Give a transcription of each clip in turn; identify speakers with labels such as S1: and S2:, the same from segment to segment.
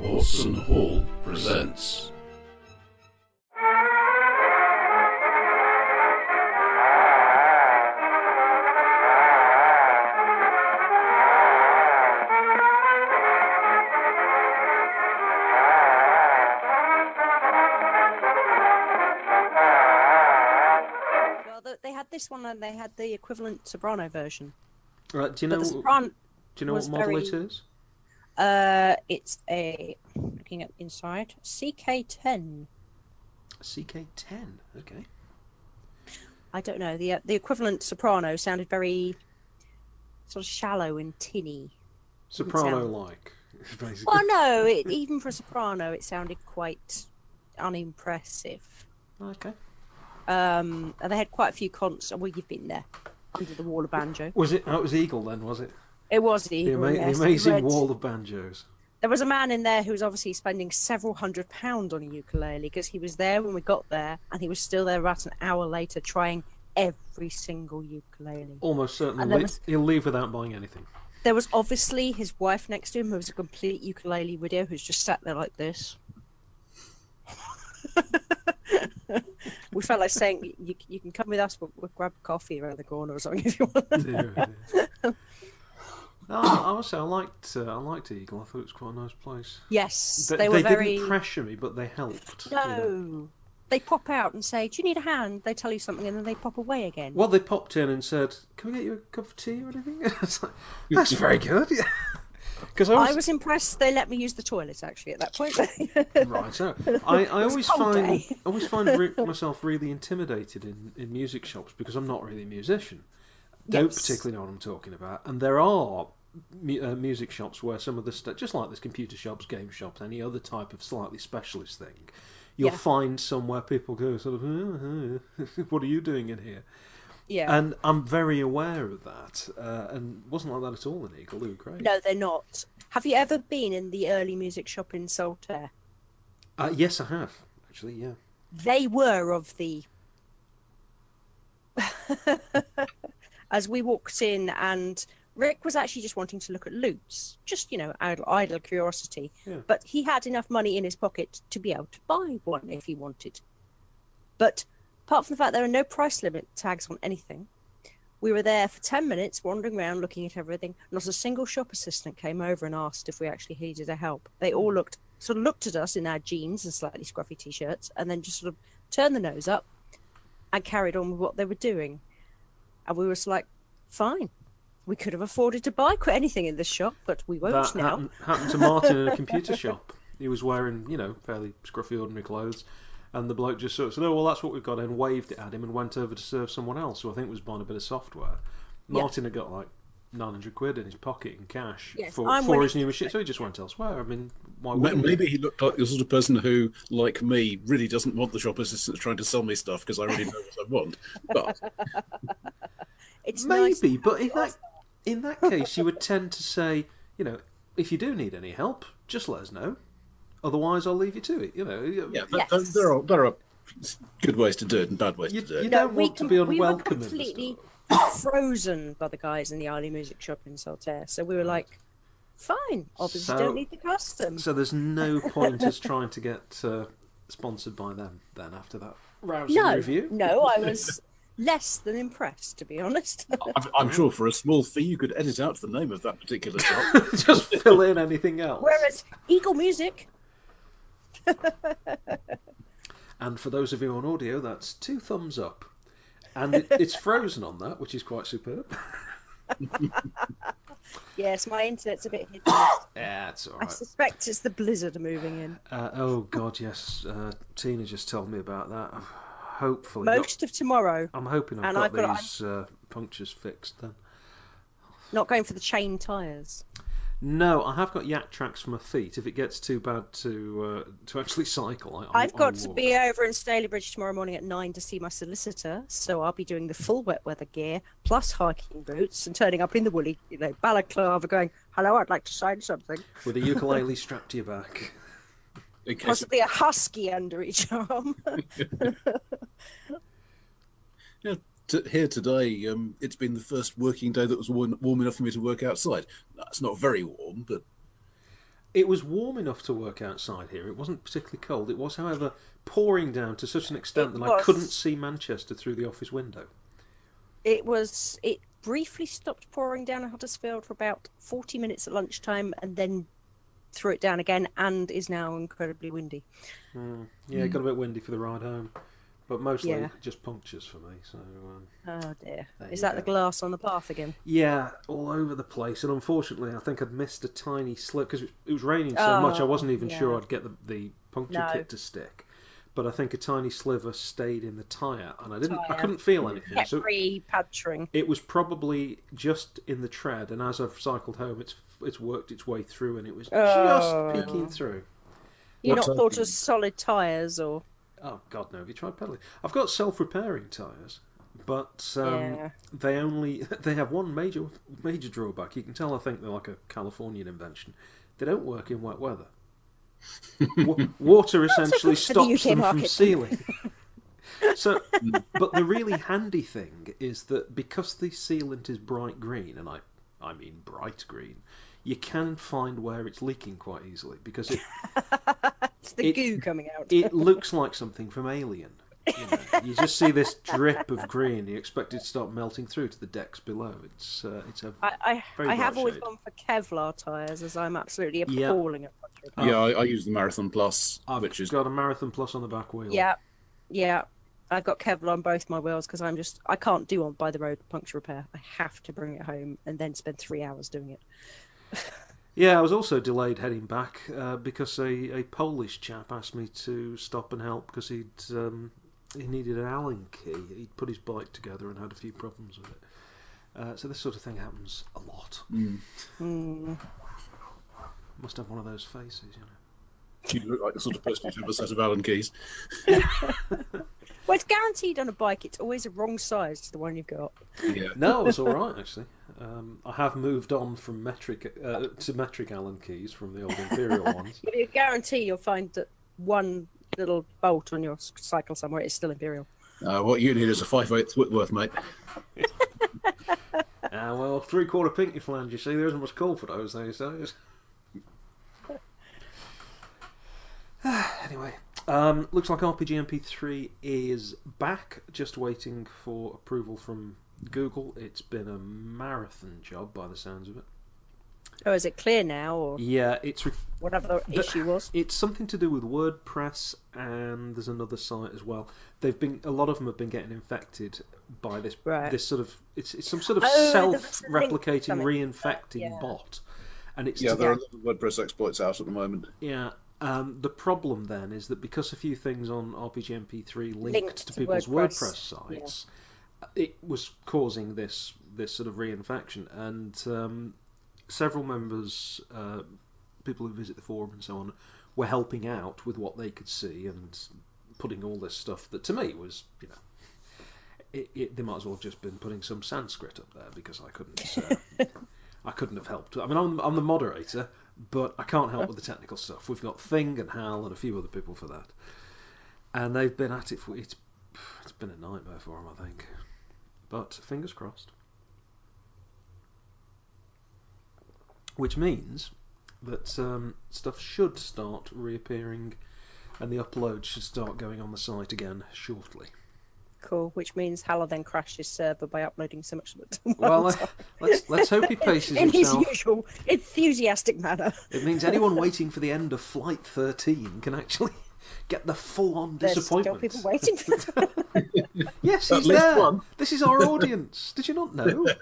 S1: Wilson Hall presents.
S2: Well, th- they had this one and they had the equivalent Soprano version.
S3: Right, do you
S2: But
S3: know?
S2: the
S3: Do
S2: Soprano,
S3: you know
S2: was
S3: what model it
S2: very-
S3: is?
S2: uh, it's a looking at inside CK10.
S3: CK10. Okay.
S2: I don't know the uh, the equivalent Soprano sounded very sort of shallow and tinny.
S3: Soprano like, basically.
S2: Well, no, it, even for a Soprano, it sounded quite unimpressive.
S3: Okay.
S2: Um, and they had quite a few cons. Well, you've been there under the wall of banjo.
S3: Was it? Oh, it was Eagle then, was it?
S2: It was the,
S3: The,
S2: Eagle,
S3: ama-
S2: yes,
S3: the
S2: the
S3: amazing
S2: red-
S3: wall of banjos.
S2: there was a man in there who was obviously spending several hundred pounds on a ukulele because he was there when we got there and he was still there about an hour later trying every single ukulele.
S3: Almost certainly,
S2: And there
S3: le-
S2: was-
S3: he'll leave without buying anything.
S2: There was obviously his wife next to him who was a complete ukulele widow who's just sat there like this. we felt like saying, you, you can come with us, we'll, we'll grab coffee around the corner or something if you want.
S3: Dear, dear. No, I I say I liked uh, I liked Eagle. I thought it was quite a nice place.
S2: Yes,
S3: They,
S2: they, were
S3: didn't
S2: very.
S3: pressure me, but they helped. you know.
S2: no. They pop out and say, Do you need a hand? They tell you something and then they pop away again.
S3: Well, they popped in and said, "Can we get you a cup of tea or anything?" It's like, That's very good. Because
S2: I was impressed they let me use the toilet actually at that point.
S3: Right, so I, I
S2: was
S3: always
S2: a cold
S3: find I
S2: day.
S3: always find re- myself really intimidated in, in music shops because I'm not really a musician. Don't
S2: Yes.
S3: particularly know what I'm talking about, and there are mu- uh, music shops where some of the stuff, just like this computer shops, game shops, any other type of slightly specialist thing, you'll
S2: Yeah.
S3: find somewhere people go sort of, "Uh, uh, "What are you doing in here?"
S2: yeah.
S3: And I'm very aware of that, uh, and wasn't like that at all in Eagle. They were great.
S2: no, they're not. Have you ever been in the early music shop in Saltaire?
S3: Uh, yes, I have actually. Yeah.
S2: They were of the. As we walked in, and Rick was actually just wanting to look at loots, just you know, idle, idle curiosity.
S3: Yeah.
S2: But he had enough money in his pocket to be able to buy one if he wanted. But apart from the fact there are no price limit tags on anything, We were there for 10 minutes, wandering around looking at everything. Not a single shop assistant came over and asked if we actually needed their help. They all
S3: Hmm.
S2: looked, sort of looked at us in our jeans and slightly scruffy t shirts, and then just sort of turned the nose up and carried on with what they were doing. And we were just like, fine. We could have afforded to buy quite anything in this shop, but we won't
S3: that
S2: now.
S3: happened, happened to Martin in a computer shop. He was wearing, you know, fairly scruffy, ordinary clothes, and the bloke just sort of said, "Oh, well, that's what we've got," and waved it at him and went over to serve someone else, who I think was buying a bit of software.
S2: Yeah.
S3: Martin had got like nine hundred quid in his pocket in cash
S2: Yes,
S3: for,
S2: I'm
S3: for
S2: willing
S3: his new machine, so he just went elsewhere. I mean, why
S4: Ma-
S3: wouldn't
S4: Maybe he looked like the sort of person who, like me, really doesn't want the shop assistant trying to sell me stuff because I already know what I want. But uh,
S2: It's nice.
S3: Maybe, but in that in that case, you would tend to say, you know, if you do need any help, just let us know. Otherwise, I'll leave you to it. You know,
S4: yeah,
S3: you,
S4: th- th-
S2: Yes.
S4: uh, there are there are good ways to do it and bad ways
S3: you
S4: to do it.
S2: No,
S3: don't
S2: we
S3: want to
S2: com-
S3: be
S2: we were
S3: unwelcome. in this
S2: completely
S3: stuff.
S2: frozen by the guys in the early music shop in Saltaire. So we were like, fine, obviously
S3: So-
S2: don't need the custom.
S3: So there's no point us trying to get uh, sponsored by them then after that rousing
S2: no,
S3: review.
S2: no, I was less than impressed, to be honest.
S3: Oh.
S4: I'm, I'm sure for a small fee you could edit out the name of that particular shop.
S3: Just fill in anything else.
S2: Whereas Eagle Music,
S3: And for those of you on audio, that's two thumbs up. And it, it's frozen on that, which is quite superb.
S2: yes, my internet's a bit hidden. I
S3: Yeah, it's all right.
S2: suspect it's the blizzard moving in.
S3: Uh, oh, God, yes. Uh, Tina just told me about that. I've hopefully. got-
S2: Most of tomorrow,
S3: I'm hoping I've
S2: and
S3: got
S2: I've got-
S3: these uh, punctures fixed then.
S2: not going for the chain tyres.
S3: No, I have got yak tracks for my feet. If it gets too bad to uh, to actually cycle, I, I'll-
S2: I've got
S3: I'll
S2: to
S3: walk.
S2: be over in Stalybridge tomorrow morning at nine to see my solicitor, so I'll be doing the full wet weather gear plus hiking boots and turning up in the woolly, you know, balaclava, going, "Hello, I'd like to sign something."
S3: with a ukulele strapped to your back.
S4: In case
S2: Possibly a husky under each arm.
S4: yeah, t- here today, um, it's been the first working day that was warm, warm enough for me to work outside. It's not very warm, but
S3: It was warm enough to work outside here. It wasn't particularly cold. It was, however, pouring down to such an extent
S2: It
S3: that I
S2: was.
S3: couldn't see Manchester through the office window.
S2: It was. It briefly stopped pouring down in Huddersfield for about 40 minutes at lunchtime and then threw it down again and is now incredibly windy.
S3: Yeah, it got a bit windy for the ride home, but mostly
S2: Mm. Yeah.
S3: just punctures for me. So um,
S2: Oh dear.
S3: There
S2: is
S3: you
S2: that the
S3: go.
S2: glass on the path again?
S3: yeah, all over the place. And unfortunately, I think I'd missed a tiny slip because it was raining so much. I
S2: Oh,
S3: wasn't even
S2: yeah.
S3: sure I'd get the, the puncture
S2: No.
S3: kit to stick. But I think a tiny sliver stayed in the tire, and I didn't. I
S2: Tyre.
S3: couldn't feel anything.
S2: Kept
S3: so
S2: re-puncturing.
S3: it was probably just in the tread. And as I've cycled home, it's it's worked its way through, and it was
S2: Oh.
S3: just peeking through.
S2: You
S4: What
S2: not
S4: type
S2: thought
S4: is
S2: of
S4: it?
S2: solid tyres or
S3: Oh God, no! Have you tried pedaling? I've got self-repairing tires, but um,
S2: Yeah.
S3: they only they have one major major drawback. You can tell I think they're like a Californian invention. They don't work in wet weather. Wa- Water essentially
S2: good for the
S3: stops
S2: UK
S3: them from
S2: market.
S3: sealing. so, but the really handy thing is that because the sealant is bright green, and I I mean bright green, you can find where it's leaking quite easily because it
S2: it's the
S3: It-
S2: goo coming out.
S3: it looks like something from Alien. You, know, you just see this drip of green. You expect it to start melting through to the decks below. It's uh, it's a
S2: I, I,
S3: Very
S2: I have
S3: bright
S2: always
S3: shade.
S2: gone for Kevlar tyres as I'm absolutely
S3: Yeah. Oh.
S2: appalling at puncturing.
S4: Yeah, I, I use the Marathon Plus,
S3: I've
S4: which is
S3: got a marathon plus on the back wheel.
S2: Yeah, yeah. I've got Kevlar on both my wheels because I'm just I can't do on by the road puncture repair. I have to bring it home and then spend three hours doing it.
S3: yeah. I was also delayed heading back uh, because a, a Polish chap asked me to stop and help because he'd um, he needed an Allen key. He'd put his bike together and had a few problems with it. Uh, so this sort of thing happens a lot.
S2: Mm.
S3: Must have one of those faces, you know.
S4: you look like the sort of person who'd have a set of Allen keys.
S2: Well, it's guaranteed on a bike. It's always the wrong size to the one you've got.
S4: Yeah.
S3: No, it's all right actually. Um, I have moved on from metric uh, to metric Allen keys from the old imperial ones.
S2: But you guarantee you'll find that one little bolt on your s- cycle somewhere is still imperial.
S4: Uh, what you need is a five eighths Whitworth, mate.
S3: Ah, well, three quarter pinky flange. You see, there isn't much call for those these days. anyway, um, looks like RPG MP3 is back, just waiting for approval from Google. It's been a marathon job by the sounds of it.
S2: Oh, is it clear now or
S3: Yeah, it's re-
S2: whatever the
S3: The-
S2: issue was?
S3: It's something to do with WordPress, and there's another site as well. They've been a lot of them have been getting infected by this
S2: Right.
S3: this sort of it's it's some sort of
S2: Oh, there was a thing
S3: self-replicating,
S2: coming.
S3: reinfecting
S2: Yeah.
S3: bot, and it's
S4: Yeah,
S3: to-
S4: there are a lot of WordPress exploits out at the moment.
S3: yeah. Um, the problem then is that because a few things on RPG MP3 linked,
S2: Linked to
S3: to people's WordPress,
S2: WordPress,
S3: sites, it was causing this this sort of reinfection, and um, several members, uh, people who visit the forum and so on, were helping out with what they could see and putting all this stuff that to me was you know. It, it, they might as well have just been putting some Sanskrit up there because I couldn't, uh, I couldn't have helped. I mean, I'm, I'm the moderator, but I can't help with the technical stuff. We've got Thing and Hal and a few other people for that, and they've been at it for it's, it's been a nightmare for them, I think. But fingers crossed. Which means that um, stuff should start reappearing, and the upload should start going on the site again shortly.
S2: Cool. Which means Haller then crashed his server by uploading so much of it. at
S3: Well,
S2: once.
S3: uh, let's let's hope he paces
S2: in his
S3: himself.
S2: usual enthusiastic manner.
S3: It means anyone waiting for the end of Flight 13 can actually get the full-on
S2: There's still
S3: disappointment.
S2: people waiting for that.
S3: Yes,
S4: At
S3: he's
S4: least
S3: there.
S4: one.
S3: This is our audience. Did you not know?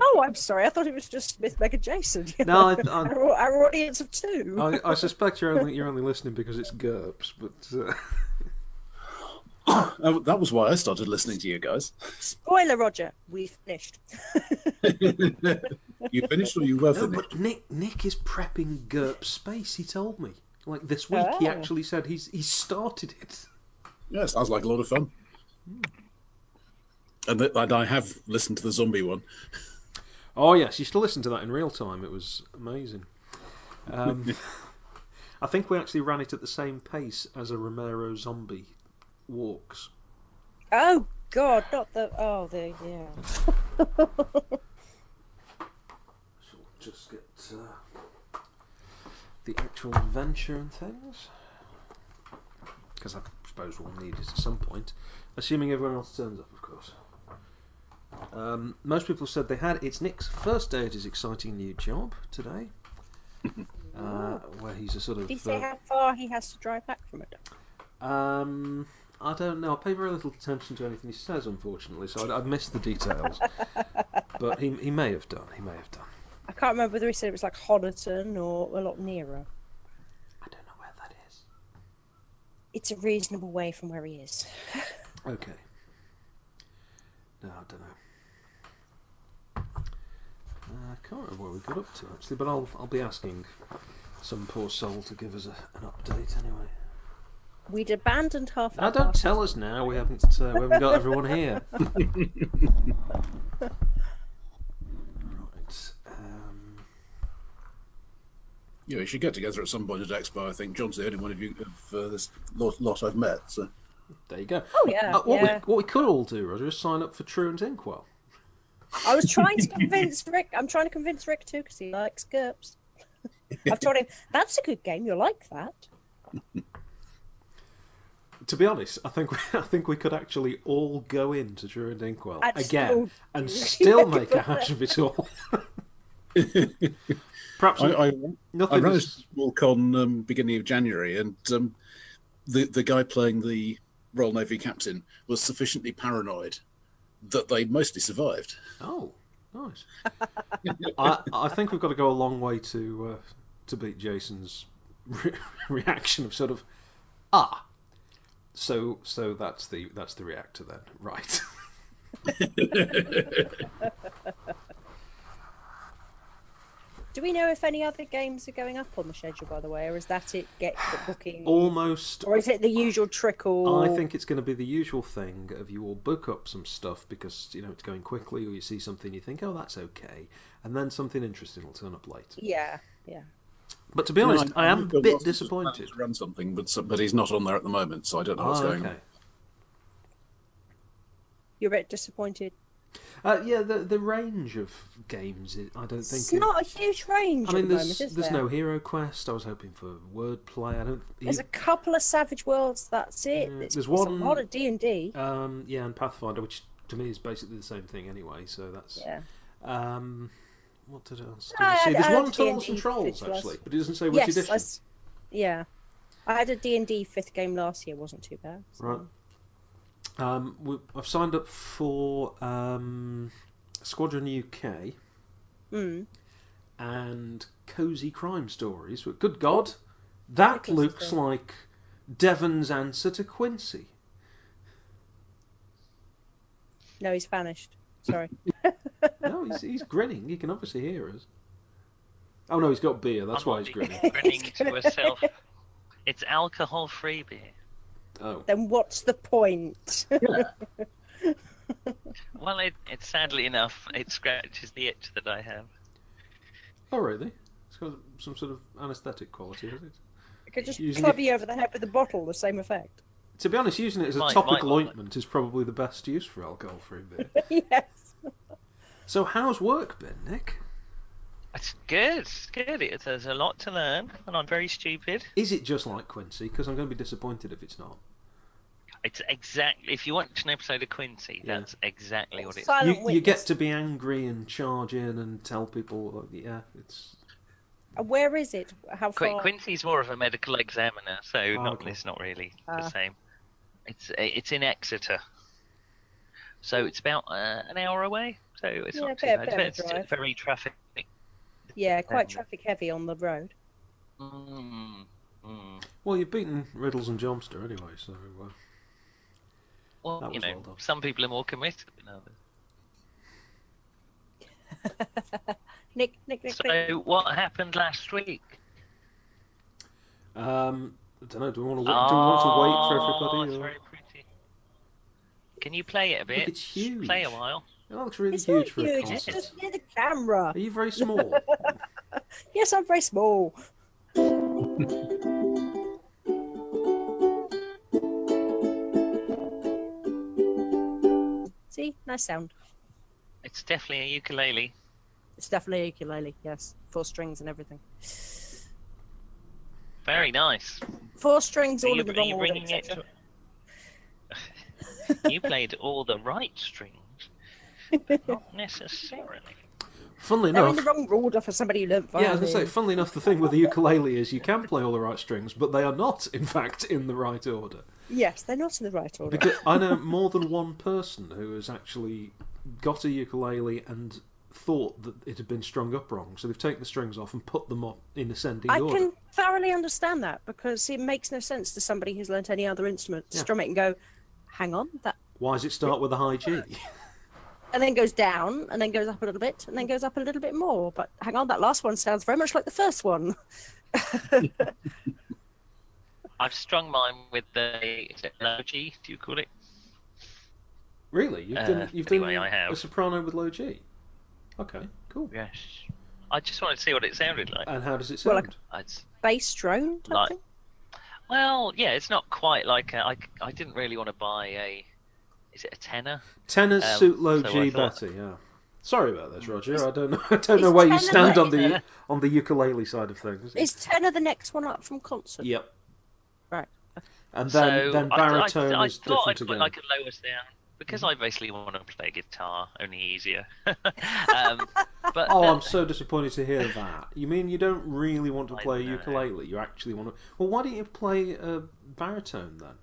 S2: Oh, I'm sorry. I thought it was just Smith, Meg, and Jason. you
S3: No,
S2: know.
S3: I- I-
S2: our, our audience of two.
S3: I, I suspect you're only you're only listening because it's GURPS, but uh,
S4: Uh, that was why I started listening to you guys.
S2: Spoiler, Roger. We finished.
S4: You finished or you were
S3: no,
S4: finished?
S3: but Nick Nick is prepping GURPS space. He told me like this week. He
S2: Oh.
S3: actually said he's he started it.
S4: Yeah, it sounds like a lot of fun. And, th- and I have listened to the zombie one.
S3: Oh yes, you still listen to that in real time. It was amazing. Um, I think we actually ran it at the same pace as a Romero zombie walks.
S2: Oh God, not the. Oh, the yeah.
S3: So we'll just get uh, the actual adventure and things. Because I suppose we'll need it at some point. Assuming everyone else turns up, of course. Um, most people said they had. It's Nick's first day at his exciting new job today. uh, where he's a sort of.
S2: Did he say
S3: uh,
S2: how far he has to drive back from it?
S3: um, I don't know. I pay very little attention to anything he says, unfortunately, so I, I've missed the details. but he, he may have done. He may have done.
S2: I can't remember whether he said it was like Honiton or a lot nearer.
S3: I don't know where that is.
S2: It's a reasonable way from where he is.
S3: Okay. No, I don't know. Uh, I can't remember where we got up to actually, but I'll I'll be asking some poor soul to give us a, an update anyway.
S2: We'd abandoned half.
S3: Now,
S2: our
S3: don't
S2: party.
S3: tell us now. We haven't uh, we haven't got everyone here. right. Um,
S4: Yeah, we should get together at some point at Expo. I think John's the only one of you of uh, this lot, lot I've met. So
S3: there you go.
S2: Oh, yeah,
S3: Uh, what
S2: yeah.
S3: we what we could all do, Roger, is sign up for Truant Inkwell.
S2: I was trying to convince Rick. I'm trying to convince Rick too because he likes GURPS. I've told him that's a good game. You'll like that.
S3: To be honest, I think I think we could actually all go into Druid Inkwell
S2: And
S3: again
S2: still-
S3: and still
S2: Yeah,
S3: make a hash of it all. Perhaps
S4: I, I, I
S3: nothing.
S4: ran a
S3: is-
S4: small con um, beginning of January, and um, the the guy playing the Royal Navy captain was sufficiently paranoid that they mostly survived.
S3: Oh, nice. I, I think we've got to go a long way to uh, to beat Jason's re- reaction of sort of ah. So so that's the that's the reactor then, right?
S2: Do we know if any other games are going up on the schedule, by the way, or is that it? Get the booking,
S3: Almost
S2: or is it the usual trickle?
S3: Oh. I think it's going to be the usual thing of you all book up some stuff because you know it's going quickly, or you see something you think, oh, that's okay, and then something interesting will turn up later.
S2: Yeah, yeah.
S3: But to be honest, I, am a
S4: Bill
S3: bit
S4: Watson's
S3: disappointed.
S4: planning to Run something, but so- but he's not on there at the moment, so I don't know what's
S3: Ah,
S4: going
S3: okay.
S2: You're a bit disappointed.
S3: Uh, yeah, the the range of games, is, I don't think.
S2: It's
S3: it-
S2: not a huge range
S3: I mean,
S2: at the
S3: there's
S2: moment, is
S3: there's
S2: there?
S3: no Hero Quest. I was hoping for Wordplay. I don't.
S2: There's a couple of Savage Worlds. That's it.
S3: Yeah,
S2: It's- it's
S3: there's one-
S2: a lot of D and D.
S3: um, yeah, and Pathfinder, which to me is basically the same thing anyway. So that's.
S2: Yeah.
S3: Um, what did else?
S2: I
S3: see?
S2: had-
S3: There's
S2: I had
S3: one Trolls and
S2: D&D
S3: Trolls
S2: Fifth Class.
S3: actually, but it doesn't say which
S2: Yes,
S3: edition.
S2: I s- yeah. I had a D and D fifth game last year. wasn't too bad. so-
S3: Right. Um, we, I've signed up for um, Squadron UK
S2: Mm.
S3: and Cozy Crime Stories. But good God, that
S2: Cozy
S3: looks
S2: Crime.
S3: like Devon's answer to Quincy.
S2: No, he's vanished. Sorry.
S3: No, he's, he's grinning. He can obviously hear us. Oh no, he's got beer. That's why he's grinning.
S5: grinning to herself. It's alcohol free beer.
S3: Oh,
S2: then what's the point?
S5: Well, it, it sadly enough, it scratches the itch that I have.
S3: oh really? It's got some sort of anaesthetic quality, has it?
S2: I could just
S3: Using
S2: club
S3: it-
S2: you over the head with a bottle. The same effect.
S3: To be honest, using it as a
S5: Might-
S3: topical
S5: might-
S3: ointment is probably the best use for alcohol-free beer.
S2: yes.
S3: so, how's work been, Nick?
S5: It's good, it's good. It, there's a lot to learn, and I'm very stupid.
S3: Is it just like Quincy? Because I'm going to be disappointed if it's not.
S5: It's exactly. If you watch an episode of Quincy,
S3: Yeah.
S5: that's exactly what it's.
S2: Silent
S3: You,
S2: witness.
S3: you get to be angry and charge in and tell people, like, yeah, it's.
S2: And Uh, Where is it? How
S5: Qu-
S2: far?
S5: Quincy's more of a medical examiner, so not,
S3: Oh, okay.
S5: it's not really
S2: Ah.
S5: the same. It's it's in Exeter, so it's about uh, an hour away. So it's
S2: Yeah,
S5: not too
S2: bit-
S5: bad.
S2: bit of a
S5: It's- it's
S2: drive.
S5: very traffic.
S2: Yeah, quite
S5: Um,
S2: traffic heavy on the road.
S5: Mm, mm.
S3: Well, you've beaten Riddles and Jomster anyway, so. Uh,
S5: Well,
S3: That
S5: you
S3: was
S5: know,
S3: well done.
S5: some people are more committed than others.
S2: Nick, Nick, Nick, Nick.
S5: So, what happened last week?
S3: um, I don't know. Do we want to do we want to wait for
S5: Oh,
S3: everybody?
S5: It's
S3: or-
S5: very pretty. Can you play it a bit?
S3: it's huge.
S5: Play a while.
S3: It looks really
S2: It's
S3: huge for
S2: not
S3: a
S2: huge. It's
S3: concert.
S2: just near the camera.
S3: Are you very small?
S2: Yes, I'm very small. See, nice sound.
S5: It's definitely a ukulele.
S2: It's definitely a ukulele. Yes, four strings and everything.
S5: Very nice.
S2: Four strings
S5: Are
S2: all
S5: you,
S2: in the
S5: are
S2: wrong
S5: you
S2: order.
S5: bringing it?
S2: etc.
S5: to- you played all the right strings, but not necessarily.
S3: Funnily
S2: They're
S3: enough,
S2: in the wrong order for somebody who learnt
S3: yeah, I
S2: violin.
S3: was going to say, funnily enough, the thing with the ukulele is you can play all the right strings, but they are not, in fact, in the right order.
S2: yes, they're not in the right order.
S3: Because I know more than one person who has actually got a ukulele and thought that it had been strung up wrong, so they've taken the strings off and put them up in ascending
S2: I
S3: order.
S2: can thoroughly understand that because it makes no sense to somebody who's learnt any other instrument to
S3: Yeah.
S2: strum it and go, hang on, that,
S3: Why does it start with a high
S2: Uh,
S3: G?
S2: and then goes down, and then goes up a little bit, and then goes up a little bit more. But hang on, that last one sounds very much like the first one.
S5: I've strung mine with the is it low G. Do you call it?
S3: really? You've
S5: Uh,
S3: done, you've
S5: anyway,
S3: done
S5: I have.
S3: a soprano with low G? Okay, cool.
S5: Yes. I just wanted to see what it sounded like.
S3: And how does it
S2: Well, I-
S3: sound?
S5: I'd-
S2: Bass drone type
S5: Like-
S2: thing?
S5: well, yeah, it's not quite like a, I. I didn't really want to buy a. Is it a tenor?
S3: Tenors
S5: Um,
S3: suit low
S5: so I
S3: G
S5: thought-
S3: better, yeah. Sorry about this, Roger. I don't know. I don't know where you
S2: tenor
S3: stand on the
S2: better?
S3: on the ukulele side of things.
S2: Is tenor the next one up from concert?
S3: Yep.
S2: Right.
S3: And
S5: so
S3: then then
S5: I- I-
S3: baritone
S5: I, I,
S3: is
S5: thought
S3: different
S5: I'd put
S3: again. Mm-hmm.
S5: like a lower sound because I basically want to play guitar, only easier. um, but
S3: Oh,
S5: uh,
S3: I'm so disappointed to hear that. You mean you don't really want to
S5: I
S3: play a
S5: know.
S3: ukulele? You actually want to? Well, why don't you play a baritone then?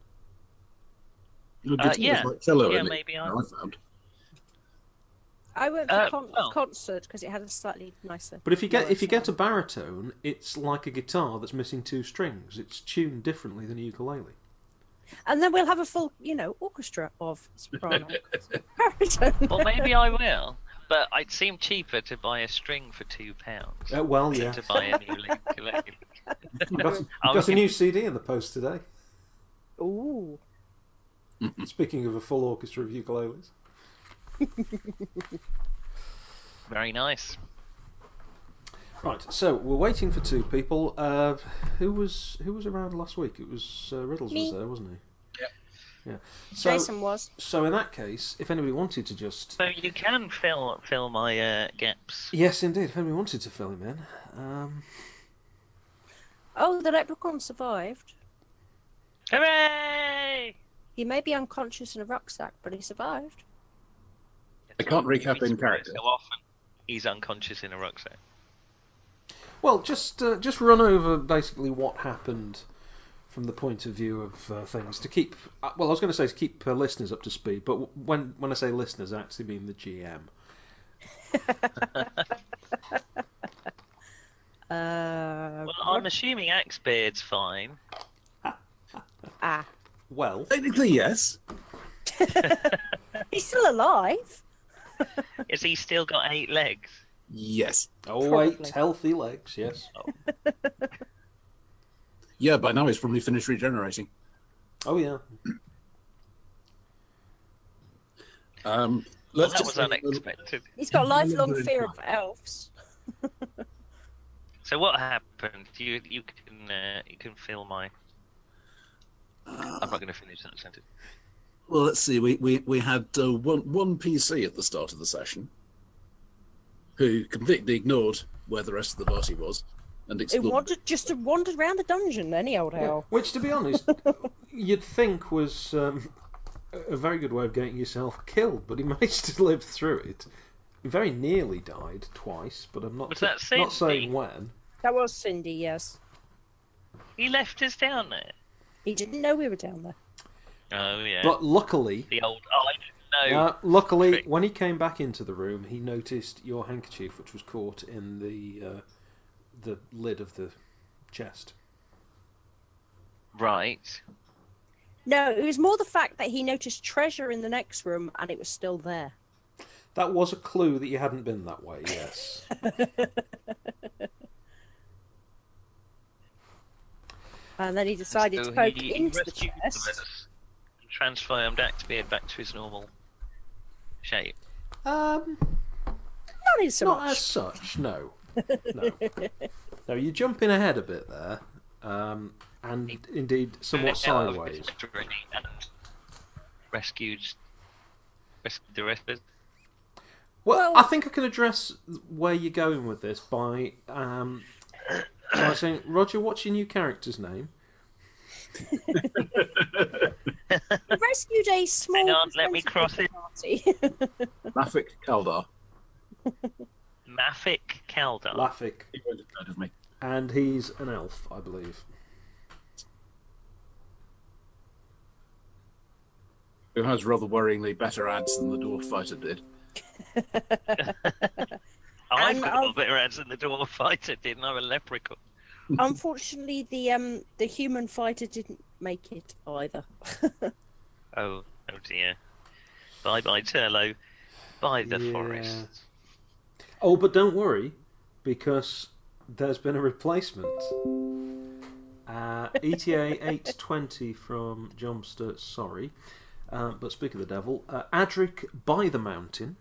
S4: Look,
S5: Uh,
S4: it's
S5: yeah.
S4: like cello
S5: Yeah,
S4: in it,
S5: maybe I-
S4: I found.
S2: I went for
S5: Uh,
S2: con-
S5: well.
S2: concert because it had a slightly nicer.
S3: But if you get
S2: lower
S3: if you get a
S2: sound.
S3: baritone, it's like a guitar that's missing two strings. It's tuned differently than a ukulele.
S2: and then we'll have a full, you know, orchestra of soprano, baritone.
S5: well, maybe I will. But it seemed cheaper to buy a string for two pounds
S3: Uh, well, yeah.
S5: to buy a new ukulele.
S3: I got,
S5: I was
S3: got a new CD in the post today.
S2: Ooh,
S3: Speaking of a full orchestra of ukuleles.
S5: Very nice.
S3: Right, so we're waiting for two people. Uh, who was who was around last week? It was uh, Riddles
S2: Me.
S3: was there, wasn't he?
S4: Yep.
S3: Yeah. So
S2: Jason was.
S3: so in that case, if anybody wanted to just
S5: So you can fill fill my uh, gaps.
S3: yes, indeed, if anybody wanted to fill him in, um,
S2: Oh, the leprechaun survived.
S5: Hooray!
S2: He may be unconscious in a rucksack, but he survived.
S4: I can't recap in character.
S5: So often he's unconscious in a rucksack.
S3: well, just uh, just run over basically what happened from the point of view of uh, things to keep. Uh, well, I was going to say to keep uh, listeners up to speed, but w- when when I say listeners, I actually mean the GM.
S2: Uh,
S5: Well, I'm assuming Axebeard's fine.
S2: ah,
S3: Well,
S4: Technically, yes.
S2: he's still alive.
S5: Has he still got eight legs?
S4: Yes.
S3: oh eight
S2: Probably.
S3: healthy legs, yes.
S4: Yeah, by now he's probably finished regenerating.
S3: Oh yeah.
S4: Um,
S5: Well,
S4: let's
S5: that
S4: just
S5: was
S4: have a little-
S5: unexpected.
S2: He's got a lifelong
S4: Remember
S2: fear
S4: his
S2: of elves.
S5: So what happened? You you can uh, you can fill my. I'm not going to finish that sentence.
S4: Well, let's see. We we, we had uh, one one PC at the start of the session, who completely ignored where the rest of the party was, and
S2: He
S4: explored.
S2: wandered just to wandered round the dungeon, any old owl.
S3: Which, to be honest, you'd think was um, a- a very good way of getting yourself killed, but he managed to live through it. He very nearly died twice, but I'm not
S5: Was that
S3: not
S5: Cindy?
S3: saying when.
S2: That was Cindy, yes.
S5: He left us down there.
S2: He didn't know we were down there.
S5: Oh yeah.
S3: But luckily,
S5: The old. Oh, I didn't know.
S3: uh, luckily,
S5: Trick.
S3: when he came back into the room, he noticed your handkerchief, which was caught in the uh, the lid of the chest.
S5: Right.
S2: No, it was more the fact that he noticed treasure in the next room and it was still there.
S3: That was a clue that you hadn't been that way. Yes.
S2: And then he decided
S5: So
S2: to poke
S5: he- he
S2: into the
S5: rescued
S2: chest.
S5: us and Transformed Axebeard back to his normal shape.
S3: um,
S2: Not in so
S3: Not
S2: much.
S3: as such, no. No. no, you're jumping ahead a bit there. Um, and indeed somewhat
S5: Out of his
S3: sideways.
S5: misery and Rescued. Rescued the rest of us.
S3: Well, I think I can address where you're going with this by um, by saying, Roger, what's your new character's name?
S2: Rescued a small.
S5: Hang on, let me
S2: defensive
S5: cross it.
S2: party.
S4: Mafik Kaldar.
S5: Mafik Kaldar.
S3: Lafik.
S4: He won't have heard of me.
S3: And he's an elf, I believe.
S4: Who has rather worryingly better ads than the Dwarf Fighter did.
S5: Oh, I've
S2: And
S5: got a little
S2: I've-
S5: bit of ads in the Dwarf Fighter, didn't I? I'm A leprechaun.
S2: Unfortunately, the um the human fighter didn't make it either.
S5: Oh, oh dear. Bye bye, Turlo. By the
S3: Yeah.
S5: forest.
S3: Oh, but don't worry, because there's been a replacement. Uh, ETA 820 from Jomster, sorry. Uh, but speak of the devil, uh, Adric by the mountain.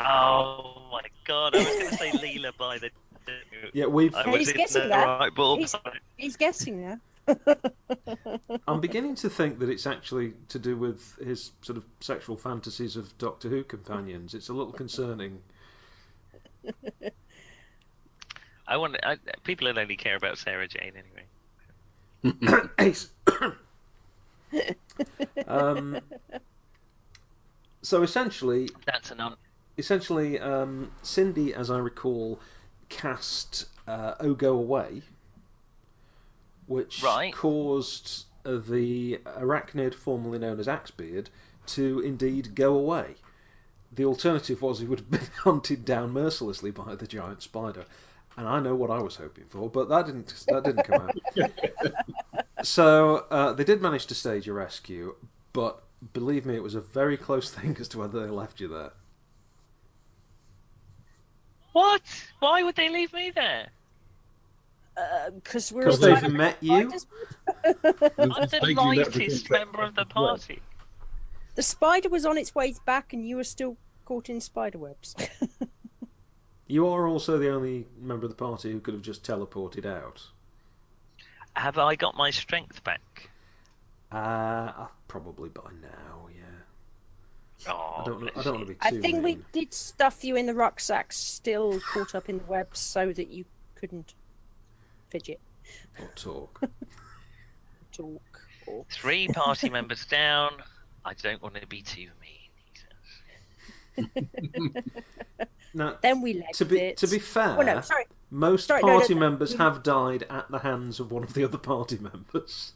S5: Oh my god, I was going to say Leela by the.
S3: Yeah, we've.
S5: I
S2: Hey,
S5: was
S2: he's
S5: in
S2: getting
S5: the
S2: there.
S5: right ballpark.
S2: He's guessing now.
S3: I'm beginning to think that it's actually to do with his sort of sexual fantasies of Doctor Who companions. It's a little concerning.
S5: I want I, people that only care about Sarah Jane anyway.
S3: Ace. um, so essentially,
S5: That's an un.
S3: essentially, um, Cindy, as I recall, cast uh, "Oh Go Away," which
S5: Right.
S3: caused uh, the arachnid, formerly known as Axebeard, to indeed go away. The alternative was he would have been hunted down mercilessly by the giant spider, and I know what I was hoping for, but that didn't that didn't come out. so uh, they did manage to stage a rescue, but believe me, it was a very close thing as to whether they left you there.
S5: What? Why would they leave me there?
S2: Because we're
S3: Because
S4: Because they've
S2: all
S3: they've
S2: trying to
S3: met you.
S2: find us-
S5: I'm the lightest member of the party.
S2: The spider was on its way back, and you were still caught in spider webs.
S3: You are also the only member of the party who could have just teleported out.
S5: Have I got my strength back?
S3: Uh, probably by now, yeah.
S5: Oh,
S3: I don't. I
S5: bless
S3: don't
S5: you.
S3: want to be
S2: I
S3: too.
S2: think we
S3: mean.
S2: did stuff you in the rucksack, still caught up in the webs, so that you couldn't fidget,
S3: Or talk.
S2: talk, or
S5: Three party members down. I don't want to be too mean.
S3: Now,
S2: then we left
S3: to be
S2: it.
S3: to be fair,
S2: Oh no, sorry.
S3: most
S2: sorry, no, no,
S3: party
S2: no,
S3: members
S2: we-
S3: have died at the hands of one of the other party members.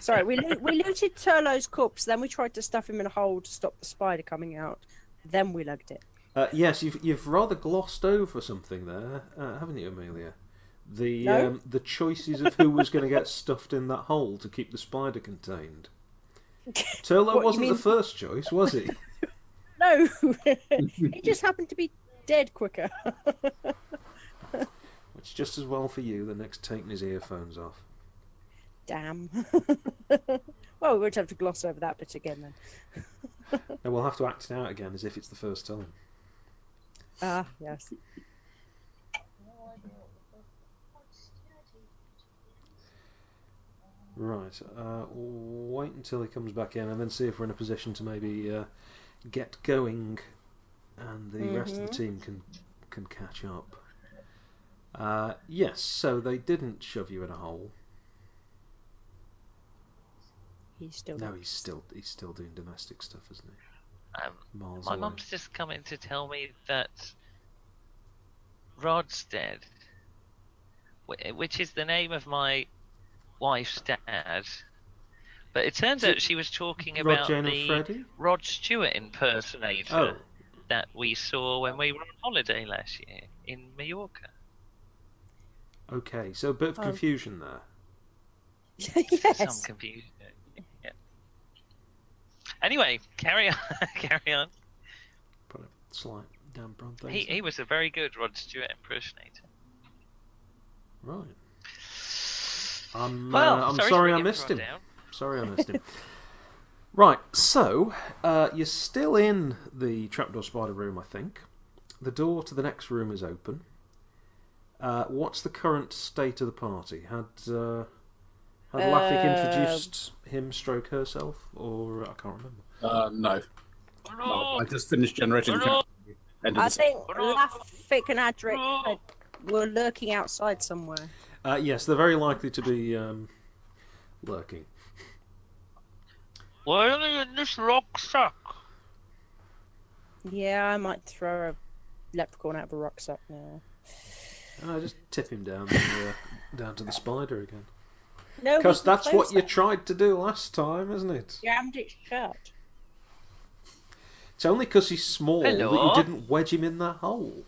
S2: Sorry, we loo- we looted Turlo's corpse. Then we tried to stuff him in a hole to stop the spider coming out. Then we lugged it.
S3: Uh, yes, you've you've rather glossed over something there, uh, haven't you, Amelia? The
S2: No.
S3: um, the choices of who was going to get stuffed in that hole to keep the spider contained.
S2: What,
S3: Turlo
S2: you
S3: wasn't
S2: mean-
S3: the first choice, was he?
S2: No, it just happened to be dead quicker.
S3: It's just as well for you. The next taking his earphones off.
S2: Damn. well, we won't have to gloss over that bit again then.
S3: And we'll have to act it out again as if it's the first time.
S2: Ah, yes.
S3: Right. Uh, wait until he comes back in, and then see if we're in a position to maybe uh, get going, and the rest of the team can can catch up. Uh, yes. So they didn't shove you in a hole.
S2: He's still.
S3: No, he's still he's still doing domestic stuff, isn't he?
S5: Um,
S3: Miles
S5: my
S3: away.
S5: mum's just come in to tell me that Rod's dead, wh- which is the name of my wife's dad. But it turns out she was talking
S3: Rod,
S5: about
S3: Jane and
S5: the
S3: Freddie?
S5: Rod Stewart
S3: Oh,
S5: impersonator that we saw when we were on holiday last year in Mallorca.
S3: okay. So a bit of
S2: Oh.
S3: confusion there.
S5: Some
S2: yes.
S5: confusion. Yeah. Anyway, carry on. carry on.
S3: Put a slight damper on things.
S5: He, he was a very good Rod Stewart impersonator.
S3: Right. I'm,
S5: Well,
S3: uh, I'm
S5: sorry,
S3: sorry,
S5: to bring
S3: I
S5: it
S3: missed
S5: right
S3: him.
S5: down.
S3: Sorry I missed him. right, so uh, you're still in the trapdoor spider room, I think. The door to the next room is open. Uh, what's the current state of the party? Had uh, had Laffick
S2: Uh,
S3: introduced him, stroke herself, or I can't remember.
S4: Uh, no. Well, I just finished generating the
S5: Hello.
S4: character. End of
S2: I
S4: the-
S2: think Lafick and Adric had were lurking outside somewhere.
S3: Uh, yes, they're very likely to be um, lurking.
S5: Why are they in this rucksack?
S2: Yeah, I might throw a leprechaun out of a rucksack now.
S3: Uh, just tip him down the, uh, down to the spider again.
S2: No, we
S3: Because
S2: can
S3: that's what
S2: close
S3: you
S2: that.
S3: tried to do last time, isn't it?
S2: jammed it shut.
S3: It's only because he's small
S5: Hello?
S3: that you didn't wedge him in that hole.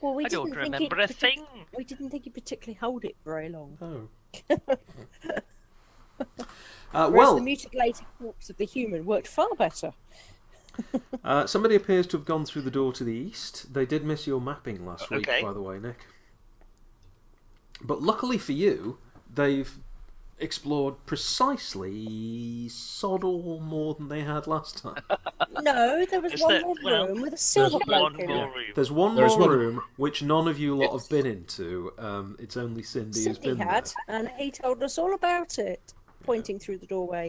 S2: Well, we
S5: I don't
S2: didn't think
S5: remember
S2: it
S5: a thing.
S2: We didn't think he'd particularly hold it very long.
S3: Oh. uh,
S2: Whereas
S3: well,
S2: the mutilated corpse of the human worked far better.
S3: uh, somebody appears to have gone through the door to the east. They did miss your mapping last week,
S5: Okay.
S3: by the way, Nick. But luckily for you, they've explored precisely sod all more than they had last time.
S2: No, there was
S5: Is
S2: one
S5: that-
S2: more
S5: well,
S2: room with a silver
S5: there's
S2: bloke
S5: one
S2: in
S5: more
S2: it.
S5: room.
S3: There's one
S4: There is
S3: more
S4: one-
S3: room which none of you lot have been into. Um, it's only Cindy, who's
S2: Sydney
S3: been
S2: had,
S3: there.
S2: and he told us all about it, pointing through the doorway.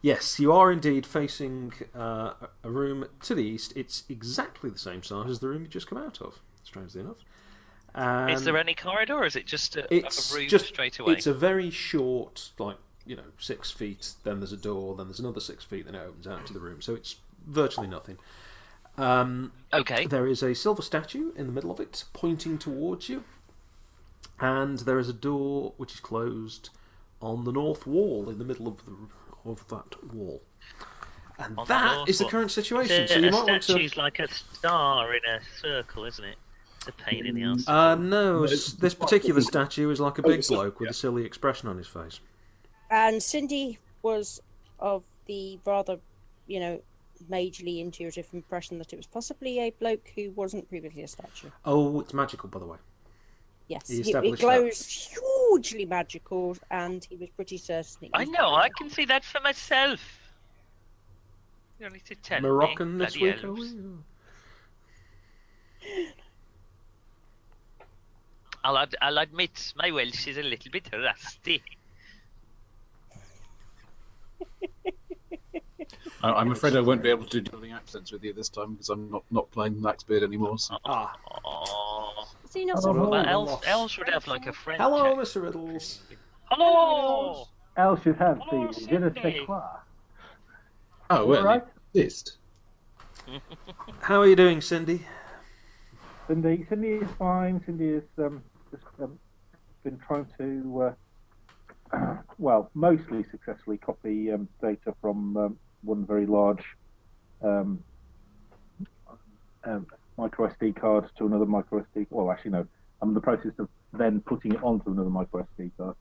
S3: Yes, you are indeed facing uh, a room to the east. It's exactly the same size as the room you just come out of, strangely enough. And
S5: Is there any corridor, or is it just a,
S3: it's
S5: a room
S3: just,
S5: straight away?
S3: It's a very short, like, you know, six feet, then there's a door, then there's another six feet, then it opens out to the room. So it's virtually nothing. Um,
S5: Okay.
S3: there is a silver statue in the middle of it, pointing towards you. And there is a door which is closed on the north wall, in the middle of the of that wall. And
S5: On the
S3: that
S5: north
S3: is the
S5: wall.
S3: current situation.
S5: The-
S3: So you
S5: a
S3: might want to.
S5: statue's like a star in a circle, isn't it? It's a pain in the ass.
S3: Uh, no,
S4: it's-
S3: s- this particular statue is like a big
S4: Oh, it's like-
S3: bloke with
S4: yeah.
S3: a silly expression on his face.
S2: And Cindy was of the rather, you know, majorly intuitive impression that it was possibly a bloke who wasn't previously a statue.
S3: Oh, it's magical, by the way.
S2: Yes,
S3: He
S2: it, it
S3: established that.
S2: glows hugely magical, and he was pretty certain. it
S5: I
S2: was
S5: know, I
S2: magic.
S5: can see that for myself. You don't need to tell
S3: Moroccan
S5: me.
S3: this
S5: bloody
S3: week, are
S5: elves.
S3: we?
S5: I'll, ad- I'll admit my Welsh is a little bit rusty.
S4: I, I'm afraid I won't be able to do the accents with you this time because I'm not, not playing Blacksbeard anymore. So.
S3: Ah,
S5: Oh,
S2: Is he not
S6: Oh,
S2: so
S6: well,
S5: but
S2: bad?
S5: elves,
S3: lost.
S5: elves would have like a French.
S3: hello, Mr.
S5: accent.
S3: Riddles.
S5: hello.
S6: Al should have
S5: Hello,
S6: the je ne
S5: Sydney.
S6: sais quoi.
S4: Oh, well,
S6: Alright.
S4: you exist.
S3: How are you doing, Cindy?
S6: Cindy, Cindy is fine. Cindy is um, just um, been trying to, uh, well, mostly successfully copy um, data from um, one very large um, um, micro SD card to another micro SD. Well, actually, no. I'm in the process of then putting it onto another micro SD card.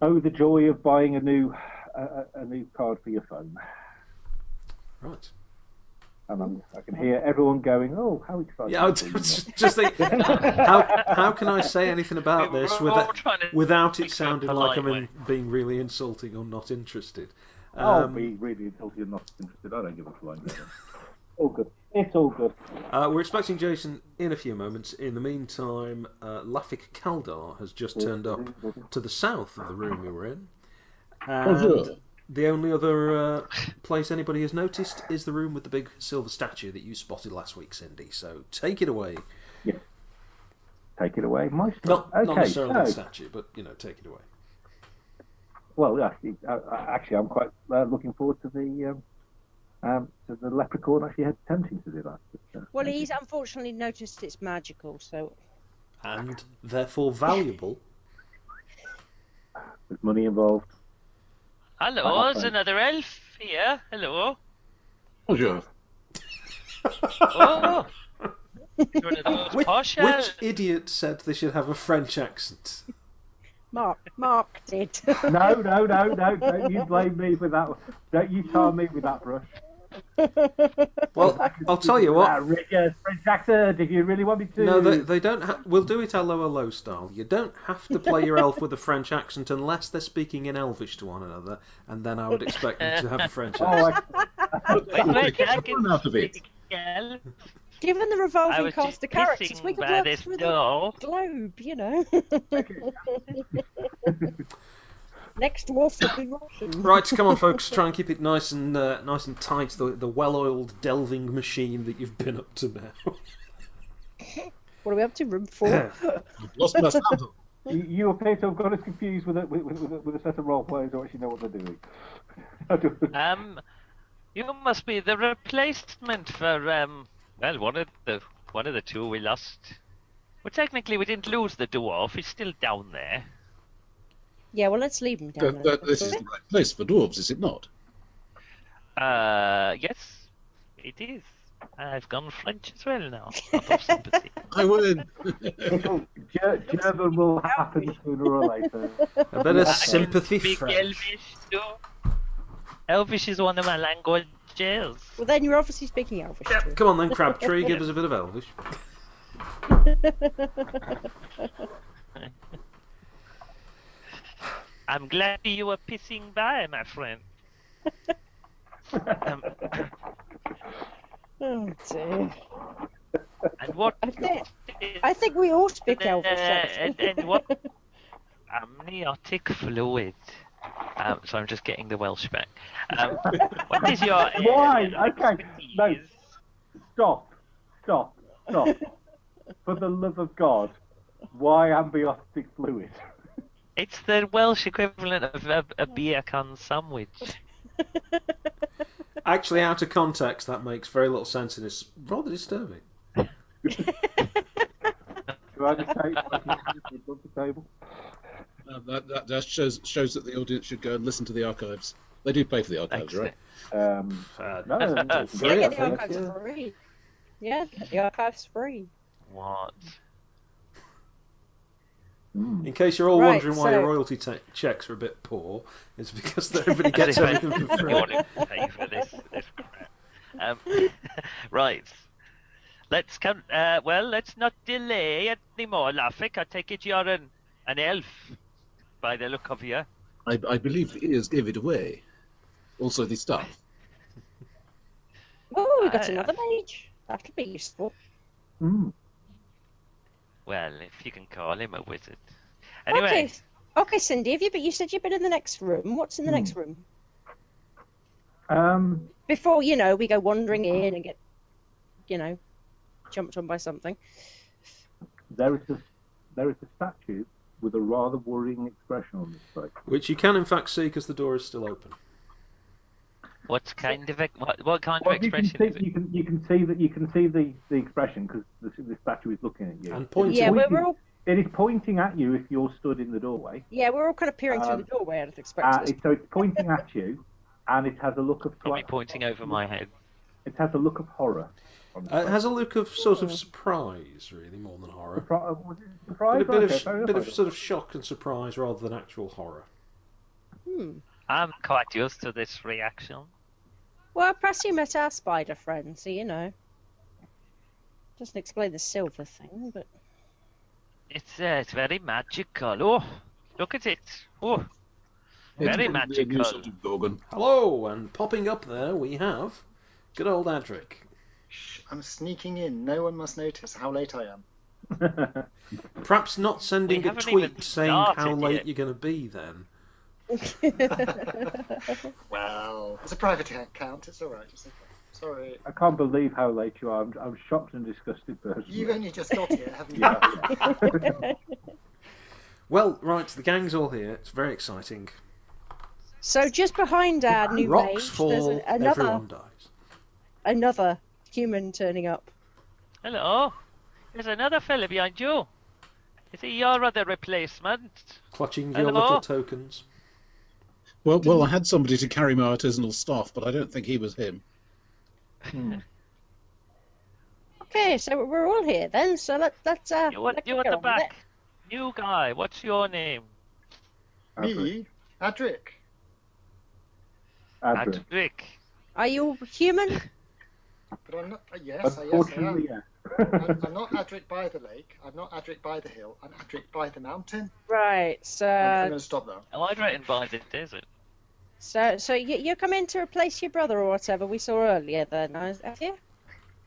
S6: Oh, the joy of buying a new a, a, a new card for your phone.
S3: Right.
S6: And I'm, I can hear everyone going, "Oh, how exciting!"
S3: Yeah, I was just, just think, how, how can I say anything about
S5: We were
S3: this
S5: all
S3: without,
S5: trying to
S3: without it
S5: speak
S3: sounding
S5: in a
S3: like I'm in,
S5: polite
S3: being really insulting or not interested?
S6: Oh,
S3: Um,
S6: be really until you're not interested. I don't give a flying. all good. It's all good.
S3: uh, we're expecting Jason in a few moments. In the meantime, uh, Lafik Kaldar has just turned up to the south of the room you were in. And the only other uh, place anybody has noticed is the room with the big silver statue that you spotted last week, Cindy. So take it away.
S6: Take it away, Maestro.
S3: Not,
S6: okay.
S3: not necessarily the
S6: so,
S3: statue, but, you know, take it away.
S6: well, actually, uh, actually, I'm quite uh, looking forward to the um, um, to the leprechaun actually attempting to do that. But, uh,
S2: Well, he's unfortunately noticed it's magical, so
S3: And therefore valuable.
S6: there's money involved.
S5: Hello,
S6: Oh,
S5: there's
S6: thanks.
S5: another elf here. Hello.
S4: Bonjour.
S5: Oh. He's one of those
S3: Which,
S5: posh
S3: which
S5: elves.
S3: idiot said they should have a French accent?
S2: Mark, Mark did.
S6: No, no, no, no! Don't you blame me for that. one. Don't you tar me with that brush.
S3: Well, I'll tell you
S6: Ah,
S3: what.
S6: Rick, yes, French accent, if you really want me to.
S3: No, they, they don't. Ha- we'll do it hello hello style. You don't have to play your elf with a French accent unless they're speaking in Elvish to one another, and then I would expect them to have a French accent.
S6: Oh, I,
S5: Wait, wait, I
S4: Come on
S5: can
S4: out of it.
S5: speak elf.
S2: Given the
S5: I
S2: revolving
S5: was
S2: cast
S5: just
S2: of characters, we
S5: pissing
S2: could
S5: by
S2: work
S5: this
S2: through
S5: door.
S2: the globe, you know. Next dwarf would be Russian.
S3: Right, come on, folks. Try and keep it nice and uh, nice and tight. The, the well-oiled delving machine that you've been up to now.
S2: What are we up to? Room four?
S4: I've lost my sound.
S6: You, you appear to have got us confused with a, with, with, with a- with a set of role players who actually know what they're doing. I do-
S5: Um, you must be the replacement for um. Well, one of the one of the two we lost. Well, technically, we didn't lose the dwarf. He's still down there.
S2: yeah, well, let's leave him down
S4: That-
S2: there.
S4: that- this is the right place for dwarves, is it not?
S5: Uh, yes, it is. I've gone French as well now. Out of sympathy.
S4: I win.
S6: It'll- Ger- German will happen sooner or later.
S3: A bit of
S5: I can
S3: sympathy
S5: speak
S3: French.
S5: Elvish too. Elvish is one of my languages.
S2: Well, then you're obviously speaking Elvish.
S3: Yep,
S2: too.
S3: come on then, Crabtree, give us a bit of Elvish.
S5: I'm glad you were pissing by, my friend. um,
S2: Oh, dear.
S5: and what?
S2: I think,
S5: is-
S2: I think we all speak
S5: Uh,
S2: Elvish.
S5: and,
S2: actually.
S5: and what? Amniotic fluid. Um, so I'm just getting the Welsh back. Um, what is your? uh,
S6: Wine, okay, no.
S5: expertise?
S6: Stop, stop, stop. For the love of God, why ambiotic fluid?
S5: It's the Welsh equivalent of a, a beer can sandwich.
S3: Actually, out of context, that makes very little sense and it's rather disturbing.
S6: Do I just take above the table?
S4: Uh, that that, that shows, shows that the audience should go and listen to the archives. They do pay for the archives,
S5: Excellent.
S4: right?
S6: Um,
S3: Uh,
S6: no, no, no,
S2: yeah,
S3: Free, I
S2: get the
S3: think,
S2: archives
S3: yeah.
S2: free. Yeah, get the archives free.
S5: What?
S3: In case you're all
S2: Right,
S3: wondering why
S2: so-
S3: your royalty te- checks are a bit poor, it's because everybody gets everything for
S5: You
S3: free.
S5: want to pay for this, this crap. Um, right. Let's come. Uh, well, let's not delay anymore, Lafik. I take it you're an, an elf by the look of you.
S4: I, I believe the ears gave it away. Also, the staff.
S2: Oh, we got
S5: I-
S2: another mage. That'll be useful.
S6: mm,
S5: Well, if you can call him a wizard. Anyway,
S2: Okay. Okay, Cindy, have you but you said you've been in the next room. What's in the next room?
S6: um,
S2: Before, you know, we go wandering in and get you know, jumped on by something.
S6: there is a there is a statue with a rather worrying expression on its face.
S3: Which you can, in fact, see because the door is still open.
S5: what kind of ex- what, what kind
S6: Well,
S5: of
S6: you can
S5: expression is
S6: see
S5: it?
S6: you can you can see that you can see the the expression because the, the statue is looking at you.
S3: And pointing.
S2: Yeah, we're,
S6: Pointing-
S2: we're all
S6: It is pointing at you if you're stood in the doorway.
S2: yeah, we're all kind of peering
S6: Um,
S2: through the doorway I'd expect.
S6: Uh, it, so it's pointing at you, and it has a look of
S5: Probably
S6: slight,
S5: pointing over my head.
S6: it has a look of horror. on its
S3: Uh, it
S6: face.
S3: has a look of sort of surprise, really, more than horror.
S6: Surpri- uh, was it
S3: But
S6: surprise?
S3: a bit
S6: Okay,
S3: of,
S6: fair enough,
S3: bit
S6: I
S3: of
S6: guess.
S3: sort of shock and surprise rather than actual horror.
S2: hmm.
S5: I'm quite used to this reaction.
S2: Well, perhaps you met our spider friend, so you know. Doesn't explain the silver thing, but
S5: It's uh, it's very magical. Oh, look at it. Oh, very
S4: It's probably a new
S5: magical.
S4: sort of gorgon.
S3: Hello, and popping up there we have good old Adric.
S7: Shh, I'm sneaking in. No one must notice how late I am.
S3: Perhaps not sending a
S5: haven't even
S3: tweet saying how
S5: started
S3: late
S5: yet.
S3: you're going to be then.
S7: Well, it's a private account. It's all right. It's okay. Sorry.
S6: I can't believe how late you are. I'm, I'm shocked and disgusted personally.
S7: You've only just got here, haven't you?
S6: Yeah.
S3: Well, right, the gang's all here. It's very exciting.
S2: so just behind our new
S3: Rocks
S2: mage, there's
S3: fall,
S2: a, another
S3: everyone dies.
S2: another human turning up.
S5: Hello. There's another fella behind you. Is he your other replacement?
S3: Clutching your
S5: Hello?
S3: little tokens.
S4: Well, well, I had somebody to carry my artisanal staff, but I don't think he was him.
S2: Okay, so we're all here then. So let let's uh,
S5: You at,
S2: let's
S5: you at
S2: go
S5: the
S2: on with it.
S5: back. New guy. What's your name?
S7: Me, Adric.
S6: Adrian.
S5: Adric.
S2: Are you human?
S7: But I'm not. uh, Yes, I, yes, I
S6: Unfortunately,
S7: am.
S6: yes.
S7: I'm, I'm not Adric by the lake. I'm not Adric by the hill. I'm Adric by the mountain.
S2: right.
S7: I'm, I'm
S2: So
S7: going to stop now.
S5: Oh, I'd written by the desert.
S2: so so you you come in to replace your brother or whatever we saw earlier then, I- have you?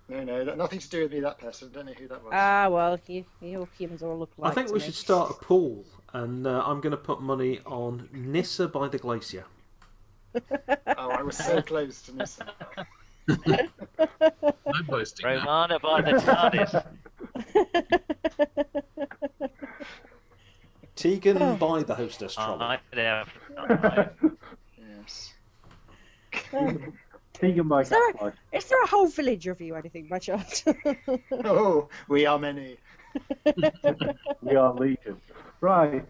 S7: No, no, that, nothing to do with me. That person. Don't know who that was.
S2: Ah well, you you humans all look like.
S3: I think
S2: to
S3: we
S2: me.
S3: should start a pool, and uh, I'm going to put money on Nissa by the glacier.
S7: oh, I was so close to missing.
S4: I'm boasting. now.
S5: Romana by the TARDIS.
S3: Tegan by the hostess
S5: Oh,
S3: trolley.
S5: I- yeah, I-
S7: Yes.
S6: Tegan by
S2: Sorry.
S6: Catfly.
S2: Is there a whole village of you, anything, by chance?
S7: Oh, we are many.
S6: We are legion. Right.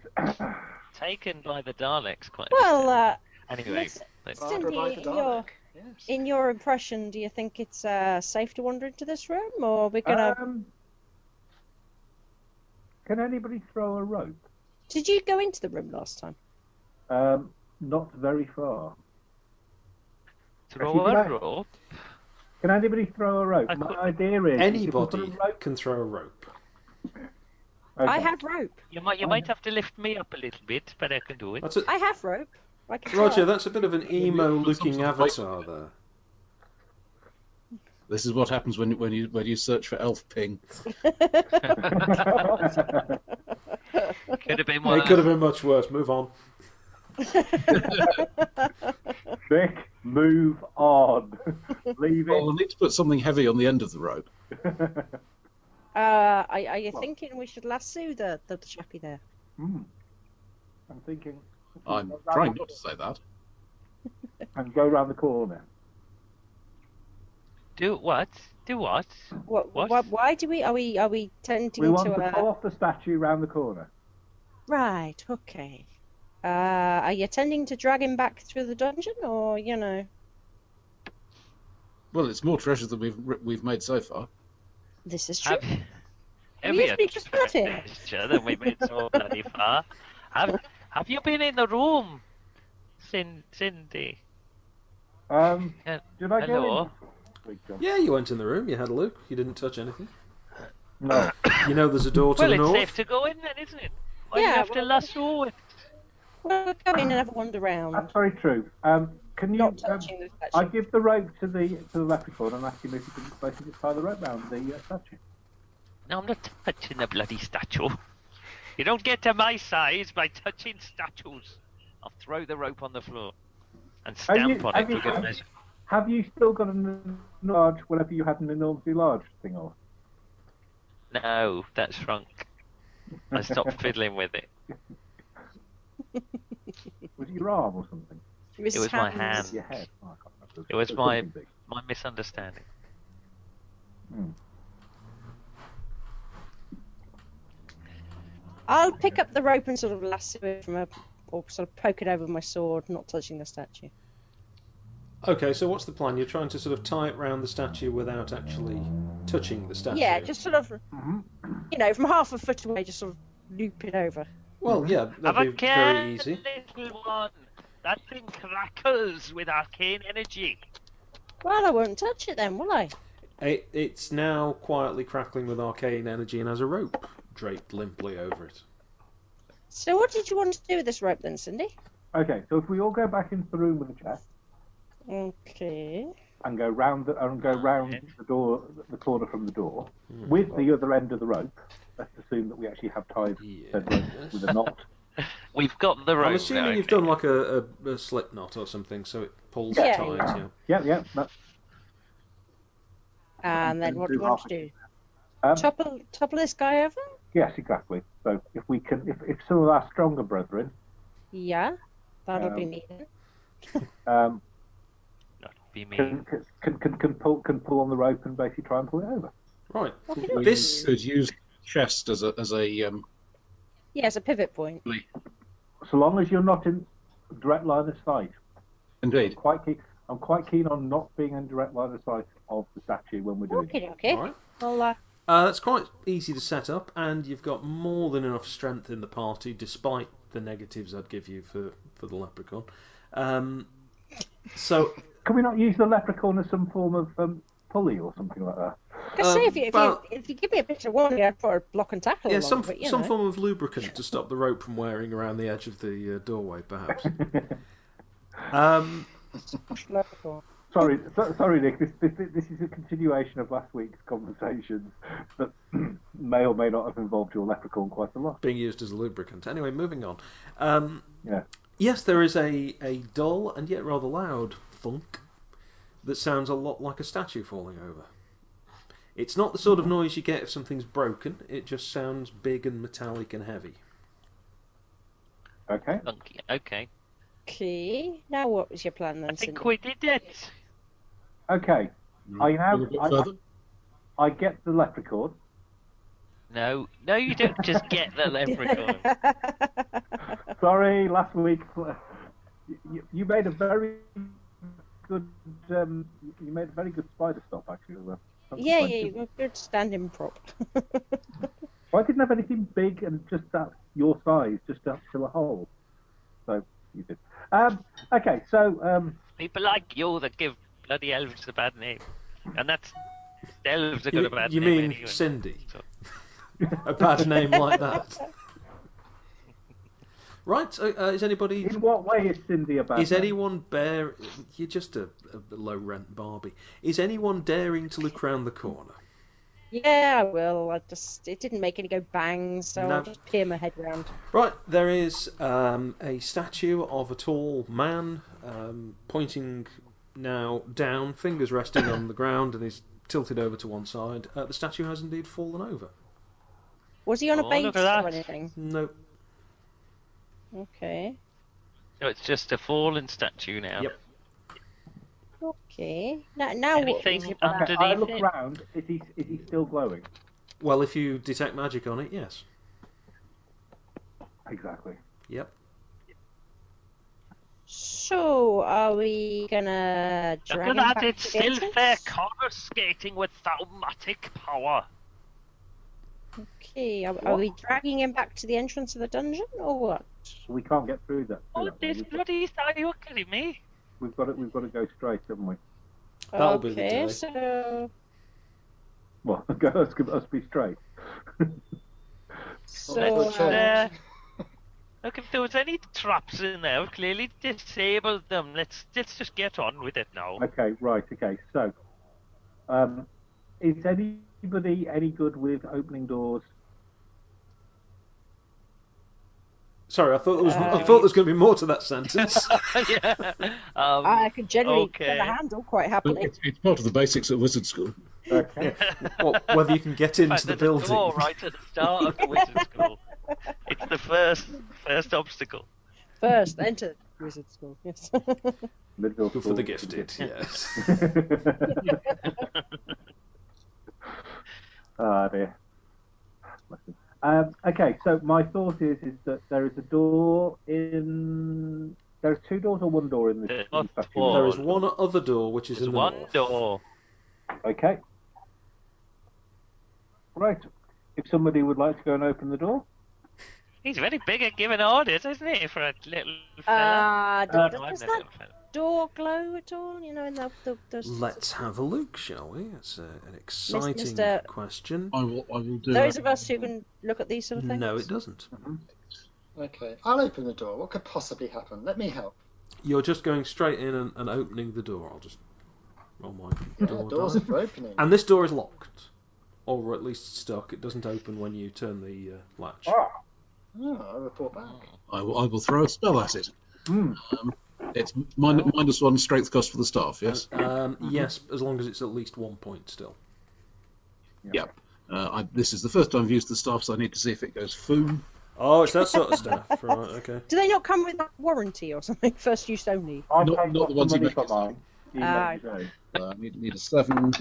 S5: taken by the Daleks quite.
S2: well, uh,
S5: anyway,
S2: let's-
S5: let's-
S7: Barbara by the
S2: Cindy, you're-
S7: Dalek. Yes.
S2: in your impression, do you think it's uh, safe to wander into this room, or we're gonna?
S3: Uh,
S6: Um, can anybody throw a rope?
S2: Did you go into the room last time?
S6: Um, not very far.
S5: throw
S6: you
S5: a
S6: like-
S5: rope.
S6: Can anybody throw a rope?
S5: I
S6: My
S5: could-
S6: idea is if you can put a
S3: Anybody
S6: rope-
S3: can throw a rope.
S2: I
S6: Okay.
S2: have rope.
S5: You might you
S6: I
S5: might
S6: know.
S5: have to lift me up a little bit, but I can do it.
S3: That's a,
S2: I have rope. I can
S3: Roger,
S2: try.
S3: that's a bit of an emo-looking avatar there.
S4: This is what happens when when you when you search for elf ping.
S5: Could have been one.
S3: It
S5: of
S3: could have
S5: those-
S3: been much worse. Move on.
S6: Vic, move on. Leave
S4: Well, we'll
S6: it.
S4: need to put something heavy on the end of the rope.
S2: Uh, are, are you
S6: Well-
S2: thinking we should lasso the, the, the chappy there?
S6: Hmm. I'm thinking.
S4: I'm trying not to say that.
S6: And go round the corner.
S5: Do what? Do what?
S2: What,
S5: What?
S2: Why, why do we? Are we? Are we tending
S6: We want
S2: to?
S6: to
S2: uh,
S6: pull off the statue round the corner.
S2: Right. Okay. Uh, are you tending to drag him back through the dungeon, or you know?
S4: Well, it's more treasure than we've we've made so far.
S2: This is true.
S5: Have, have you
S2: you speak just about it?
S5: Sure, that we made so bloody far. Have, have you been in the room, Cin- Cindy?
S6: Um,
S5: Uh,
S6: did I
S5: hello?
S6: go in? Big jump.
S3: Yeah, you went in the room. You had a look. You didn't touch anything.
S6: No.
S3: You know there's a door to
S5: Well,
S3: the
S5: it's
S3: north.
S5: safe to go in then, isn't it? Why do
S2: Yeah,
S5: you have to
S2: well-
S5: lasso it?
S2: We'll go in and have a wander round.
S6: That's very true. Um, can you?
S2: Not
S6: Um,
S2: touching the statue.
S6: I give the rope to the to the leprechaun and ask him if he can basically just tie the rope round the uh, statue.
S5: No, I'm not touching the bloody statue. You don't get to my size by touching statues. I'll throw the rope on the floor and stamp
S6: you-
S5: on
S6: have
S5: it
S6: you-
S5: for good
S6: have-
S5: measure.
S6: Have you still got an large, whatever you had an enormously large thing on?
S5: No, that's shrunk. I stopped fiddling with it.
S6: Was it your arm or something?
S2: His
S5: it was my
S2: hands.
S5: hand.
S6: Your head? Oh, I can't remember.
S5: It was
S6: Something
S5: my-
S6: big.
S5: My misunderstanding.
S2: I'll pick up the rope and sort of lasso it from a, or sort of poke it over with my sword, not touching the statue.
S3: Okay, so what's the plan? You're trying to sort of tie it round the statue without actually touching the statue.
S2: Yeah, just sort of,
S6: Mm-hmm.
S2: you know, from half a foot away, just sort of loop it over.
S3: Well, yeah,
S5: Have a
S3: that'd be
S5: care,
S3: very easy.
S5: little one. That thing crackles with arcane energy.
S2: Well, I won't touch it then, will I?
S3: It, it's now quietly crackling with arcane energy and has a rope draped limply over it.
S2: So, what did you want to do with this rope then, Cindy?
S6: Okay, so if we all go back into the room with the chest
S2: Okay.
S6: and go round the, and go round the door, the corner from the door, with the other end of the rope. Let's assume that we actually have tied said rope with a knot.
S5: We've got the rope.
S3: I'm
S5: now, I
S3: assuming you've
S5: think.
S3: done like a, a, a slip knot or something, so it pulls
S2: Yeah.
S3: tight. Yeah.
S6: Yeah, yeah. That,
S2: And then what do you want to do?
S6: um,
S2: Topple, topple this guy over?
S6: Yes, exactly. So if we can, if, if some of our stronger brethren
S2: Yeah, that'll be
S6: Um,
S2: needed.
S6: um,
S5: Not be me.
S6: can, can, can, can pull can pull on the rope and basically try and pull it over.
S3: Right.
S2: Okey-dokey.
S3: This
S4: Could use chest as a as a um,
S2: Yeah, it's a pivot point.
S6: So long as you're not in direct line of sight.
S4: indeed.
S6: Quite keen. I'm quite keen on not being in direct line of sight of the statue when we're doing it.
S2: Okay, okay.
S3: Hmm. All right.
S2: Well, uh,
S3: Uh, that's quite easy to set up, and you've got more than enough strength in the party, despite the negatives I'd give you for, for the leprechaun. Um, so,
S6: Can we not use the leprechaun as some form of um, pulley or something like that?
S2: I
S3: Um,
S2: say if you, if,
S3: well-
S2: you, if you give me a bit of warning, I'd put a block and tackle.
S3: yeah,
S2: along,
S3: some
S2: but, you
S3: some
S2: know.
S3: form of lubricant to stop the rope from wearing around the edge of the uh, doorway, perhaps. um,
S2: Leprechaun.
S6: Sorry, so, sorry, Nick. This, this this is a continuation of last week's conversations that may or may not have involved your leprechaun quite a lot.
S3: being used as a lubricant. Anyway, moving on. Um,
S6: Yeah.
S3: Yes, there is a, a dull and yet rather loud thunk that sounds a lot like a statue falling over. It's not the sort of noise you get if something's broken, it just sounds big and metallic and heavy.
S6: Okay.
S5: Monkey. Okay.
S2: Okay. Now, what was your plan then?
S5: I think
S2: Cindy?
S5: we did it.
S6: Okay. I
S4: A
S6: have.
S4: little bit
S6: I,
S4: further.
S6: I, I get the leprechaun.
S5: No, no, you don't just get the leprechaun.
S6: Sorry, last week uh, you, you made a very good. Um, you made a very good spider stop actually. uh,
S2: yeah, yeah,
S6: consequences.
S2: you're a good standing prop.
S6: Well, I didn't have anything big and just that your size, just to fill a hole. So you did. Um, okay, so um,
S5: People like you that give bloody elves a bad name, and that's elves are got
S3: You,
S5: a bad
S3: you
S5: name
S3: mean
S5: anyway.
S3: Cindy?
S5: So-
S3: A bad name like that. Right? Uh, uh, is anybody?
S6: in what way is Cindy about?
S3: Is anyone bear? You're just a, a low rent Barbie. Is anyone daring to look round the corner?
S2: yeah, I will. I just it didn't make any go bang, so
S3: No.
S2: I'll just peer my head round.
S3: Right, there is um, a statue of a tall man um, pointing now down, fingers resting on the ground, and he's tilted over to one side. Uh, the statue has indeed fallen over.
S2: Was he on a
S5: Oh,
S2: base
S5: look at
S2: or
S5: that.
S2: anything?
S3: No,
S2: Okay.
S5: So it's just a fallen statue now.
S3: Yep.
S2: Okay. Now, now what was
S5: Anything
S2: your plan?
S6: Okay,
S5: underneath
S6: I look
S5: it?
S6: round. Is he is he still glowing?
S3: well, if you detect magic on it, yes.
S6: Exactly.
S3: Yep.
S2: So, are we gonna drag
S5: Look
S2: him
S5: at
S2: back
S5: that, it's
S2: to
S5: still
S2: the
S5: there,
S2: entrance?
S5: coruscating with thaumatic power.
S2: Okay, are, are we dragging him back to the entrance of the dungeon or what?
S6: We can't get through that. through
S5: Oh,
S6: that
S5: this
S6: one. We've, got,
S5: bloody are you kidding me?
S6: we've got to we've got to go straight, haven't we?
S3: That'll be the
S2: okay,
S3: delay.
S2: so
S6: Well, go, let's, go- let's be straight.
S2: so
S5: Let's,
S2: uh,
S5: uh, look, if there was any traps in there, we clearly disabled them. Let's let's just get on with it now.
S6: Okay, right. Okay, so um, is anybody any good with opening doors?
S3: Sorry, I thought there was. I
S2: Uh,
S3: thought there was going to be more to that sentence.
S5: yeah.
S3: Ah,
S5: Um,
S2: I could generally get
S5: okay.
S2: a handle quite
S4: But
S2: happily.
S4: It's, it's part of the basics at wizard school.
S6: Okay.
S3: What, whether you can get
S5: in fact,
S3: into the
S5: there's
S3: building.
S5: a door right at the start of the wizard school. It's the first first obstacle.
S2: First, enter the wizard school. Yes.
S6: Middle
S3: Good for
S6: school.
S3: the gifted. Yes.
S6: Ah dear. Um, okay, so my thought is is that there is a door in. There are two doors or one door in this.
S5: There's
S6: in
S5: one
S6: statue?
S5: door.
S3: there is one other door which is
S5: There's
S3: in the
S5: one
S3: north.
S5: door.
S6: Okay. Right. If somebody would like to go and open the door.
S5: He's very big at giving orders, isn't he, for a little
S2: uh,
S5: fella? No,
S2: does,
S5: I'm
S2: does
S5: no
S2: that
S5: little fella.
S2: door glow at all? You know, in the, the, those-
S3: Let's have a look, shall we? It's a, an exciting
S2: Mr.
S3: question.
S4: I will. I will do.
S2: Those
S4: that.
S2: of us who can look at these sort of things.
S3: No, it doesn't.
S7: Okay, I'll open the door. What could possibly happen? Let me help.
S3: You're just going straight in and, and opening the door. I'll just roll my
S7: Yeah,
S3: door
S7: doors
S3: die.
S7: are opening.
S3: And this door is locked, or at least stuck. It doesn't open when you turn the uh, latch.
S7: Oh, I report back.
S4: I will, I will throw a spell at it.
S6: Hmm.
S4: Um, it's min- minus one strength cost for the staff. Yes.
S3: Um, Yes, as long as it's at least one point still.
S4: Yeah. Uh, I, this is the first time I've used the staff, so I need to see if it goes foom.
S3: Oh, it's that sort of stuff. Right, okay.
S2: Do they not come with like, warranty or something? First use only.
S6: I
S4: Not- not
S6: paid
S4: the
S6: lots of
S4: ones you
S6: money
S4: make
S6: for
S4: us.
S6: mine. You let
S2: Ah,
S6: me go.
S4: Uh, need, need a seven.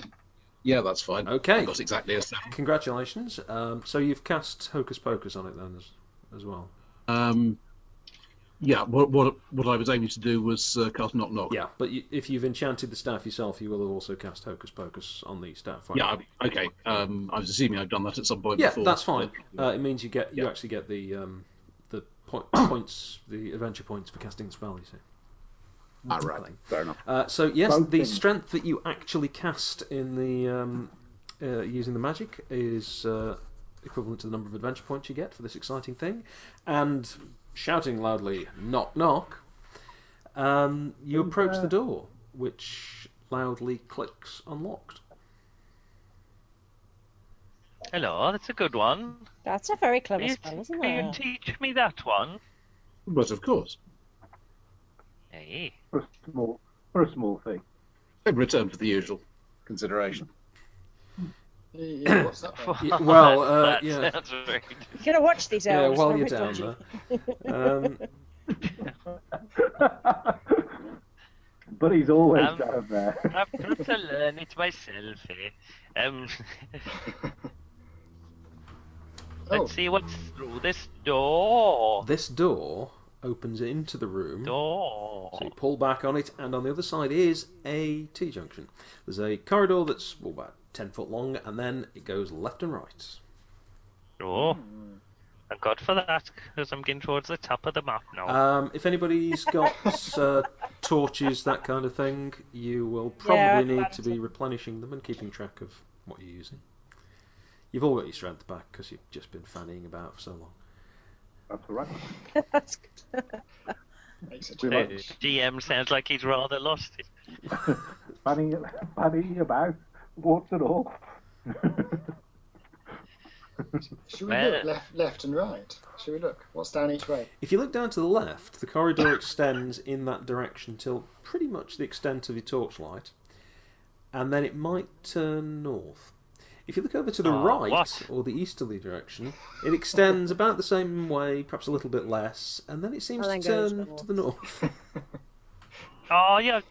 S4: Yeah, that's fine.
S3: Okay.
S4: I've got exactly a seven.
S3: Congratulations. Um, so you've cast Hocus Pocus on it then as, as well.
S4: Um, yeah, what, what what I was aiming to do was uh, cast knock knock.
S3: Yeah, but you, if you've enchanted the staff yourself, you will have also cast Hocus Pocus on the staff. won't
S4: Yeah.
S3: you?
S4: I- Okay. Um, I was assuming I've done that at some point
S3: yeah,
S4: before.
S3: that's fine. Uh, it means you get you
S4: Yeah.
S3: actually get the um, the po- points, the adventure points for casting the spell. You see.
S4: Ah, right. Fair enough.
S3: Uh, so yes,
S6: Both
S3: the
S6: things.
S3: strength that you actually cast in the um, uh, using the magic is uh, equivalent to the number of adventure points you get for this exciting thing, and shouting loudly "knock knock," um, you approach the door, which loudly clicks unlocked.
S5: Hello, that's a good one.
S2: That's a very clever
S5: Will you,
S2: spell, isn't
S5: will you
S2: it?
S5: teach me that one?
S4: But of course,
S5: Hey.
S6: For a small, for a small thing.
S4: in return for the usual consideration.
S7: Yeah, What's that? then?
S3: Y- well, uh,
S5: that
S3: yeah.
S5: sounds very-
S2: You're gonna watch these
S3: Yeah,
S2: hours.
S3: while
S2: aren't
S3: you're
S2: we,
S3: down
S2: Dodgy?
S3: there. Um,
S6: but he's always
S5: Um,
S6: down there.
S5: I've got to learn it myself. Eh? Um,
S7: Oh.
S5: let's see what's through this door.
S3: this door opens into the room.
S5: Door.
S3: So you pull back on it, and on the other side is a T junction. There's a corridor that's well, about 10 foot long, and then it goes left and right.
S5: Door. Thank God for that, because I'm getting towards the top of the map
S2: Oh.
S5: now.
S3: Um, if anybody's got uh, torches, that kind of thing, you will probably
S2: Yeah, I've
S3: need
S2: got
S3: to be replenishing them and keeping track of what you're using. You've all got your strength back because you've just been fannying about for so long.
S6: That's all right.
S2: That's good.
S7: Makes it
S6: We
S5: Uh,
S6: might
S5: GM sounds like he's rather lost it.
S6: banning, banning about, warts and all.
S7: Should we
S5: Well-
S7: look left, left and right? Should we look? What's down each way?
S3: If you look down to the left, the corridor extends in that direction till pretty much the extent of your torchlight, and then it might turn north. If you look over to the
S5: Ah,
S3: right,
S5: what?
S3: or the easterly direction, it extends about the same way, perhaps a little bit less, and then it seems
S2: And
S3: to
S2: then goes
S3: turn to
S2: north.
S3: the north.
S5: Oh, you're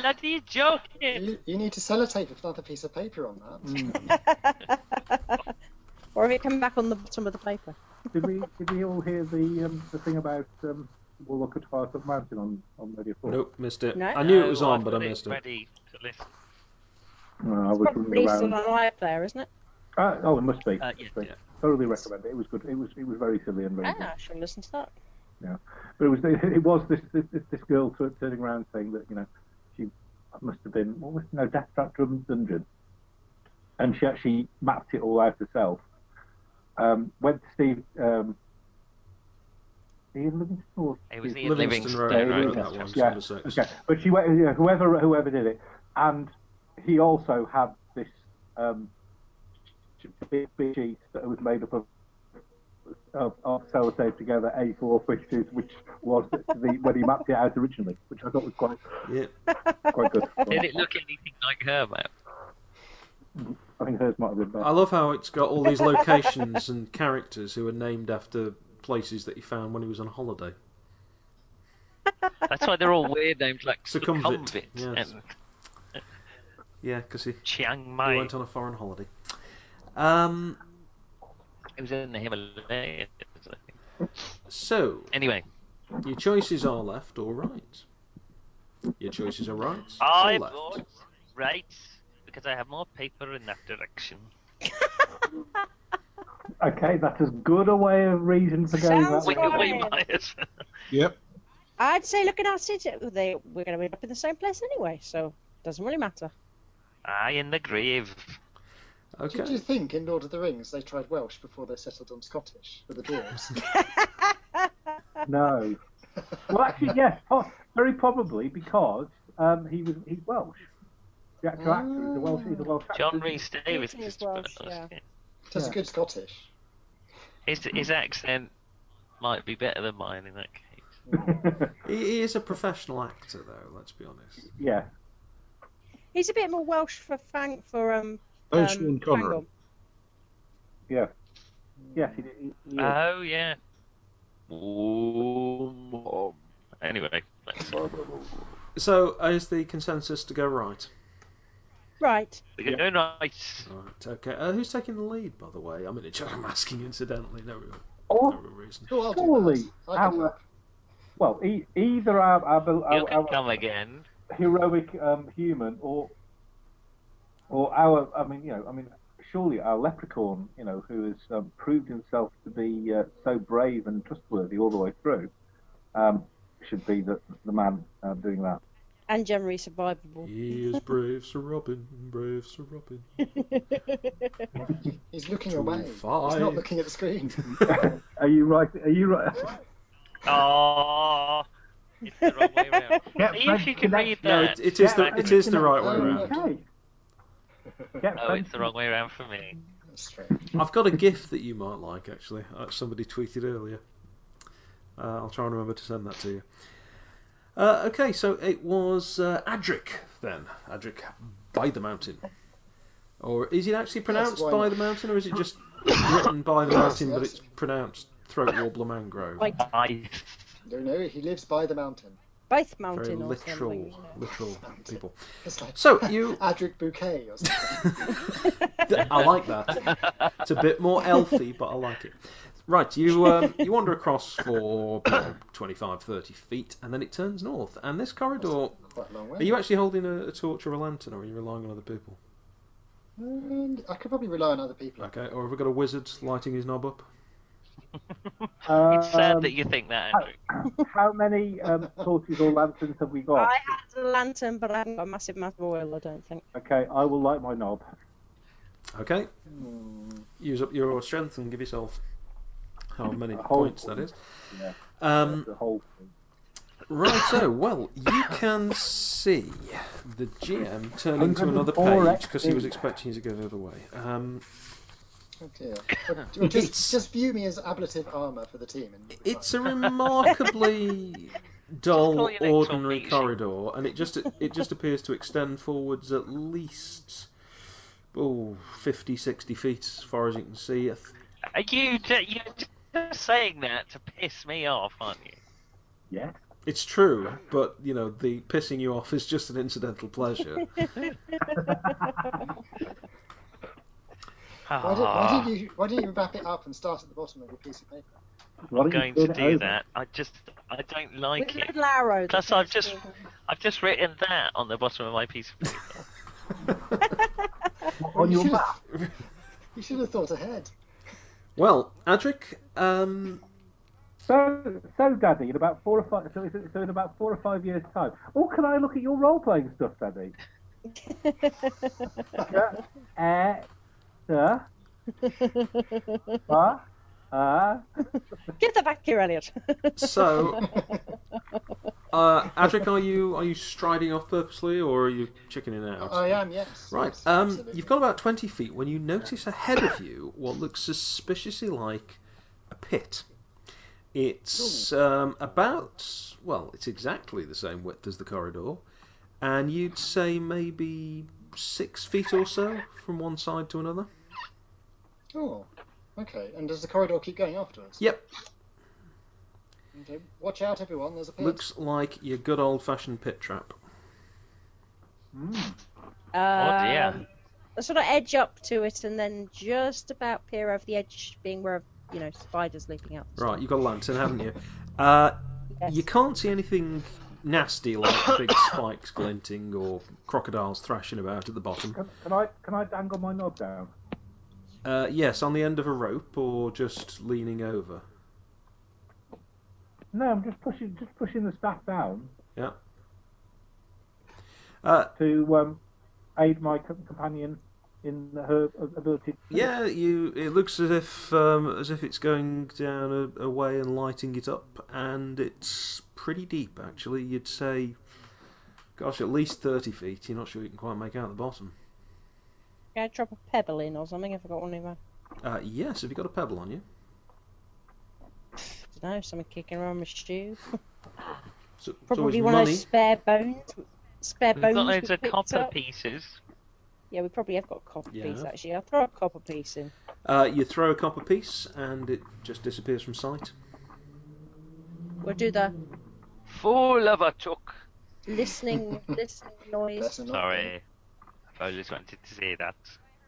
S5: bloody joking!
S7: You, you need to sellotape another piece of paper on that.
S3: Mm,
S2: Or if it come back on the bottom of the paper.
S6: Did we, did we all hear the um, the thing about um, we'll look at Firefly Mountain on, on Radio 4?
S3: nope, missed it.
S2: No?
S3: I knew it
S5: No,
S3: was on,
S5: I've
S3: but I
S5: got Oh, it
S3: missed it.
S5: ready to listen.
S6: No, Uh, I
S2: It's
S6: was running
S2: probably still
S6: around.
S2: on live there, isn't it?
S6: Ah, oh, it must be.
S5: Uh, yeah.
S6: Must be.
S3: Yeah.
S6: Thoroughly recommend it. It was good. It was it was very silly and very good.
S2: Ah, I should listen to that.
S6: But it was it was this this, this, this girl tur- turning around saying that you know she must have been what was it? no Death Trap Drum Dungeon, and she actually mapped it all out herself. Um, went to Steve. Um, Ian Livingston or
S5: It was
S3: Livingston
S5: Ian Livingston,
S3: Road,
S6: Yeah,
S3: right,
S6: Livingston,
S3: that one,
S6: yeah,
S3: number six.
S6: Okay, but she went. Yeah, whoever whoever did it, and he also had this um, big, big sheet that was made up of of, of sellotape together A4 pictures, which was the when he mapped it out originally, which I thought was quite
S3: Yeah.
S6: quite good.
S5: Did it look anything like her, man?
S6: I think hers might have been
S3: I
S6: better.
S3: love how it's got all these locations and characters who are named after places that he found when he was on holiday.
S5: That's why they're all weird names like
S3: Succumbit,
S5: Succumbit,
S3: yes.
S5: and
S3: Yeah, because he,
S5: Chiang
S3: he
S5: Mai.
S3: went on a foreign holiday. Um,
S5: It was in the Himalayas. I think.
S3: so,
S5: Anyway,
S3: your choices are left or right. Your choices are right
S5: I
S3: or left.
S5: vote right because I have more paper in that direction. Oh.
S6: Okay, that's as good a way of reason for going
S2: Sounds
S6: that
S5: We,
S6: way.
S2: right.
S5: we might as well.
S4: Yep.
S2: I'd say looking at it, they, we're going to end up in the same place anyway, so doesn't really matter.
S5: I in the grave.
S7: Did you
S3: Okay.
S7: think in Lord of the Rings they tried Welsh before they settled on Scottish with the dwarves?
S6: No. Well, actually, yes, po- very probably because um, he was he's Welsh. The actual actor is a Welsh.
S7: Ah.
S6: He's a Welsh actor.
S5: John Rhys Davis
S2: He is
S5: is
S2: Welsh,
S5: Welsh, yeah.
S7: Just
S6: Yeah.
S7: a good Scottish.
S5: his, his accent might be better than mine in that case.
S3: He, he is a professional actor, though, let's be honest.
S6: yeah.
S2: He's a bit more Welsh for Fang for um.
S4: Oh,
S2: um,
S4: Sean Connery.
S2: Fangorn.
S6: Yes, he, he, he is.
S5: Oh yeah. Anyway, let's-
S3: So, is the consensus to go right?
S2: Right.
S5: we're going right.
S3: Right, okay. Uh, who's taking the lead, by the way? I mean, I'm asking incidentally, no real, no
S6: Or
S3: real reason.
S7: Oh, I'll do
S6: surely
S7: that. I can
S6: our well, e- either our, our, bel-
S5: You
S6: our,
S5: can
S6: our
S5: come again.
S6: heroic um, human or or our I mean you know I mean surely our leprechaun you know who has um, proved himself to be uh, so brave and trustworthy all the way through um, should be the the man uh, doing that.
S2: And generally survivable.
S3: He is brave Sir Robin, brave Sir Robin.
S7: He's looking away. He's
S3: five.
S7: not looking at the screen.
S6: Are you right? Are you right?
S5: Oh, it's the wrong way around.
S6: Get
S5: See
S6: French
S5: if you can read
S6: connection.
S3: No,
S5: that.
S3: it, it is the it is the right
S6: uh,
S3: way
S7: Alright.
S3: around.
S6: Okay. Get
S5: Oh, it's the wrong way around for me.
S7: That's true.
S3: I've got a GIF that you might like, actually. Uh, somebody tweeted earlier. Uh, I'll try and remember to send that to you. Uh, okay, so it was uh, Adric then. Adric by the mountain. Or is it actually pronounced
S7: why
S3: by
S7: not?
S3: the mountain, or is it just written by the mountain, but it's pronounced throat warbler mangrove?
S2: Like
S5: I
S7: No, no, he lives by the mountain.
S2: Bath
S3: Very
S2: Mountain or something.
S3: literal, literal people.
S7: It's like
S3: So you,
S7: Adric Bouquet or something.
S3: I like that. It's a bit more elfy, but I like it. Right, you um, you wander across for you know, 25, 30 feet, and then it turns north. And this corridor,
S7: Quite a long way.
S3: are you actually holding a, a torch or a lantern, or are you relying on other people?
S7: And I could probably rely on other people.
S3: Okay, or have we got a wizard lighting his knob up?
S5: It's sad
S6: Um,
S5: that you think that, Andrew.
S6: How many um, torches or lanterns have we got?
S2: I had a lantern, but I haven't got a massive amount of oil, I don't think.
S6: Okay, I will light my knob.
S3: Okay. Use up your strength and give yourself how many
S6: A whole
S3: points that is.
S6: Yeah.
S3: Um,
S6: The whole thing.
S3: right, so, well, you can see the GM turning to another
S6: 104
S3: page because he was
S6: XP.
S3: expecting you to go the other way. Um,
S7: Oh dear. Well, well, just,
S3: It's-
S7: just view me as ablative armour for the team. And we'll be
S3: it's a remarkably dull,
S5: call your next
S3: ordinary
S5: zombie,
S3: corridor, and it just it just appears to extend forwards at least oh, 50, 60 feet as far as you can see. I
S5: Are you ju- you're just saying that to piss me off, aren't you?
S6: Yes.
S3: It's true, but you know the pissing you off is just an incidental pleasure.
S7: fine. why, did, why,
S5: Ah,
S7: did you, why didn't you wrap it up and start at the bottom of a piece of paper?
S6: Why
S5: I'm
S6: don't
S5: going to
S6: you turn it
S5: do
S6: over?
S5: that. I just I don't
S2: With
S5: like
S2: a
S5: it.
S2: little arrow. that
S5: Plus, I've
S2: goes
S5: just
S2: through.
S5: I've just written that on the bottom of my piece of paper.
S6: On
S7: you
S6: your
S7: should
S6: map.
S7: have- You should have thought ahead.
S3: well, Adric, um,
S6: So, so, Daddy, in about four or five, so, so- so in about four or five years' time. Oh, can I look at your role-playing stuff, Daddy? uh, uh, uh, uh,
S2: Give that back here, Elliot.
S5: Oh,
S3: so uh, Adric, are you are you striding off purposely, or are you chickening out?
S7: I am, yes.
S3: Right,
S7: yes,
S3: um,
S7: absolutely.
S3: you've got about twenty feet when you notice ahead of you what looks suspiciously like a pit. It's um, about well, it's exactly the same width as the corridor, and you'd say maybe six feet or so from one side to another.
S7: Oh, okay. And does the corridor keep going afterwards?
S3: Yep,
S7: Okay. Watch out, everyone. There's a pit.
S3: Looks like your good old fashioned pit trap.
S5: oh
S2: Um,
S5: dear.
S2: I sort of edge up to it and then just about peer over the edge, being where you know spiders leaping out.
S3: Right, you've got a lantern, haven't you? Uh,
S2: Yes.
S3: You can't see anything nasty like big spikes glinting or crocodiles thrashing about at the bottom.
S6: can, can I can I dangle my knob down?
S3: Uh, yes, on the end of a rope or just leaning over.
S6: No, I'm just pushing just pushing the staff down
S3: Yeah. Uh,
S6: to um, aid my com- companion in her ability. To
S3: yeah, you. It looks as if um, as if it's going down a, a way and lighting it up, and it's pretty deep actually. You'd say, gosh, at least thirty feet. You're not sure you can quite make out the bottom.
S2: Can I drop a pebble in or something? Have I got one in my?
S3: Uh, yes, have you got a pebble on you?
S2: I don't know. Something kicking around my shoe.
S3: It's, it's
S2: Probably
S3: always
S2: one of
S3: money.
S2: those spare bones. Spare
S5: We've
S2: bones.
S5: got loads
S2: we
S5: of
S2: picked
S5: copper
S2: up.
S5: pieces.
S2: Yeah, we probably have got a copper
S3: Yeah.
S2: piece actually. I'll throw a copper piece in.
S3: Uh, you throw a copper piece, and it just disappears from sight.
S2: We'll do the
S5: Full of a chook.
S2: listening listening noise.
S7: Better not.
S5: Sorry. I just wanted to say that.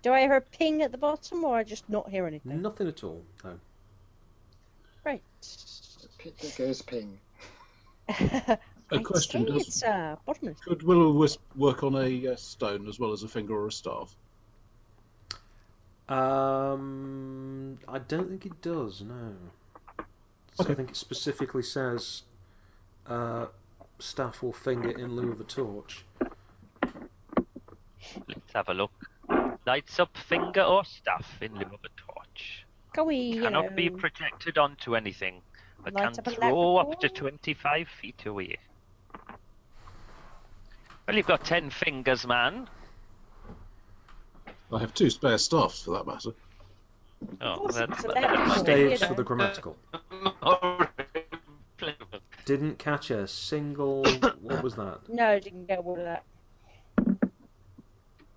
S2: Do I hear a ping at the bottom or I just not hear anything?
S3: Nothing at all. No.
S2: Great.
S7: The pit that goes ping.
S4: A question:
S2: I think
S4: Does
S2: it's uh, bottomless.
S4: could Willow Wisp work on a uh, stone as well as a finger or a staff?
S3: Um, I don't think it does. No. So I
S4: Okay.
S3: think it specifically says uh, staff or finger in lieu of a torch.
S5: Let's have a look. Lights up finger or staff in lieu of a torch.
S2: Can we? You
S5: Cannot
S2: know,
S5: be projected onto anything, but
S2: light
S5: can
S2: up a
S5: throw up to
S2: leprechaun?
S5: 25 feet away. Well, you've got 10 fingers, man.
S4: I have two spare staffs, for that matter.
S5: Oh,
S2: course it's
S5: that's
S2: a leprechaun.
S5: that's-
S3: Staves
S2: know.
S3: for the grammatical. Didn't catch a single. What was that?
S2: No, didn't get all of that.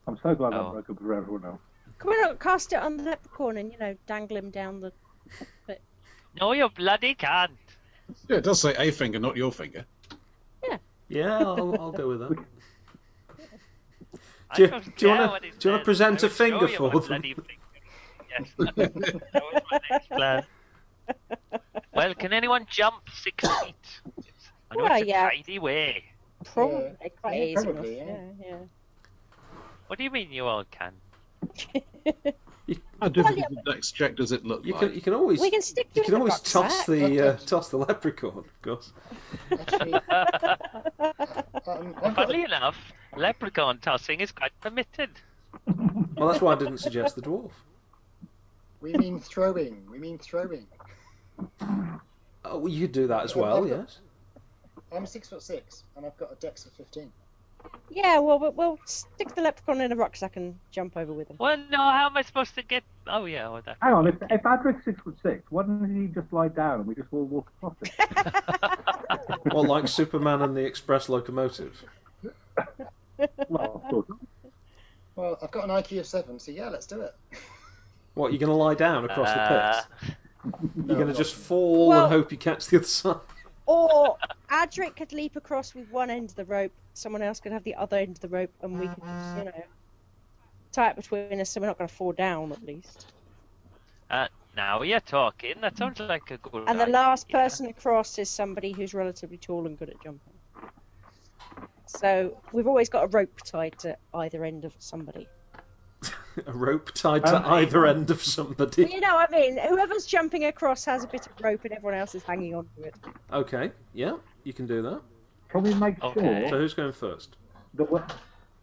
S6: I'm so glad
S5: Oh.
S6: I broke up with everyone else.
S2: Can we not cast it on the leprechaun and, you know, dangle him down the.
S5: No, you bloody can't.
S4: Yeah, it does say a finger, not your finger.
S3: Yeah, I'll, I'll go with that.
S5: I
S3: Do you-
S5: don't
S3: do you wanna-
S5: care what it
S3: do you wanna
S5: says.
S3: present
S5: I
S3: a
S5: will
S3: finger
S5: show you
S3: for
S5: my
S3: them?
S5: bloody finger. Yes. that was my next plan. Well, can anyone jump six feet? I know
S2: Well,
S5: it's a
S2: yeah.
S5: tidy way.
S2: Probably quite
S7: Yeah,
S2: easy
S7: probably,
S2: enough.
S7: yeah.
S2: yeah.
S5: What do you mean you all can?
S4: How difficult the dex check does it look
S3: You
S4: like?
S3: can you can always
S2: We can stick
S3: you
S2: you
S3: can
S2: in the
S3: always
S2: box,
S3: toss
S2: Zach.
S3: the uh,
S7: Okay.
S3: toss the leprechaun, of course.
S7: Actually, um, I've got
S5: Funnily
S7: a,
S5: enough, leprechaun tossing is quite permitted.
S3: Well, that's why I didn't suggest the dwarf.
S7: we mean throwing. We mean throwing.
S3: Oh, well, you could do that as well. Yes.
S7: I'm six foot six, and I've got a dex of fifteen.
S2: Yeah, well, we'll, we'll stick the leprechaun in a rucksack and jump over with him.
S5: Well, no, how am I supposed to get? Oh yeah, well, that.
S6: Hang on, if, if Adric's six foot six, why didn't he just lie down and we just all walk across it?
S3: Or like Superman and the Express Locomotive.
S6: well, of course.
S7: Well, I've got an IQ of seven, so yeah, let's do it.
S3: What? You're going to lie down across the
S5: Uh,
S3: pit? You're going to just fall
S2: Well-
S3: and hope you catch the other side.
S2: Or Adric could leap across with one end of the rope, someone else could have the other end of the rope, and we could just, you know, tie it between us so we're not going to fall down at least.
S5: uh, now you're talking. That sounds like a good.
S2: And the
S5: idea.
S2: last person across is somebody who's relatively tall and good at jumping. So we've always got a rope tied to either end of somebody.
S3: A rope tied to
S6: Um,
S3: either end of somebody.
S2: You know what I mean? Whoever's jumping across has a bit of rope and everyone else is hanging on to it.
S3: Okay, yeah, you can do that.
S6: Can we make
S5: Okay.
S3: So
S6: sure
S3: who's going first?
S6: that we're,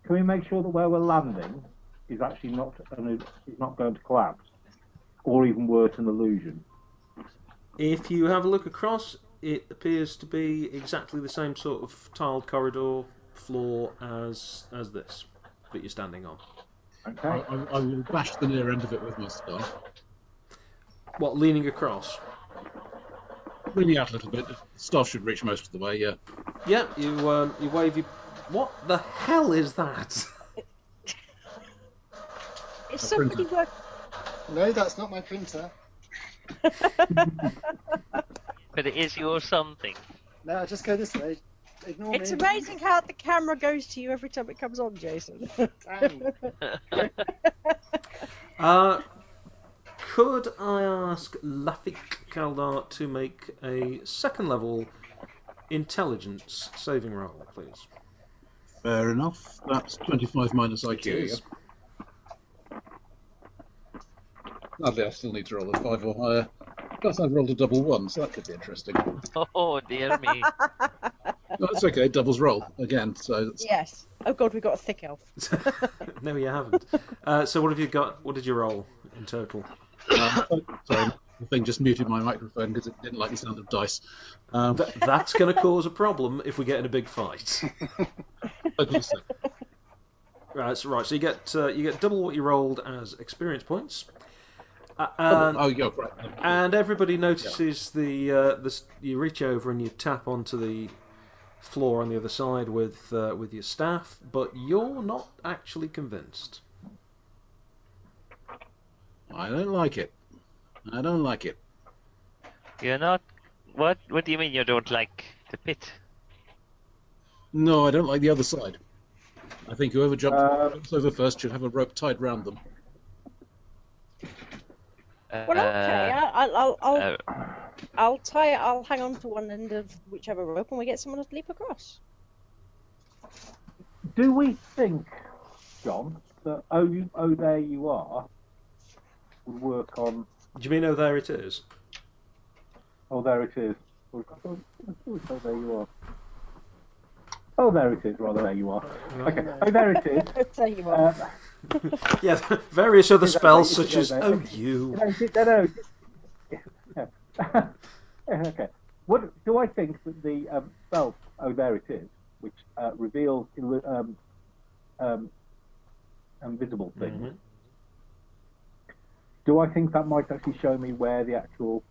S6: can we make sure that where we're landing is actually not an, is not going to collapse, or even worse, an illusion?
S3: If you have a look across, it appears to be exactly the same sort of tiled corridor floor as as this that you're standing on.
S4: I,
S5: Oh.
S6: Okay.
S4: I, I will bash the near end of it with my staff,
S3: What leaning across?
S4: leaning out a little bit. Staff should reach most of the way. Yeah.
S3: Yeah, you um, you wave your. What the hell is that?
S2: If somebody were
S7: No, that's not my printer.
S5: But it is your something.
S7: No, just go this way. Ignore
S2: It's
S7: me.
S2: amazing how the camera goes to you every time it comes on, Jason.
S7: Dang.
S3: Uh, could I ask Lafik Kaldar to make a second level intelligence saving roll, please?
S4: Fair enough. That's 25 minus IQ.
S3: is.
S4: yeah. Sadly, I still need to roll a 5 or higher. Plus, I've rolled a double 1, so that could be interesting.
S5: Oh dear me.
S4: No, that's okay. Doubles roll again. So that's
S2: yes. Oh god, we got a thick elf.
S3: no, you haven't. Uh, so what have you got? What did you roll in total?
S4: Um, sorry, the thing just muted my microphone because it didn't like the sound of dice. Um,
S3: Th- that's going to cause a problem if we get in a big fight.
S4: okay, so
S3: Right, so, right. So you get uh, you get double what you rolled as experience points, uh,
S4: oh,
S3: and
S4: oh, yeah, right.
S3: and everybody notices the uh, the s- you reach over and you tap onto the floor on the other side with uh, with your staff, but you're not actually convinced.
S4: I don't like it. I don't like it.
S5: You're not. What? What do you mean you don't like the pit?
S4: No, I don't like the other side. I think whoever jumps,
S6: Um,
S4: jumps over first should have a rope tied round them.
S5: Uh,
S2: Well, okay, I- I'll, I'll, I'll,
S5: uh,
S2: I'll tie it. I'll hang on to one end of whichever rope, and we get someone to leap across.
S6: Do we think, John, that oh, you, oh, there you are, would work on?
S3: Do you mean oh there it is?
S6: Oh, there it is. Oh, oh, oh, there you are. Oh, there it is. Rather, there you are. Okay. Oh, there it is.
S2: there you
S6: Uh,
S2: are.
S3: Yeah, various other
S6: Is that
S3: spells
S6: right?
S3: such
S6: Is
S3: as
S6: that
S3: oh
S6: right?
S3: you.
S6: No, no, no. Yeah. okay. What do I think that the um, spell? Oh, there it is, which uh, reveals illu- um, um, invisible things.
S3: Mhm.
S6: Do I think that might actually show me where the actual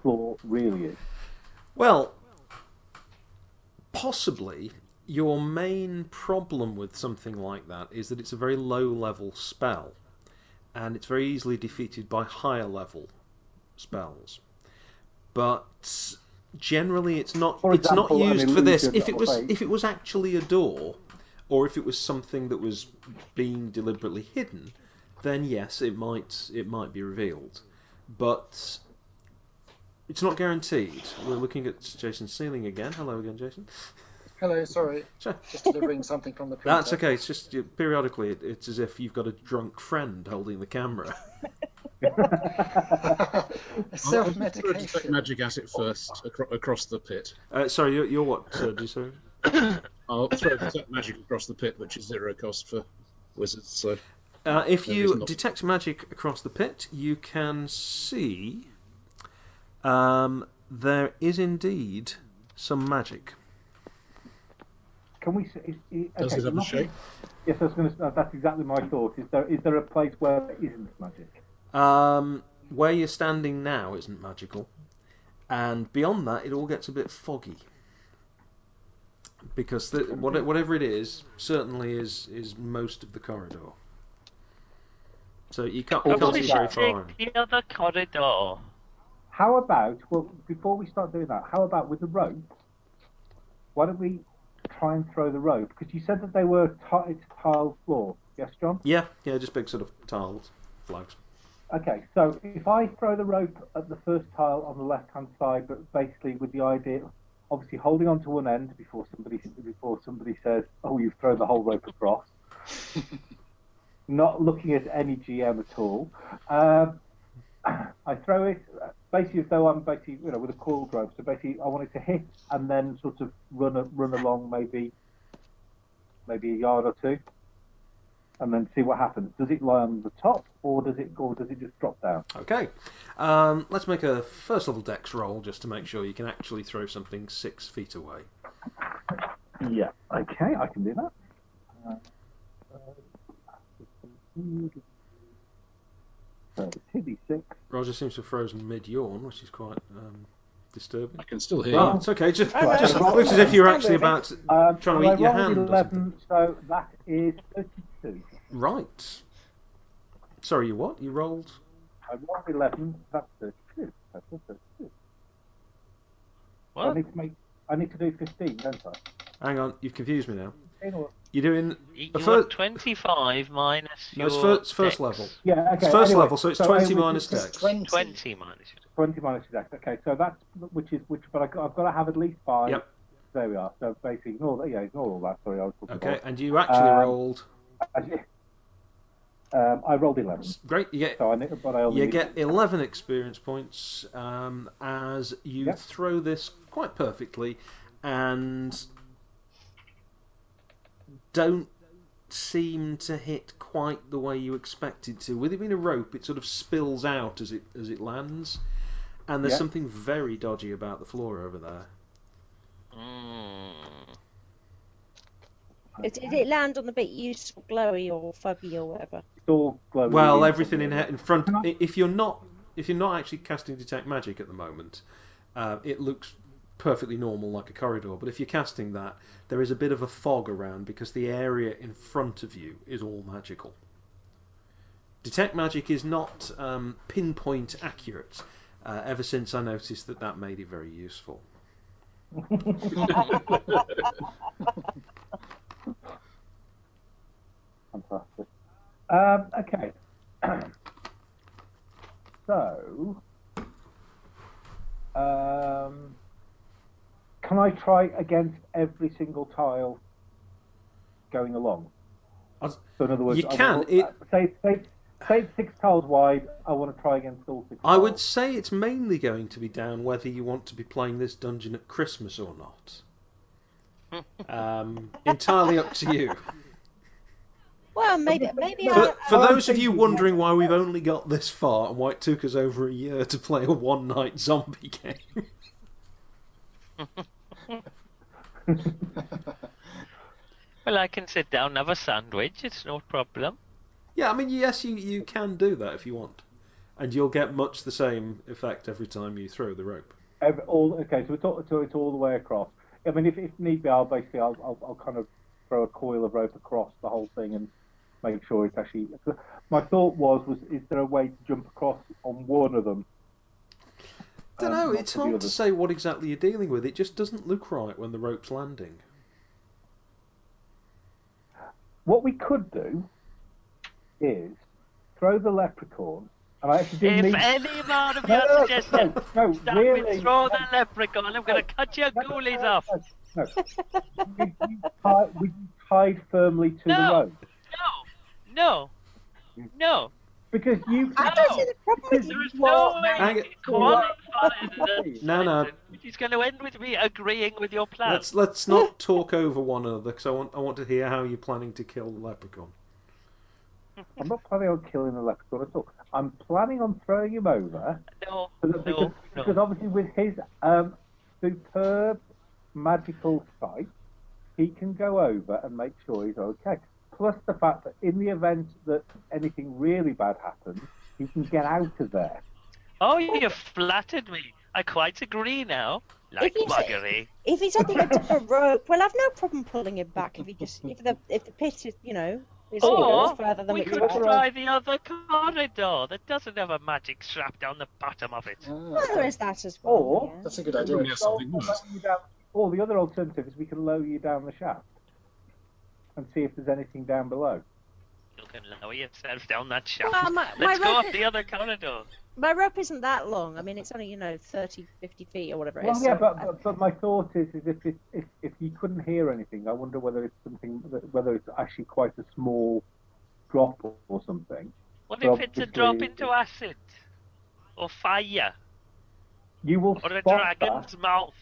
S6: floor really is?
S3: Well, possibly your main problem with something like that is that it's a very low level spell and it's very easily defeated by higher level spells but generally it's not
S6: For
S3: it's not
S6: example, an
S3: used for this
S6: illusion
S3: if it
S6: or
S3: was
S6: fake.
S3: if it was actually a door or if it was something that was being deliberately hidden then yes it might it might be revealed but it's not guaranteed we're looking at Jason's ceiling again hello again Jason
S7: Hello, sorry.
S3: Sure.
S7: Just delivering something from the printer.
S3: That's okay. It's just you- periodically, it, it's as if you've got a drunk friend holding the camera.
S7: Self
S4: I'll detect
S7: medication.
S4: magic at it first acro- across the pit.
S3: Uh, sorry, you're, you're what? Uh, do you say?
S4: I'll throw detect magic across the pit, which is zero cost for wizards. So
S3: Uh, if
S4: There
S3: you
S4: is not-
S3: detect magic across the pit, you can see um, there is indeed some magic.
S6: Can we? s- Is, is,
S4: does
S6: okay,
S4: it have a
S6: nothing-
S4: shape?
S6: Yes, I was going to. That's exactly my thought. Is there is there a place where there isn't magic?
S3: Um, where you're standing now isn't magical, and beyond that, it all gets a bit foggy because the, what, whatever it is, certainly is is most of the corridor. So you can't, you
S5: Can
S3: can't
S5: we
S3: see very far. in.
S5: take the other corridor?
S6: How about well before we start doing that? How about with the rope? Why don't we try and throw the rope? Because you said that they were ti- it's tiled floor. Yes, John.
S3: Yeah, yeah, just big sort of tiled flags.
S6: Okay, so if I throw the rope at the first tile on the left-hand side, but basically with the idea, obviously holding on to one end before somebody before somebody says, "Oh, you've thrown the whole rope across," not looking at any GM at all. Um, I throw it uh, basically as though I'm basically you know with a coiled rope. So basically, I want it to hit and then sort of run a, run along maybe maybe a yard or two and then see what happens. Does it lie on the top, or does it, or does it just drop down?
S3: Okay, um, let's make a first level dex roll just to make sure you can actually throw something six feet away.
S6: Yeah. Okay, I can do that. So it's 2d6.
S3: Roger seems to have frozen mid yawn, which is quite um, disturbing.
S4: I can still hear.
S3: Oh,
S4: you.
S3: it's okay. Just,
S2: Hello.
S3: just looks as if you're
S2: Hello.
S3: actually about trying
S6: Um, so
S3: to
S6: I
S3: eat your
S6: rolled
S3: hand. or
S6: 11, so that is 32.
S3: something. Right. Sorry, you what? You rolled.
S6: I rolled 11, that's 32. That's 32. I
S5: What?
S6: need to make, I need to do 15, don't I?
S3: Hang on, you've confused me now.
S6: 15 or-
S3: You're doing
S5: You
S3: The
S5: are
S3: fir-
S5: 25 minus
S3: No,
S5: your
S3: it's fir- it's first
S5: dex.
S3: level.
S6: Yeah, okay.
S3: It's first
S6: anyway,
S3: level, so it's
S6: I
S3: 20
S6: would-
S3: minus
S7: It's
S3: dex.
S7: 20.
S5: 20 minus your
S6: 20 minus your dex. Okay, so that's which is which, but I, have got to have at least five.
S3: Yep.
S6: There we are. So basically, ignore that. Yeah, ignore all that. Sorry, I was talking
S3: Okay, and you actually
S6: Um,
S3: rolled.
S6: about. Um, I rolled 11.
S3: Great. You get
S6: So I, kn- but I only
S3: you
S6: used-
S3: get 11 experience points um, as you
S6: Yep.
S3: throw this quite perfectly, and don't seem to hit quite the way you expect it to. With it being a rope, it sort of spills out as it as it lands, and there's
S6: Yep.
S3: something very dodgy about the floor over there.
S5: Mm.
S2: Did it land on the bit you saw glowy or fuzzy or whatever?
S6: It's all glowing.
S3: Well,
S6: green.
S3: everything in in front.
S6: Can I-
S3: i- If you're not if you're not actually casting detect magic at the moment, uh, it looks perfectly normal like a corridor. But if you're casting that, there is a bit of a fog around because the area in front of you is all magical. Detect magic is not um, pinpoint accurate. Uh, ever since I noticed that, that made it very useful.
S6: Fantastic. Um, okay. so, um, can I try against every single tile going along?
S3: I-
S6: So, in other words,
S3: You
S6: I
S3: can,
S6: want-
S3: it-
S6: say, say, say it's six tiles wide. I want to try against all six.
S3: I would
S6: tiles.
S3: say it's mainly going to be down whether you want to be playing this dungeon at Christmas or not. Um, entirely up to you.
S2: Well, maybe maybe
S6: No,
S2: I,
S3: For, for
S6: I'm
S3: those of you
S6: thinking-
S3: wondering why we've only got this far and why it took us over a year to play a one night zombie game,
S5: Well, I can sit down and have a sandwich. It's no problem.
S3: yeah, I mean, yes, you, you can do that if you want. And you'll get much the same effect every time you throw the rope.
S6: Every, all okay, so it's all, so it's all the way across. I mean, if, if need be, I'll basically I'll, I'll, I'll kind of throw a coil of rope across the whole thing and make sure it's actually. My thought was was is there a way to jump across on one of them?
S3: don't
S6: Um,
S3: know.
S6: not
S3: It's
S6: for the
S3: hard to
S6: others.
S3: say what exactly you're dealing with. It just doesn't look right when the rope's landing.
S6: What we could do is throw the leprechaun, and I actually do
S5: If
S6: need.
S5: any man of
S6: No,
S5: your
S6: no,
S5: suggestion
S6: no, no,
S5: start
S6: really.
S5: with throw the leprechaun, I'm going to cut your
S6: No, no,
S5: ghoulies
S6: no,
S5: off.
S6: No, no. you, you tie, we tied firmly to the
S5: No.
S6: rope
S5: No, no, no.
S6: because you.
S2: I don't see the problem with
S5: There
S2: you.
S5: is no
S3: Hang
S5: way
S3: it.
S5: qualified
S3: No, no.
S5: which is going to end with me agreeing with your plan.
S3: Let's let's not talk over one another because I want I want to hear how you're planning to kill the leprechaun.
S6: I'm not planning on killing the leprechaun at all. I'm planning on throwing him over
S5: No,
S6: so that- because,
S5: no,
S6: because
S5: no.
S6: obviously with his um, superb magical sight, he can go over and make sure he's okay. Plus the fact that in the event that anything really bad happens, he can get out of there.
S5: Oh, you flattered me. I quite agree now. Like
S2: If you say-
S5: buggery.
S2: If he's at the end of a rope, well, I've no problem pulling him back if he just if the if the pit is you know is
S5: Or
S2: is further than
S5: we
S2: we
S5: could
S2: expected.
S5: try the other corridor that doesn't have a magic strap down the bottom of it.
S2: Well, there
S7: Ah,
S2: is that as well.
S6: Or
S2: yeah.
S7: that's a good
S4: Probably
S7: idea.
S4: has something worse.
S6: Or the other alternative is we can lower you down the shaft and see if there's anything down below.
S5: You can lower yourself down that shaft.
S2: Well, my, my,
S5: Let's go
S2: rope
S5: up the other corridor.
S2: my rope isn't that long. I mean, it's only you know 30, 50 feet or whatever it
S6: Well,
S2: is.
S6: yeah,
S2: so
S6: but,
S2: I-
S6: but, but my thought is, is if, if if if you couldn't hear anything, I wonder whether it's something, that, whether it's actually quite a small drop or, or something.
S5: What
S6: Well,
S5: if it's a
S6: obviously-
S5: drop into acid? Or fire?
S6: You will
S5: Or a
S6: spot
S5: dragon's
S6: that.
S5: mouth?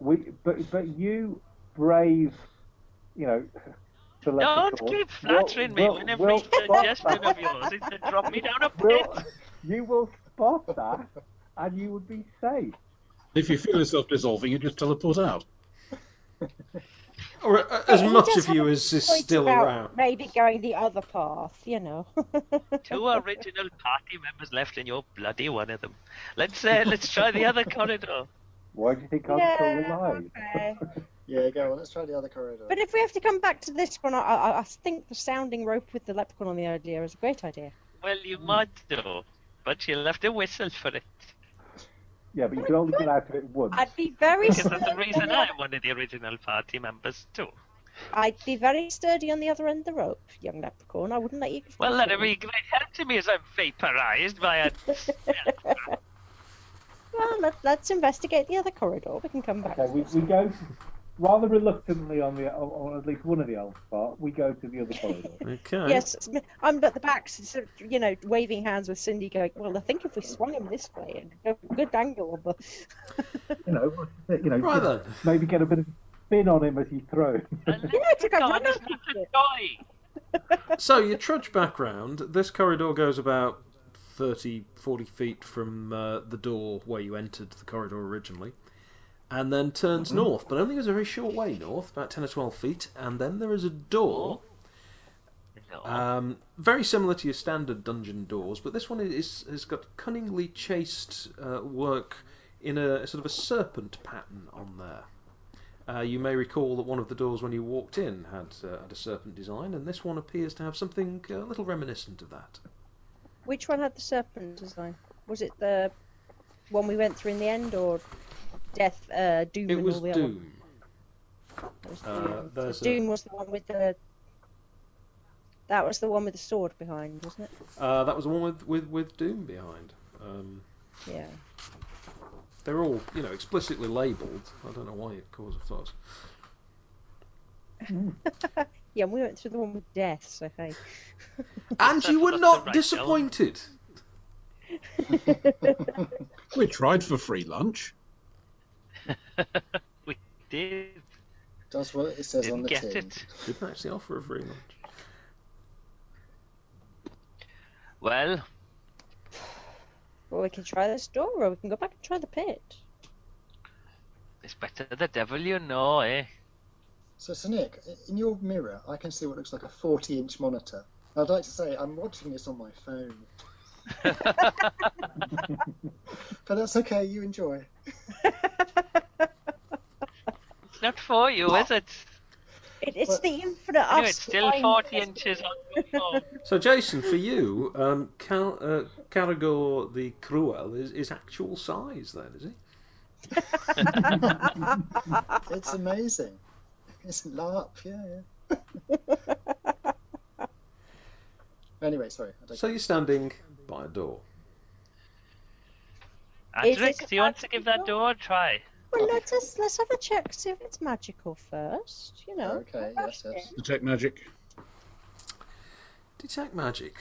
S6: We, but but you brave, you know. the
S5: Don't
S6: leprechaun,
S5: keep
S6: will-
S5: flattering me
S6: will-
S5: when every
S6: will spot
S5: suggestion
S6: that.
S5: of yours is to drop me down a pit.
S6: Will, you will spot that, and you would be safe.
S4: If you feel yourself dissolving, you just teleport out.
S3: Or uh, as
S2: He
S3: much
S2: does
S3: of
S2: have
S3: you
S2: a
S3: as is
S2: point
S3: still
S2: about
S3: around.
S2: Maybe going the other path, you know.
S5: Two original party members left, and you're bloody one of them. Let's uh, let's try the other corridor.
S6: Why do you think I'm still
S2: yeah,
S6: alive?
S2: okay.
S7: Yeah, go on. Let's try the other corridor.
S2: But if we have to come back to this one, I, I, I think the sounding rope with the leprechaun on the idea is a great idea.
S5: Well, you might do, but you'll have to whistle for it.
S6: Yeah, but you can only get out of it once.
S2: I'd be very
S5: Because
S2: sturdy.
S5: that's the reason I'm one of the original party members too.
S2: I'd be very sturdy on the other end of the rope, young leprechaun. I wouldn't let you.
S5: Well, that'll be great help to me as I'm vaporized by a.
S2: Well, let, let's investigate the other corridor. We can come back.
S6: Okay, we, we go rather reluctantly on the on, on at least one of the elves part. We go to the other corridor.
S3: Okay.
S2: Yes, it's me- I'm at the back, s- sort of, you know, waving hands with Cindy, going, "Well, I think if we swung him this way and got a good angle, but
S6: You know, you know,
S3: Right then.
S6: maybe get a bit of spin on him as you throw.
S2: you know, took a run
S5: it's
S2: up
S5: not a toy.
S3: So you trudge back round. This corridor goes about 30, 40 feet from uh, the door where you entered the corridor originally, and then turns
S2: Mm-hmm.
S3: north. But only goes a very short way north, about 10 or 12 feet, and then there is a
S2: Oh.
S3: door.
S5: No.
S3: Um, very similar to your standard dungeon doors, but this one is has got cunningly chased uh, work in a sort of a serpent pattern on there. Uh, you may recall that one of the doors when you walked in had uh, had a serpent design, and this one appears to have something uh, a little reminiscent of that.
S2: Which one had the serpent design? Was it the one we went through in the end, or Death, uh, Doom,
S3: It
S2: and
S3: was
S2: all the
S3: Doom.
S2: other ones?
S3: Uh, there's a-
S2: Doom was the one with the. That was the one with the sword behind, wasn't it?
S3: Uh, that was the one with with, with Doom behind. Um,
S2: Yeah.
S3: they're all you know explicitly labelled. I don't know why it caused a fuss.
S2: Yeah, and we went through the one with Death, so hey.
S3: And
S5: That's
S3: you were
S5: not the
S3: not
S5: right
S3: disappointed.
S4: We tried for free lunch.
S5: we did.
S7: Does what it says on
S5: Didn't
S7: the
S5: get
S7: tin.
S5: it.
S3: Didn't actually offer a free lunch.
S5: Well,
S2: Well, we can try this door, or we can go back and try the pit.
S5: it's better the devil you know, eh?
S7: So, Sir Nick, in your mirror, I can see what looks like a 40 inch monitor. I'd like to say I'm watching this on my phone. but that's okay, you enjoy.
S5: not for you, is it?
S2: It, it's
S7: Well-
S2: the infinite
S5: Anyway, it's still
S2: upside-
S5: 40 inches on your phone.
S3: So, Jason, for you, um, Cal- uh, Caragor the Cruel is, is actual size, then, is he?
S7: It's amazing. It's LARP, yeah, yeah. anyway, sorry. I don't
S3: So you're standing by a door.
S2: Is
S5: Adric,
S2: it
S5: do you want to give that
S2: magical?
S5: door a try?
S2: Well, let us let's have a check see if it's magical first. You know.
S7: Okay,
S2: no
S7: yes, yes.
S2: rushing.
S4: Detect magic.
S3: Detect magic.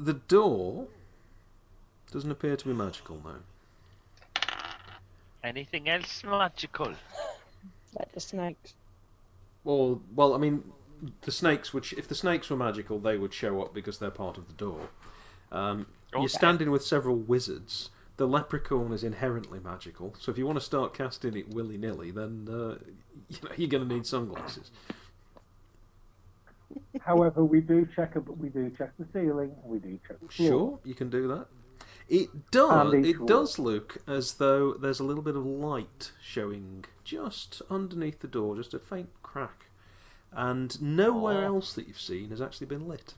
S3: The door doesn't appear to be magical, no.
S5: Anything else magical?
S2: Like the snakes.
S3: Well, well, I mean, the snakes would. Sh- if the snakes were magical, they would show up because they're part of the door. Um, You're
S5: Okay.
S3: standing with several wizards. The leprechaun is inherently magical, so if you want to start casting it willy nilly, then uh, you know you're going to need sunglasses.
S6: However, we do check. A, we do check the ceiling. We do check the floor.
S3: Sure, you can do that. It does.
S6: And each
S3: It
S6: wall.
S3: does look as though there's a little bit of light showing just underneath the door, just a faint crack, and nowhere else that you've seen has actually been lit.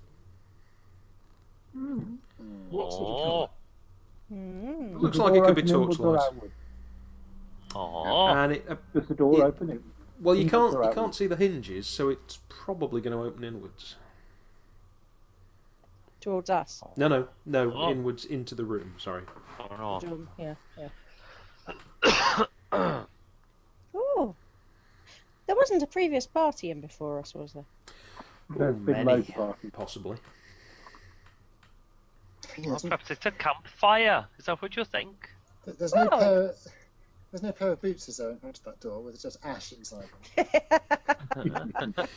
S8: What sort of
S5: Oh,
S8: colour?
S2: Mm.
S3: Looks
S6: Does the
S3: like it
S6: door
S3: could be
S6: open inwards or
S3: torchlight,
S6: outwards?
S5: oh.
S3: and it.
S6: Does the door
S3: It-
S6: open it?
S3: Well, you
S6: Hinges
S3: can't
S6: are
S3: you
S6: outwards.
S3: can't see the hinges, so it's probably going to open inwards.
S2: Towards us.
S3: No, no, no,
S5: Oh.
S3: inwards into the room. Sorry.
S5: oh no.
S2: Um, yeah, yeah. oh. There wasn't a previous party in before us, was there?
S6: There's been
S5: many.
S6: loads of parties.
S3: Possibly.
S5: Or
S7: There's, n-
S5: perhaps it's a campfire. Is that what you think?
S7: there's no
S2: Oh.
S7: pair. There's no pair of boots as though in front of that door with just ash inside them.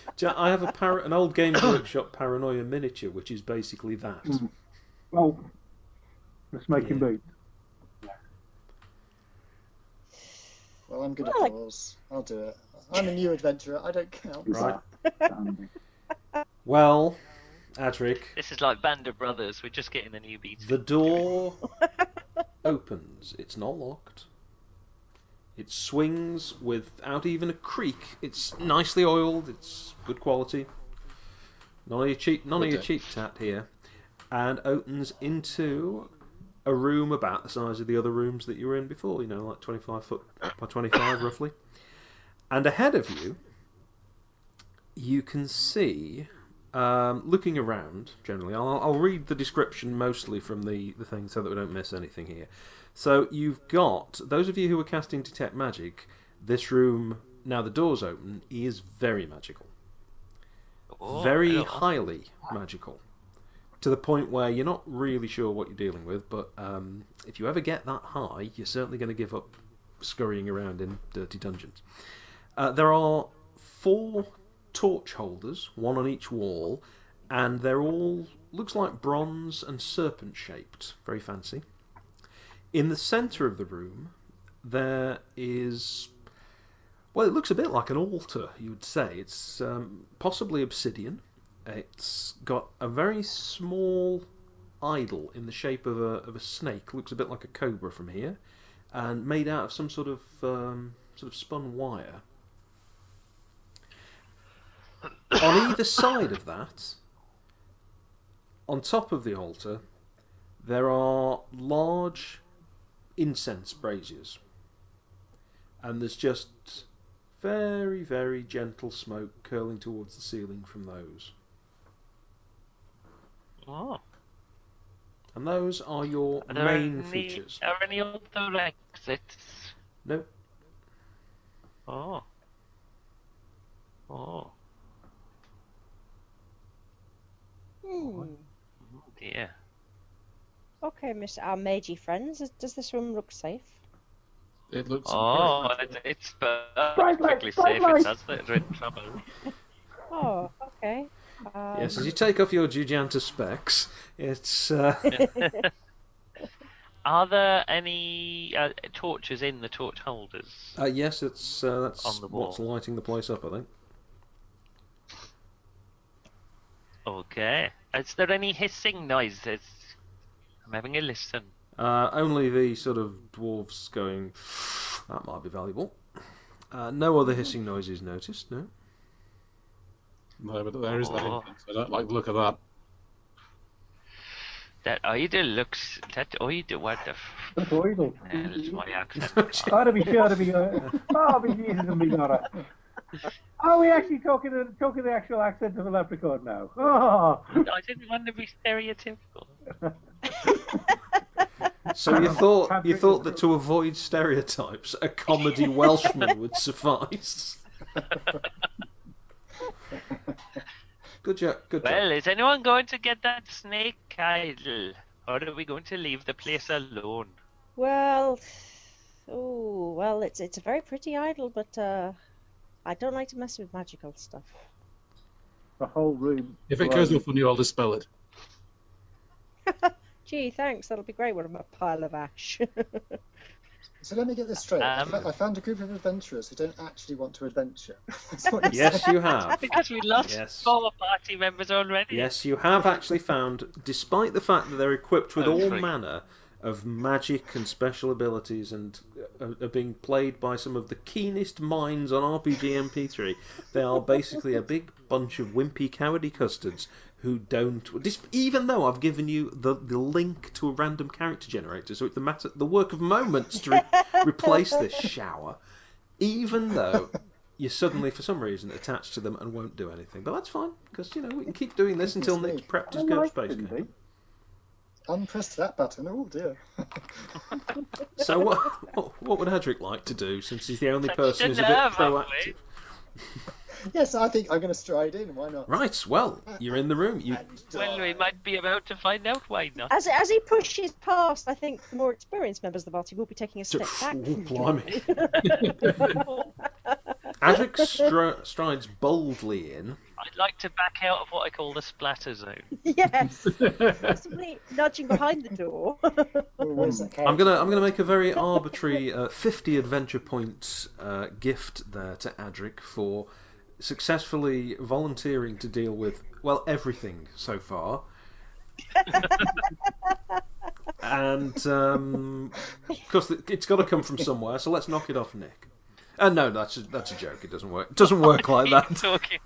S3: Ja- I have a par- an old Games Workshop Paranoia miniature, which is basically that.
S6: Mm. Well, the smoking
S3: Yeah.
S6: boots.
S7: Well, I'm good
S2: Well, I-
S7: at doors. I'll do it. I'm a new adventurer. I don't count.
S6: Is
S3: Right.
S6: that handy?
S3: Well, Adric,
S5: This is like Band of Brothers. We're just getting the new beat.
S3: The door opens. It's not locked. It swings without even a creak. It's nicely oiled. It's good quality. None of your cheap, none of your cheap tat here, and opens into a room about the size of the other rooms that you were in before. You know, like twenty-five foot by twenty-five roughly. And ahead of you, you can see um, looking around, generally, I'll, I'll read the description mostly from the, the thing so that we don't miss anything here. So you've got those of you who are casting detect magic. This room now the doors open is very magical,
S5: Oh,
S3: very
S5: hello.
S3: highly magical, to the point where you're not really sure what you're dealing with. But um, if you ever get that high, you're certainly going to give up scurrying around in dirty dungeons. Uh, there are four torch holders, one on each wall, and they're all looks like bronze and serpent shaped, very fancy. In the centre of the room, there is well, it looks a bit like an altar. You would say it's um, possibly obsidian. It's got a very small idol in the shape of a of a snake. Looks a bit like a cobra from here, and made out of some sort of um, sort of spun wire. on either side of that, on top of the altar, there are large incense braziers. And there's just very, very gentle smoke curling towards the ceiling from those.
S5: Oh.
S3: And those are your
S5: Are there
S3: main
S5: any,
S3: features.
S5: Are any other exits?
S3: No,
S5: Oh. Oh,
S2: Hmm.
S5: dear.
S2: Okay, Miss our magey friends, does- does this room look safe?
S8: It looks.
S5: Oh,
S8: very-
S5: it, it's perfectly safe. It does that. We're in trouble.
S2: Oh, okay. Um,
S3: Yes, as you take off your Giganta specs, it's uh,
S5: Are there any uh, torches in the torch holders?
S3: uh, yes, it's uh, that's
S5: On the
S3: what's
S5: wall.
S3: lighting the place up. I think.
S5: Okay. Is there any hissing noises? I'm having a listen.
S3: Uh, only the sort of dwarves going. That might be valuable. Uh, no other hissing noises noticed, no?
S8: No, but there is that
S5: Oh.
S8: entrance. I don't like the look of that.
S5: That either looks. That either. What the f-
S6: That's oily.
S5: hell is my accent?
S6: I'd be sure to be going, oh, be Jesus and be Nora. Are we actually talking the, talking the actual accent of a leprechaun now? Oh,
S5: I didn't want to be stereotypical.
S2: Um,
S3: So you thought you
S6: Patrick
S3: thought
S6: is-
S3: that to avoid stereotypes, a comedy Welshman would suffice. Good job. Good job.
S5: Well, is anyone going to get that snake idol? Or are we going to leave the place alone?
S2: Well, oh, well, it's it's a very pretty idol, but uh, I don't like to mess with magical stuff.
S6: the whole room.
S8: If it goes off on you, I'll dispel it.
S2: Gee, thanks. That'll be great. What a pile of ash.
S7: So let me get this straight. I
S5: Um,
S7: fo- I found a group of adventurers who don't actually want to adventure. That's what you
S3: Yes, you have.
S5: Because we lost
S3: Yes.
S5: four party members already.
S3: Yes, you have actually found, despite the fact that they're equipped with
S5: Oh,
S3: all
S5: freak.
S3: manner of magic and special abilities and uh, are being played by some of the keenest minds on RPG MP3, they are basically a big bunch of wimpy, cowardy custards who don't. dis- Even though I've given you the, the link to a random character generator, so it's the, matter, the work of moments to re- replace this shower, even though you're suddenly, for some reason, attached to them and won't do anything. But that's fine, because, you know, we can keep doing this until Nick's prepped
S6: I
S3: his go
S6: like
S3: space
S6: them,
S3: game.
S7: Unpress that button. Oh dear.
S3: So what, what, what would Hadrick like to do, since he's the only
S5: Such
S3: person
S5: a
S3: who's a bit
S5: nerve, haven't
S3: proactive?
S5: we?
S7: Yes, I think I'm going to stride in. Why not?
S3: Right, well, you're in the room. You,
S5: Well, we might be about to find out why not.
S2: as as he pushes past, I think the more experienced members of the party will be taking a step back.
S3: oh,
S2: from the
S3: blimey. Hadrick stri- strides boldly in.
S5: I'd like to back out of what I call the splatter zone.
S2: Yes, possibly nudging behind the door.
S7: Oh, where's that
S3: I'm gonna I'm gonna make a very arbitrary uh, 50 adventure points uh, gift there to Adric for successfully volunteering to deal with well everything so far. and um, of course, it's got to come from somewhere. So let's knock it off, Nick. Uh, no, that's a, that's a joke. It doesn't work. It doesn't work like
S5: Keep
S3: that.
S5: talking.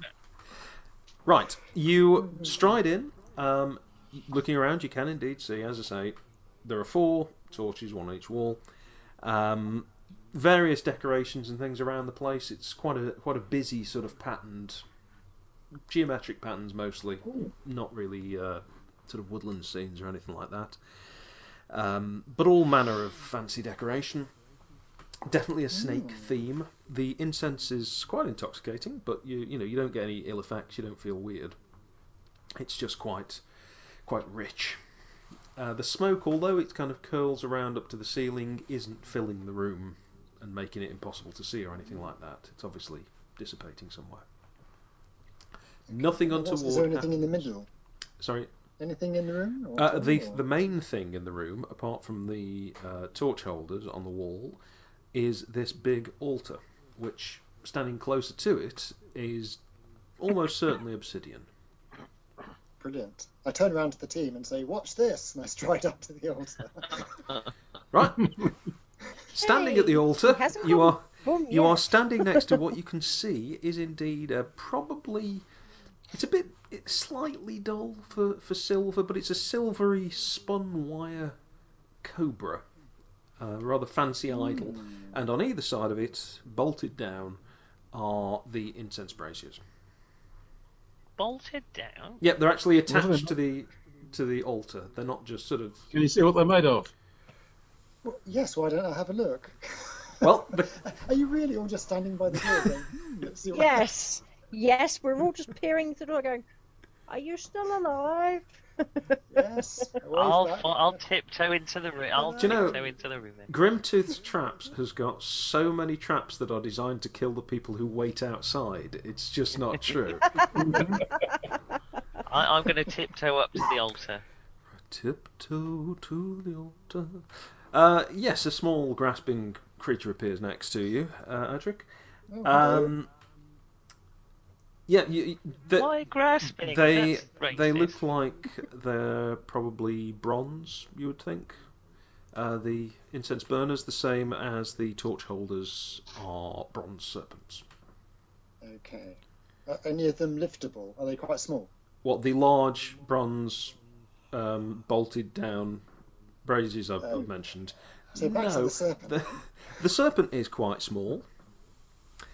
S3: Right, you stride in. Um, looking around, you can indeed see, as I say, there are four torches, one on each wall. Um, various decorations and things around the place. It's quite a quite a busy sort of patterned, geometric patterns mostly. Not really uh, sort of woodland scenes or anything like that. Um, but all manner of fancy decoration. Definitely a snake
S7: Mm.
S3: theme. The incense is quite intoxicating, but you you know you don't get any ill effects. You don't feel weird. It's just quite quite rich. Uh, the smoke, although it kind of curls around up to the ceiling, isn't filling the room and making it impossible to see or anything like that. It's obviously dissipating somewhere. Nothing
S7: What else? Is there
S3: untoward.
S7: anything
S3: hap-
S7: in the middle?
S3: Sorry,
S7: Anything in the room? Or
S3: uh,
S7: at
S3: the
S7: all?
S3: the main thing in the room, apart from the uh, torch holders on the wall, is this big altar, which standing closer to it is almost certainly obsidian.
S7: Brilliant. I turn around to the team and say, "Watch this!" And I stride up to the altar.
S3: Right. standing at the
S2: Hey,
S3: altar,
S2: he hasn't
S3: you
S2: gone-
S3: are
S2: Boom,
S3: you
S2: yeah.
S3: are standing next to what you can see is indeed a probably it's a bit it's slightly dull for for silver, but it's a silvery spun wire cobra, a rather fancy idol, and on either side of it, bolted down, are the incense braziers.
S5: Bolted down.
S3: Yep, they're actually
S8: Wasn't it
S3: attached
S8: not-
S3: to the to the altar. They're not just sort of
S8: Can you see what they're made of?
S7: well, yes. Why don't I have a look?
S3: well, the,
S7: Are you really all just standing by the door? Going, hmm, let's see what
S2: Yes, yes, we're all just peering through the door, going, "Are you still alive?"
S7: Yes. I wave
S5: I'll
S7: back.
S5: I'll tiptoe into the room. I'll
S3: Do you know-
S5: tiptoe into the room. Then.
S3: Grimtooth's traps has got so many traps that are designed to kill the people who wait outside. It's just not true.
S5: I, I'm going to tiptoe up to the altar.
S3: Tiptoe to the altar. Uh, yes, a small grasping creature appears next to you, uh, Adric.
S7: Oh, hello.
S3: Um, yeah, you, you- the,
S5: Why grasping?
S3: they
S5: That's
S3: they
S5: racist.
S3: look like they're probably bronze. You would think Uh, the incense burners, the same as the torch holders, are bronze serpents.
S7: Okay. Are any of them liftable? Are they quite small?
S3: What the large bronze um, bolted down braziers I've, I've mentioned.
S7: Um, So back to
S3: No.
S7: the serpent.
S3: The, the serpent is quite small.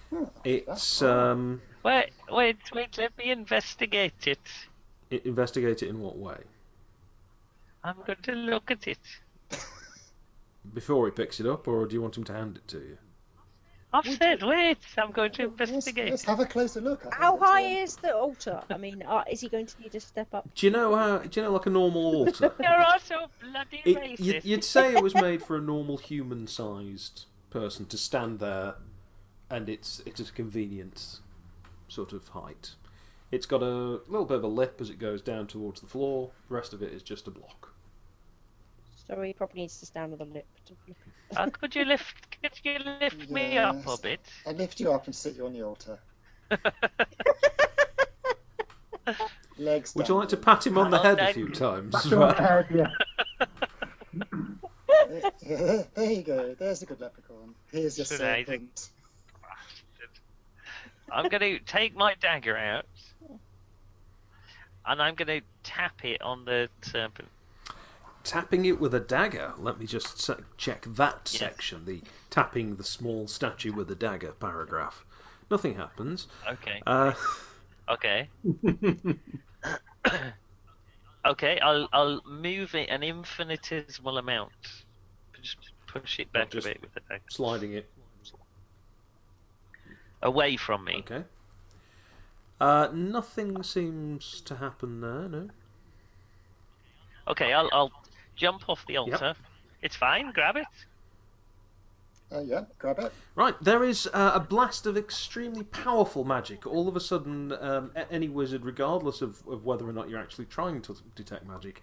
S7: Hmm,
S3: It's um,
S5: Wait, wait, wait, let me investigate it.
S3: i- investigate it in what way?
S5: I'm going to look at it.
S3: Before he picks it up, or do you want him to hand it to you?
S5: I've said, wait, I'm going to
S7: Let's, let's
S5: investigate.
S7: have a closer look. I think
S2: How
S7: that's,
S2: high
S7: um,
S2: is the altar? I mean, uh, is he going to need to step up?
S3: Do you know how? Do you know like a normal altar?
S5: You're also bloody
S3: It, you,
S5: racist.
S3: you'd say it was made for a normal human-sized person to stand there, and it's it's a convenient sort of height. It's got a little bit of a lip as it goes down towards the floor. The rest of it is just a block.
S2: So he probably needs to stand with a lip. To flip it.
S5: Uh, could you lift, could you lift me
S7: Yes.
S5: up a bit?
S7: I'll lift you up and sit you on the altar. Legs.
S3: Would you like to
S7: dangling.
S3: pat him on the
S5: Oh,
S3: head a
S5: thank
S3: few
S5: you.
S3: times?
S6: Back on out, yeah.
S7: there you go. There's a good leprechaun. Here's your
S5: Should I
S7: serpent.
S5: I'm going to take my dagger out, and I'm going to tap it on the serpent.
S3: tapping it with a dagger. Let me just se- check that
S5: Yes.
S3: section. The tapping the small statue with a dagger paragraph. Nothing happens.
S5: Okay,
S3: Uh,
S5: okay, okay. I'll I'll move it an infinitesimal amount. Just push it back
S3: Just-
S5: a bit with the dagger.
S3: sliding it.
S5: away from me.
S3: Okay. Uh, nothing seems to happen there. No.
S5: Okay, I'll, I'll jump off the altar. It's fine. Grab it.
S7: Oh yeah, grab it.
S3: Right, there is uh, a blast of extremely powerful magic. All of a sudden, um, a- any wizard, regardless of, of whether or not you're actually trying to detect magic,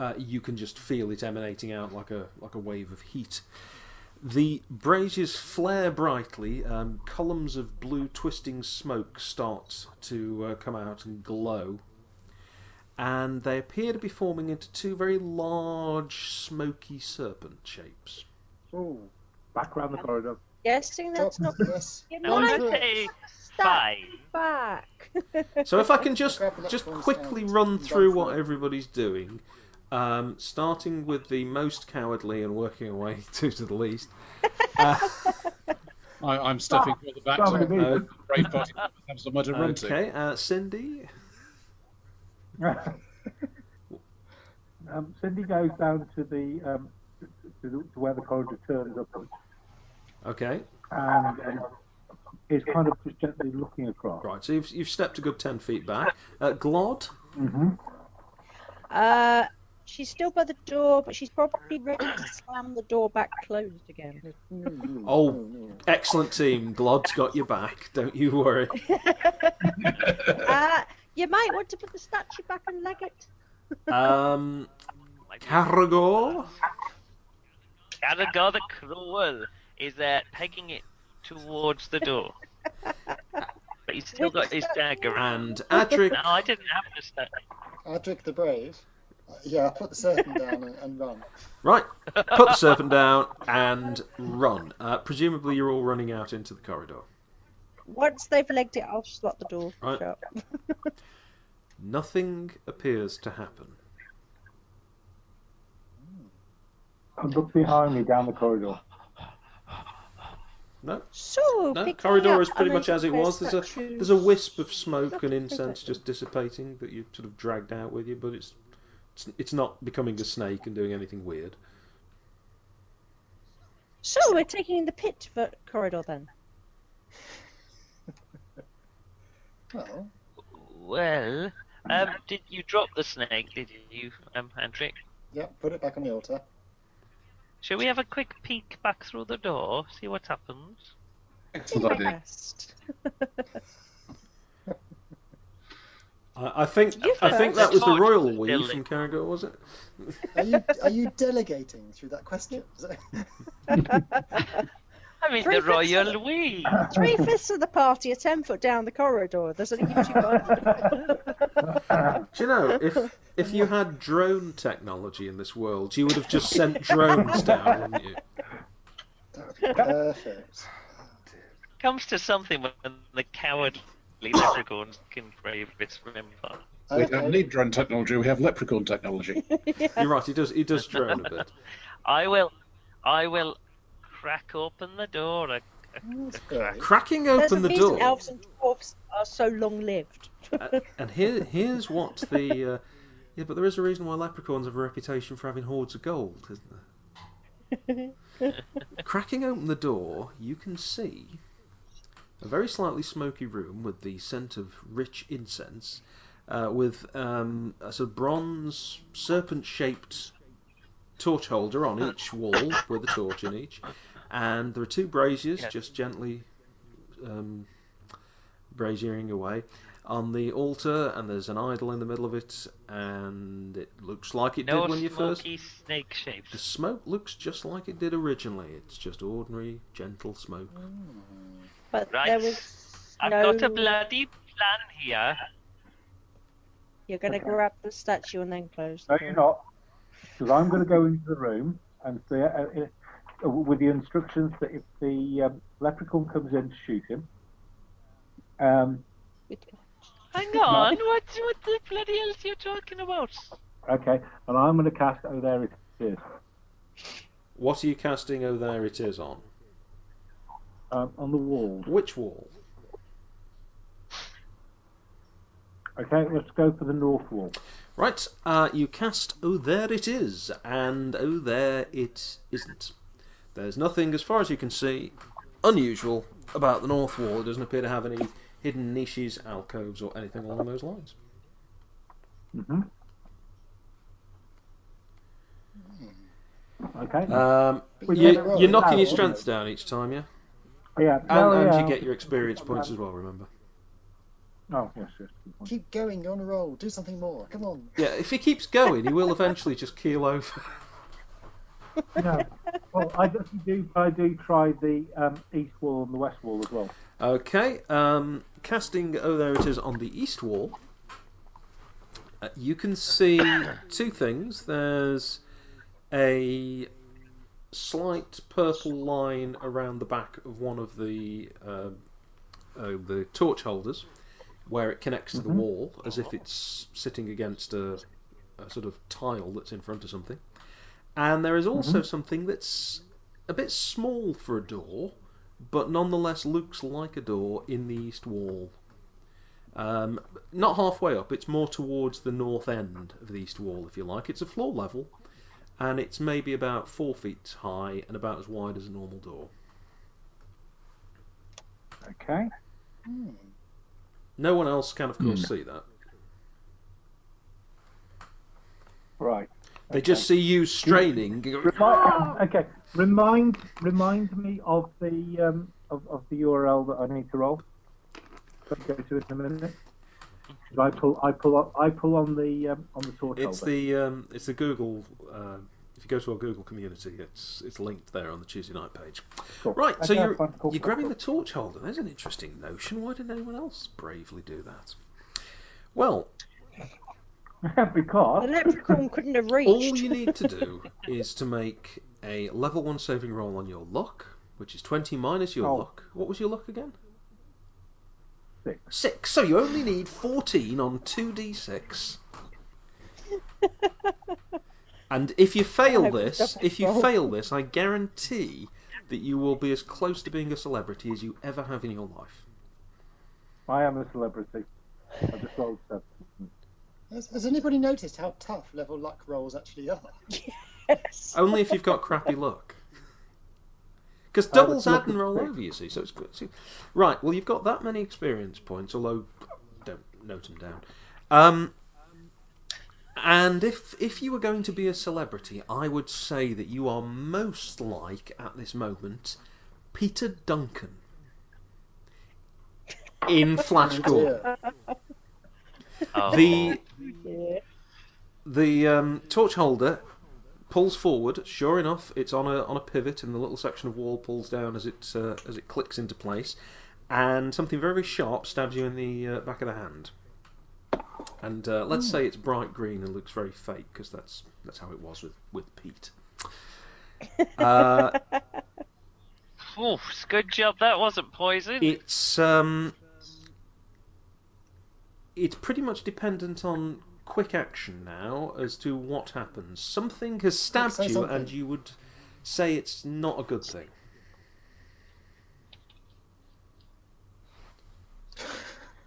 S3: uh, you can just feel it emanating out like a like a wave of heat. The braziers flare brightly. Um, columns of blue twisting smoke start to uh, come out and glow, and they appear to be forming into two very large, smoky serpent shapes.
S7: Ooh.
S6: Back round the corridor.
S2: Guessing that's
S7: drop-
S2: not.
S7: Yes.
S2: You're
S5: I want
S2: not
S5: to
S7: Nice.
S5: say
S2: step
S5: five.
S2: back.
S3: So if I can just
S7: Grab the
S3: just
S7: leprechauns
S3: quickly
S7: out
S3: run
S7: and go
S3: through
S7: for
S3: what
S7: it.
S3: everybody's doing, um, starting with the most cowardly and working away to, to the least.
S4: I, I'm stepping further back
S6: Stop
S4: to
S6: it,
S3: Uh,
S6: me.
S4: brave party comes the mud and run to.
S3: okay, uh, Cindy.
S6: um, Cindy goes down to the um, to, to, to where the corridor turns up
S3: Okay,
S6: and um, is kind of just gently looking across.
S3: right. So you've, you've stepped a good ten feet back. Uh, Glod.
S2: Uh, she's still by the door, but she's probably ready to slam the door back closed again.
S3: Oh, excellent team. Glod's got your back. Don't you worry.
S2: Uh, you might want to put the statue back and leg it.
S3: Um, Caragor.
S5: Gallagher the Cruel is there pegging it towards the door. but he's still got his dagger out.
S3: and Adric.
S5: No, I didn't have this dagger.
S7: Adric the Brave. Uh, yeah, put the serpent down and, and run.
S3: Right, put the serpent down and run. Uh, presumably, you're all running out into the corridor.
S2: Once they've legged it, I'll slot the door
S3: Right.
S2: shut.
S3: Nothing appears to happen.
S6: And look behind me down the corridor.
S3: No,
S2: So,
S3: no.
S2: pick
S3: Corridor
S2: me
S3: is
S2: up
S3: pretty
S2: and
S3: much as it
S2: identify
S3: was. There's a
S2: statues.
S3: there's a wisp of smoke
S2: Nothing
S3: and incense
S2: protected.
S3: just dissipating that you sort of dragged out with you, but it's it's, it's not becoming a snake and doing anything weird.
S2: So we're taking the pit for corridor then.
S7: Well,
S5: Well, um, did you drop the snake? Did you, um, Andrick?
S7: yeah, put it back on the altar.
S5: Shall we have a quick peek back through the door, see what happens?
S4: Excellent idea.
S2: Best.
S3: I, I think
S2: You
S3: I think
S2: first.
S3: that was the
S5: Torch
S3: royal
S5: the
S3: wee
S5: building.
S3: from Caragor, was it?
S7: Are you are you delegating through that question? Is that-
S5: I'm in
S2: Three
S5: the
S2: fifths of
S5: royal
S2: it.
S5: we.
S2: Three fifths of the party are ten foot down the corridor. There's a YouTube.
S3: Do you know if if you had drone technology in this world, you would have just sent drones down, wouldn't you?
S7: That would be perfect.
S5: Comes to something when the cowardly leprechauns can brave its empire.
S4: We
S7: Okay.
S4: don't need drone technology, we have leprechaun technology.
S3: You're right. He does. He does drone a bit.
S5: I will, I will crack open the door. I-
S7: That's great.
S3: Cracking
S2: There's a
S3: open the
S2: reason
S3: door.
S2: elves and dwarfs are so long lived.
S3: And here, here's what the. Uh, yeah, but there is a reason why leprechauns have a reputation for having hordes of gold, isn't there? Cracking open the door, you can see a very slightly smoky room with the scent of rich incense, uh, with um, a sort of bronze serpent shaped torch holder on each wall with a torch in each, and there are two braziers
S5: Yeah.
S3: just gently um, braziering away on the altar, and there's an idol in the middle of it, and it looks like it
S5: No
S3: did when you first.
S5: smoky snake
S3: The
S5: shapes.
S3: smoke looks just like it did originally. It's just ordinary, gentle smoke.
S2: But
S5: Right.
S2: there was
S5: I've
S2: no.
S5: got a bloody plan here.
S2: You're going to grab the statue and then close. the
S6: No,
S2: door.
S6: you're not. Because I'm going to go into the room and say, uh, uh, with the instructions that if the um, leprechaun comes in, shoot him. Um,
S5: Hang on, what what the bloody hell are you talking about?
S6: okay, and I'm going to cast. Oh, there it is.
S3: What are you casting? Oh, there it is on
S6: Um, on the wall.
S3: which wall?
S6: Okay, let's go for the north wall.
S3: Right, uh, you cast Oh There It Is, and Oh There It Isn't. There's nothing, as far as you can see, unusual about the north wall. It doesn't appear to have any hidden niches, alcoves, or anything along those lines.
S6: hmm Okay.
S3: Um,
S6: We
S3: you,
S6: got it wrong.
S3: you're knocking your
S6: No,
S3: strength down each time, yeah?
S6: Oh, yeah.
S3: And,
S6: no,
S3: and
S6: yeah.
S3: you get your experience points as well, remember?
S6: Oh, yes, yes. good point.
S7: Keep going, you're on a roll. Do something more. Come on.
S3: Yeah, if he keeps going, he will eventually just keel over.
S6: No. Well, I do- do. I do try the um, east wall and the west wall as well.
S3: Okay, um, casting Oh There It Is on the east wall, uh, you can see two things. There's a slight purple line around the back of one of the uh, uh, the torch holders where it connects to the wall as if it's sitting against a, a sort of tile that's in front of something. And there is also something that's a bit small for a door, but nonetheless looks like a door in the east wall. Um, not halfway up, it's more towards the north end of the east wall, if you like. It's a floor level, and it's maybe about four feet high and about as wide as a normal door.
S6: Okay.
S3: No one else can, of course, see that.
S6: Right.
S3: They just see you straining.
S6: Remi- okay. Remind remind me of the um, of, of the URL that I need to roll. Let's go to it in a minute. Did I pull I pull on, I pull on the um, on the torch
S3: It's
S6: holder.
S3: the um, it's the Google. Uh, if you go to our Google community, it's it's linked there on the Tuesday night page.
S6: Cool.
S3: Right, so
S6: Okay,
S3: you're
S6: fine, cool,
S3: you're
S6: cool,
S3: grabbing
S6: cool.
S3: the torch holder. There's an interesting notion. Why didn't anyone else bravely do that? Well,
S2: The
S6: because
S2: leprechaun couldn't have
S3: all
S2: reached.
S3: you need to do is to make a level one saving roll on your luck, which is twenty minus your
S6: Oh.
S3: luck. What was your luck again?
S6: Six.
S3: Six. So you only need fourteen on two d six. And if you fail
S2: hope it
S3: this,
S2: doesn't
S3: if you
S2: roll.
S3: fail this, I guarantee that you will be as close to being a celebrity as you ever have in your life.
S6: I am a celebrity. I just rolled seven.
S7: Has, has anybody noticed how tough level luck rolls actually are?
S2: Yes.
S3: Only if you've got crappy luck. Because
S6: Uh,
S3: doubles
S6: but
S3: add
S6: look
S3: and
S6: at
S3: roll
S6: six.
S3: over, you see. So it's good. so- Right. Well, you've got that many experience points, although don't note them down. Um, and if if you were going to be a celebrity, I would say that you are most like at this moment Peter Duncan in Flash Gordon.
S7: Dear.
S5: Oh,
S3: The
S2: Yeah.
S3: the um, torch holder pulls forward. Sure enough, it's on a on a pivot, and the little section of wall pulls down as it uh, as it clicks into place, and something very very sharp stabs you in the uh, back of the hand. And uh, let's say it's bright green and looks very fake because that's that's how it was with with Pete. Uh,
S5: Oof, good job. That wasn't poison.
S3: It's um, it's pretty much dependent on quick action now as to what happens. Something has stabbed
S7: Say
S3: you,
S7: something.
S3: and you would say it's not a good thing.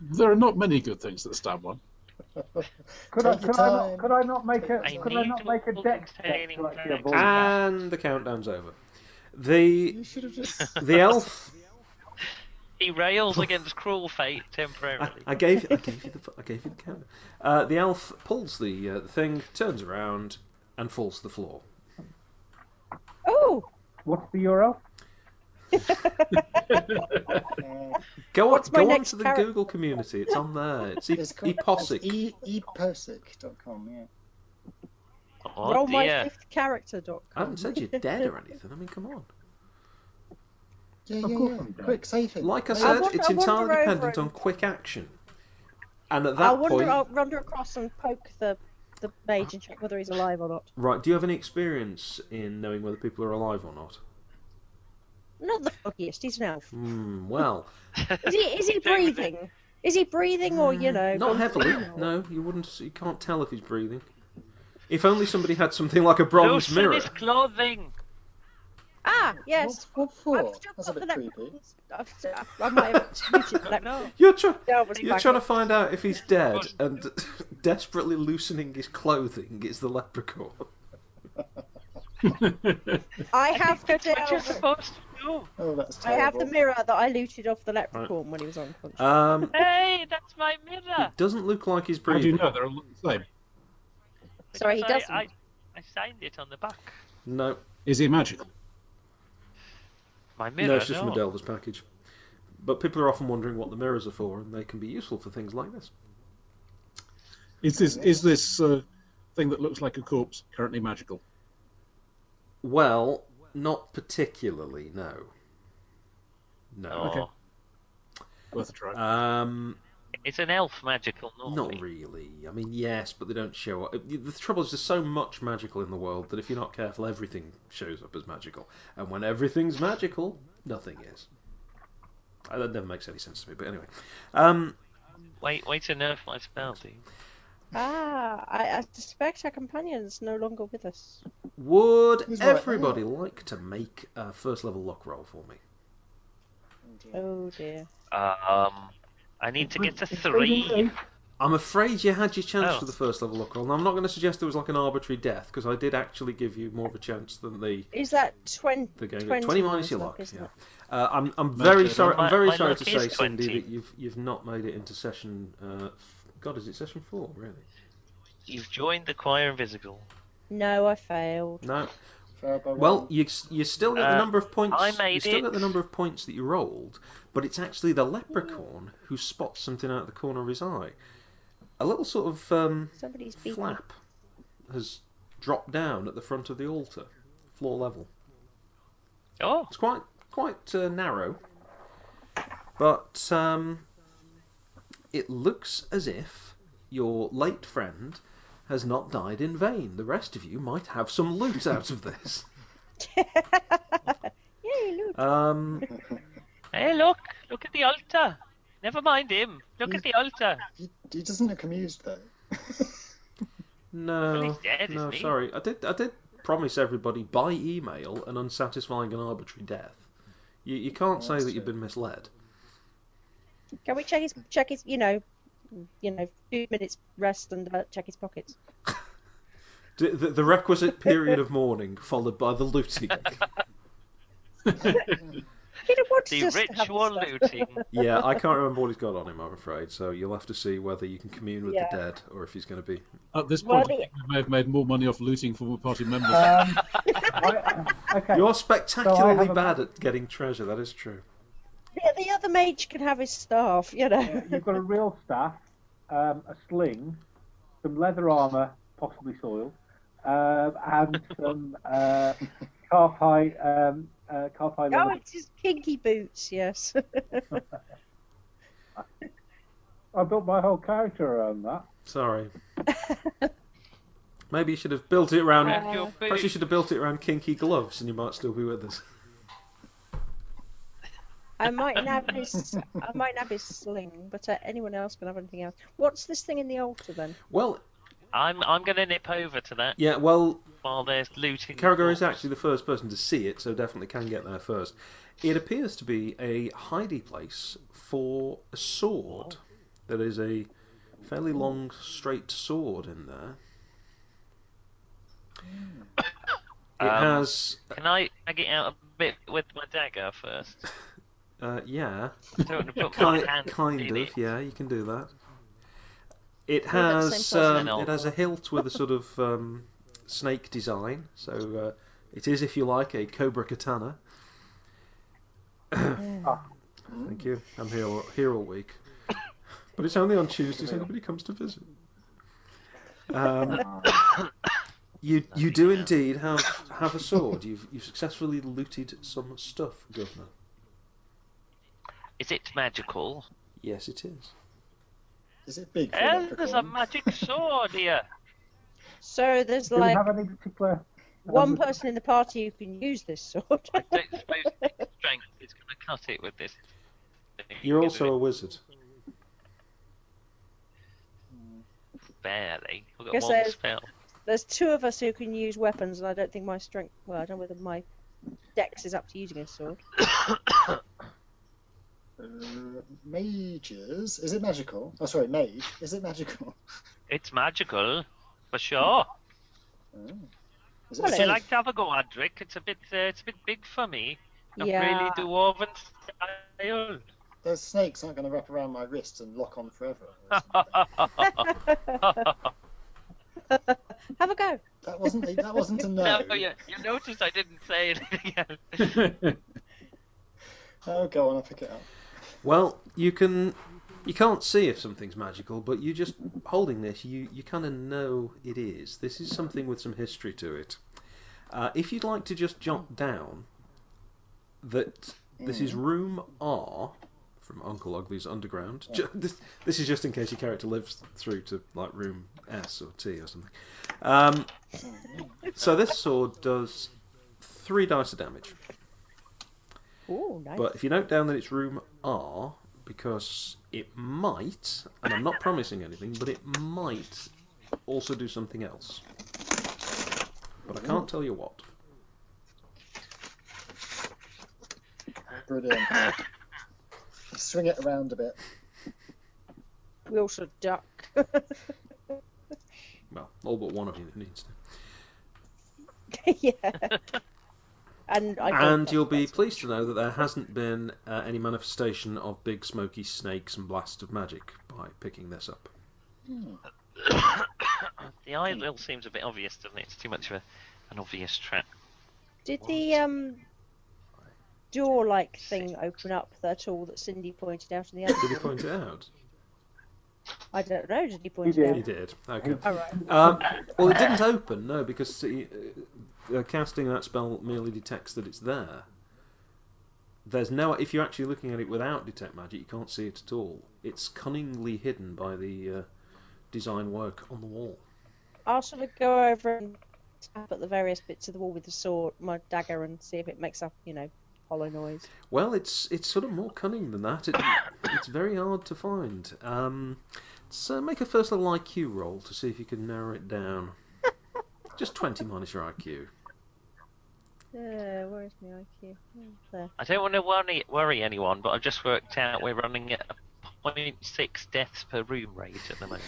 S8: There are not many good things that stab one.
S6: Could I,
S7: Take your
S6: could, I
S7: time.
S6: not, could I not make a
S7: I
S6: could I
S5: need
S6: not make a
S5: to
S6: deck check
S5: contain
S6: to actually
S5: facts.
S6: avoid that?
S3: And the countdown's over. The
S7: You should have just.
S3: the elf.
S5: He rails against cruel fate
S3: I,
S5: temporarily.
S3: I gave I gave you the I gave you the countdown. Uh, the elf pulls the uh, thing, turns around, and falls to the floor.
S2: Oh,
S6: What's the URL?
S7: Uh,
S3: Go on,
S2: What's my
S3: go on
S2: next
S3: to the
S2: character?
S3: Google community. It's on there. It's, e-
S7: it's called
S3: Eposic.
S7: it's E eposic.com, Yeah.
S5: oh
S2: roll
S5: dear.
S2: my fifth character, Doc.
S3: I haven't said you're dead or anything. I mean, come on.
S7: Yeah,
S6: Of
S7: yeah,
S6: course
S7: yeah.
S6: I'm done.
S7: Quick, save it.
S3: Like I
S7: Save
S3: said,
S7: it.
S2: wonder-
S3: it's
S2: I wonder
S3: entirely
S2: over
S3: dependent
S2: and-
S3: on quick action. And at
S2: I'll
S3: that
S2: wander,
S3: point,
S2: I'll wander across and poke the, the mage and check whether he's alive or not.
S3: right? Do you have any experience in knowing whether people are alive or not?
S2: Not the foggiest. He's an elf.
S3: Hmm. Well,
S2: Is he? Is he breathing? Is he breathing, or you know?
S3: not heavily. No, you wouldn't. You can't tell if he's breathing. If only somebody had something like a bronze
S5: Loosen
S3: mirror.
S5: his clothing.
S2: ah, yes.
S7: What, what
S2: I've
S7: for?
S2: still
S7: That's a
S2: got the
S7: bit
S2: leper-
S7: creepy.
S2: I've still, I might have muted the leper-
S5: No.
S3: You're trying.
S2: Yeah, I was
S3: You're
S2: back
S3: trying to
S2: up.
S3: find out if he's dead, and desperately loosening his clothing is the leprechaun.
S2: I have the
S5: That's what you're
S2: del-
S5: supposed to do.
S7: Oh, that's
S2: I
S7: terrible.
S2: have the mirror that I looted off the leprechaun when he was unconscious.
S3: Um,
S5: Hey, that's my
S3: he
S5: mirror.
S3: doesn't look like he's
S8: How do you
S3: breathing.
S8: know? They're all the same.
S2: Sorry, he
S5: Because
S2: doesn't.
S5: I, I, I signed it on the back.
S3: No,
S8: Is he magical?
S5: My mirror.
S3: no, it's just from a Delver's package. But people are often wondering what the mirrors are for, and they can be useful for things like this.
S8: Is this is this uh, thing that looks like a corpse currently magical?
S3: Well, not particularly. No. No.
S5: Oh,
S8: Worth a try.
S3: Um,
S5: It's an elf magical normally.
S3: not really. I mean, yes, but they don't show up. The trouble is, there's so much magical in the world that if you're not careful, everything shows up as magical. And when everything's magical, nothing is. Uh, That never makes any sense to me. But anyway, um,
S5: Wait, wait to nerf my spell, dude.
S2: Ah, I, I suspect our companion's no longer with us.
S3: would
S7: Who's right
S3: everybody like to make a first level lock roll for me?
S7: Oh, dear.
S2: Oh dear.
S5: Um, I need to get to three.
S3: I'm afraid you had your chance
S5: Oh.
S3: for the first level lock roll. Now, I'm not going to suggest there was like an arbitrary death because I did actually give you more of a chance than the
S2: Is that 20?
S3: the game.
S2: 20
S3: Twenty minus your
S2: luck,
S3: luck.
S2: isn't
S3: Yeah.
S2: it?
S3: Uh, I'm I'm
S8: My
S3: very
S8: luck-
S3: sorry.
S5: my-
S3: I'm very
S5: my
S3: sorry
S5: luck
S3: to
S5: is
S3: say, Cindy,
S5: 20.
S3: that you've you've not made it into session. Uh, f- God, is it session four? Really?
S5: You've joined the choir invisible.
S2: No, I failed.
S3: No.
S7: Failed by
S3: Well,
S7: one.
S3: you s- you still got the
S5: Uh,
S3: number of points.
S5: I made
S3: you still
S5: it.
S3: got the number of points that you rolled, but it's actually the leprechaun who spots something out of the corner of his eye. A little sort of um,
S2: Somebody's beaten.
S3: flap has dropped down at the front of the altar, floor level.
S5: Oh,
S3: It's quite quite uh, narrow, but um, it looks as if your late friend has not died in vain. The rest of you might have some loot out of this.
S2: Yay, loot.
S3: Um,
S5: hey, look, look at the altar. Never mind him. Look at the altar.
S7: He, he doesn't look amused though.
S3: no,
S5: Well, he's dead,
S3: no,
S5: isn't he?
S3: sorry, I did I did promise everybody by email an unsatisfying and arbitrary death. You, you
S5: Oh,
S3: can't say
S7: that's
S3: that you've
S7: true.
S3: been misled.
S2: Can we check his, check his, you know, you know, two minutes rest and uh, check his pockets?
S3: D- The, the requisite period of mourning followed by the looting.
S2: He didn't want
S5: The
S2: us to have
S5: ritual
S2: this stuff.
S5: looting.
S3: yeah, I can't remember what he's got on him, I'm afraid. So you'll have to see whether you can commune with
S2: Yeah.
S3: the dead or if he's going to be.
S8: At this
S2: Well,
S8: point, I think we may have made more money off looting former party members.
S6: Um, I, okay.
S3: You're
S6: So I
S3: spectacularly
S6: have a-
S3: bad at getting treasure, that is true.
S2: The, the other mage can have his staff, you know.
S6: You've got a real staff, um, a sling, some leather armor, possibly soiled, um, and some uh, calf high, um, uh, calf high
S2: Oh,
S6: leather
S2: it's his pinky boots, yes.
S6: I built my whole character around that.
S3: Sorry. Maybe you should have built it around.
S5: And your
S3: perhaps you
S5: boots.
S3: should have built it around kinky gloves, and you might still be with us.
S2: I might nab his, I might nab his sling, but uh, anyone else can have anything else. What's this thing in the altar then?
S3: Well,
S5: I'm I'm going to nip over to that
S3: yeah. Well,
S5: while they're looting. the
S3: Carragher is
S5: corpse.
S3: actually the first person to see it, so definitely can get there first. It appears to be a hidey place for a sword. There is a fairly long, straight sword in there. It
S5: Um,
S3: has,
S5: Can I drag it out a bit with my dagger first?
S3: uh, yeah,
S5: I don't want to put my
S3: kind,
S5: hand
S3: kind of,
S5: in it.
S3: yeah. You can do that. It
S2: Well, that's the
S3: has
S2: same person.
S3: um, it has a hilt with a sort of um, snake design, so uh, it is, if you like, a cobra katana. Thank you. I'm here all, here all week, but it's only on Tuesdays. Nobody comes to visit. Um, you you do indeed have have a sword. You've you've successfully looted some stuff, Governor.
S5: Is it magical?
S3: Yes, it is.
S7: Is it big? For a
S5: Oh, there's a
S7: leprechaun?
S5: magic sword here.
S2: So there's
S6: Do we
S2: like
S6: have any particular?
S2: one
S6: um,
S2: person in the party who can use this sword.
S5: I don't suppose its strength is going to cut it with this. thing,
S3: You're
S5: is
S3: also
S5: it?
S3: a wizard.
S5: barely. We've got
S2: Yes,
S5: one
S2: I-
S5: spell.
S2: There's two of us who can use weapons, and I don't think my strength. Well, I don't know whether my dex is up to using a sword.
S7: Uh, mages. Is it magical? Oh, sorry, mage. Is it magical?
S5: It's magical, for sure.
S7: Is it
S2: Well,
S5: Would
S2: it's
S5: you
S7: safe?
S5: like to have a go, Adric? It's a bit, uh, it's a bit big for me. Not really
S2: Yeah.
S5: dwarven style.
S7: Those snakes aren't going to wrap around my wrists and lock on forever.
S2: Have a go.
S7: that wasn't. A, that wasn't a no.
S5: No, you, you noticed I didn't say anything else.
S7: Oh, go on. I'll pick it up.
S3: Well, you can you can't see if something's magical, but you just holding this, you you kind of know it is. This is something with some history to it. Uh, if you'd like to just jot down that this is room R from Uncle Ugly's Underground. Ju- This, this is just in case your character lives through to like room S or T or something. Um, so this sword does three dice of damage.
S2: Oh, nice.
S3: But if you note down that it's room R, because it might, and I'm not promising anything, but it might also do something else. But I can't tell you what.
S7: Brilliant. Swing it around a bit.
S2: We also duck.
S3: Well, all but one of you needs to.
S2: yeah. And I. don't
S3: And
S2: duck,
S3: you'll be
S2: that's-
S3: pleased to know that there hasn't been uh, any manifestation of big smoky snakes and blasts of magic by picking this up.
S5: The idol seems a bit obvious, doesn't it? It's too much of a, an obvious trap.
S2: Did the um door-like thing open up at all that Cindy pointed out in the
S3: Did he
S2: other?
S3: point it out?
S2: I don't know. Did he point
S6: He
S2: it
S6: did.
S3: He
S2: out?
S3: did. Okay.
S2: All right.
S3: Um, well, it didn't open, no, because uh, uh, casting that spell merely detects that it's there. There's no. If you're actually looking at it without detect magic, you can't see it at all. It's cunningly hidden by the uh, design work on the wall.
S2: I'll sort of go over and tap at the various bits of the wall with the sword, my dagger, and see if it makes up, you know, hollow noise.
S3: Well, it's it's sort of more cunning than that. It, it's very hard to find. Um, so make a first little IQ roll to see if you can narrow it down. Just twenty minus your IQ.
S2: Uh, where is my IQ? Oh, There.
S5: I don't want to worry, worry anyone, but I've just worked out we're running at 0.6 deaths per room rate at the moment.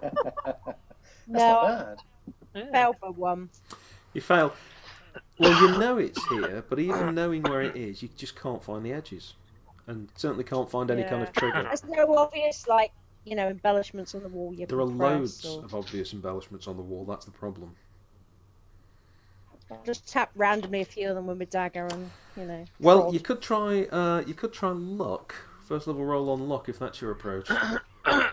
S7: That's
S2: No, I
S7: not bad.
S5: Yeah.
S2: fell for one.
S3: You fail. Well, you know it's here, but even knowing where it is, you just can't find the edges, and certainly can't find any kind of trigger.
S2: There's no obvious, like, you know, embellishments on the wall. You
S3: There are
S2: can press
S3: loads
S2: or-
S3: of obvious embellishments on the wall. That's the problem.
S2: I'll just tap randomly a few of them with my dagger and, you know.
S3: Well,
S2: prod.
S3: you could try. Uh, you could try luck. First level roll on luck if that's your approach.
S2: Yeah.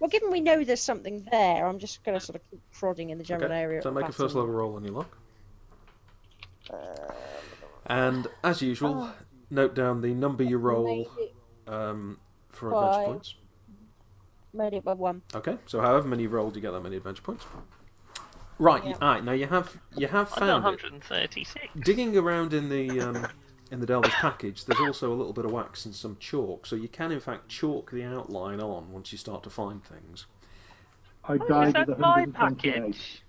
S2: Well, given we know there's something there, I'm just going to sort of keep prodding in the general area.
S3: So
S2: of
S3: make a
S2: pattern.
S3: first level roll on your luck. And as usual, note down the number you roll
S2: Made it,
S3: um, for
S2: Five.
S3: adventure points.
S2: made it by one.
S3: Okay, so however many you rolled, you get that many adventure points. Right,
S2: Yeah.
S3: aye, now you have you have
S5: I got
S3: found it.
S5: 136.
S3: Digging around in the um, in the Delver's package, there's also a little bit of wax and some chalk, so you can in fact chalk the outline on once you start to find things.
S6: I
S5: Oh, is
S6: died
S5: that
S6: with
S5: my
S6: 128.
S5: package?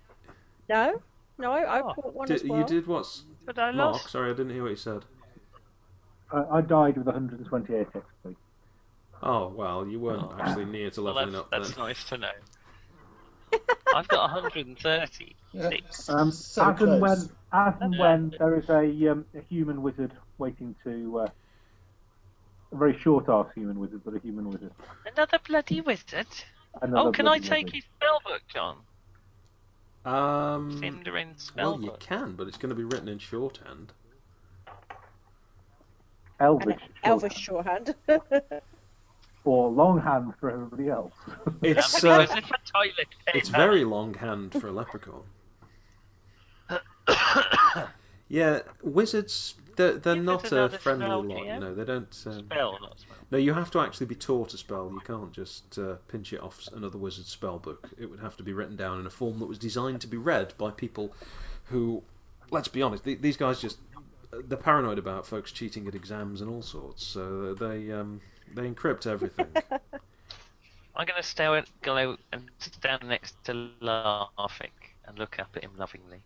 S2: No, no, I
S5: Oh.
S2: bought one
S3: Did,
S2: as well.
S3: You did what's
S5: But I
S3: Mark?
S5: lost.
S3: Sorry, I didn't hear what you said.
S6: I, I died with 128 XP.
S3: Oh well, you weren't actually near to
S5: Well,
S3: leveling
S5: that's,
S3: up
S5: that's
S3: then.
S5: nice to know. I've got 130.
S7: Yeah.
S5: Six.
S6: Um,
S7: so
S6: as and when,
S7: close.
S6: as and when there is a, um, a human wizard waiting to, uh, a very short-ass human wizard, but a human wizard.
S5: Another bloody wizard.
S6: Another
S5: oh, can I
S6: bloody
S5: take
S6: wizard.
S5: his spellbook, John?
S3: Um,
S5: Cinderin
S3: well, you
S5: spellbook.
S3: can, but it's going to be written in shorthand.
S2: And
S6: Elvish,
S2: Elvis
S6: shorthand.
S2: shorthand.
S6: or longhand for everybody else.
S3: It's
S5: That
S3: uh,
S5: was just a toilet paper.
S3: it's very longhand for a leprechaun. yeah, wizards they're, they're
S5: Give it
S3: not a
S5: another
S3: friendly
S5: spell,
S3: lot. You
S5: GM.
S3: know, they don't. Um,
S5: spell, not spell.
S3: no, you have to actually be taught a spell. You can't just uh, pinch it off another wizard's spell book. It would have to be written down in a form that was designed to be read by people who, let's be honest, th- these guys just they're paranoid about folks cheating at exams and all sorts. So they um, they encrypt everything.
S5: I'm going to stay and go and sit down next to Larfik and look up at him lovingly.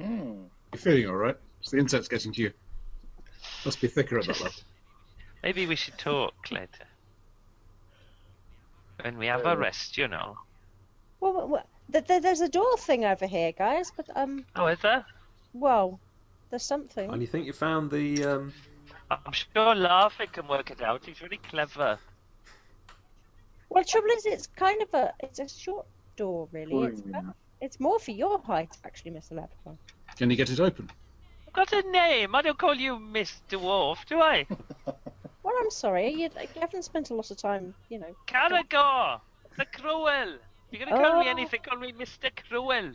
S7: Mm.
S4: You're feeling all right. It's the insect's getting to you. Must be thicker at that level.
S5: Maybe we should talk later. When we have a rest, you know.
S2: well, well, well th- th- there's a door thing over here, guys. But um,
S5: Oh, is there?
S2: well, there's something.
S3: and you think you found the um,
S5: I'm sure Larfik can work it out. He's really clever.
S2: Well, the trouble is, it's kind of a it's a short door, really. It's,
S6: Boring, you know.
S2: it's more for your height, actually, Mr. Leprechaun.
S4: Can you get it open?
S5: I've got a name. I don't call you Miss Dwarf, do I?
S2: Well, I'm sorry, you, you haven't spent a lot of time, you know.
S5: Caragor! The Cruel! You're going to call me
S2: Oh.
S5: anything, call me Mr. Cruel.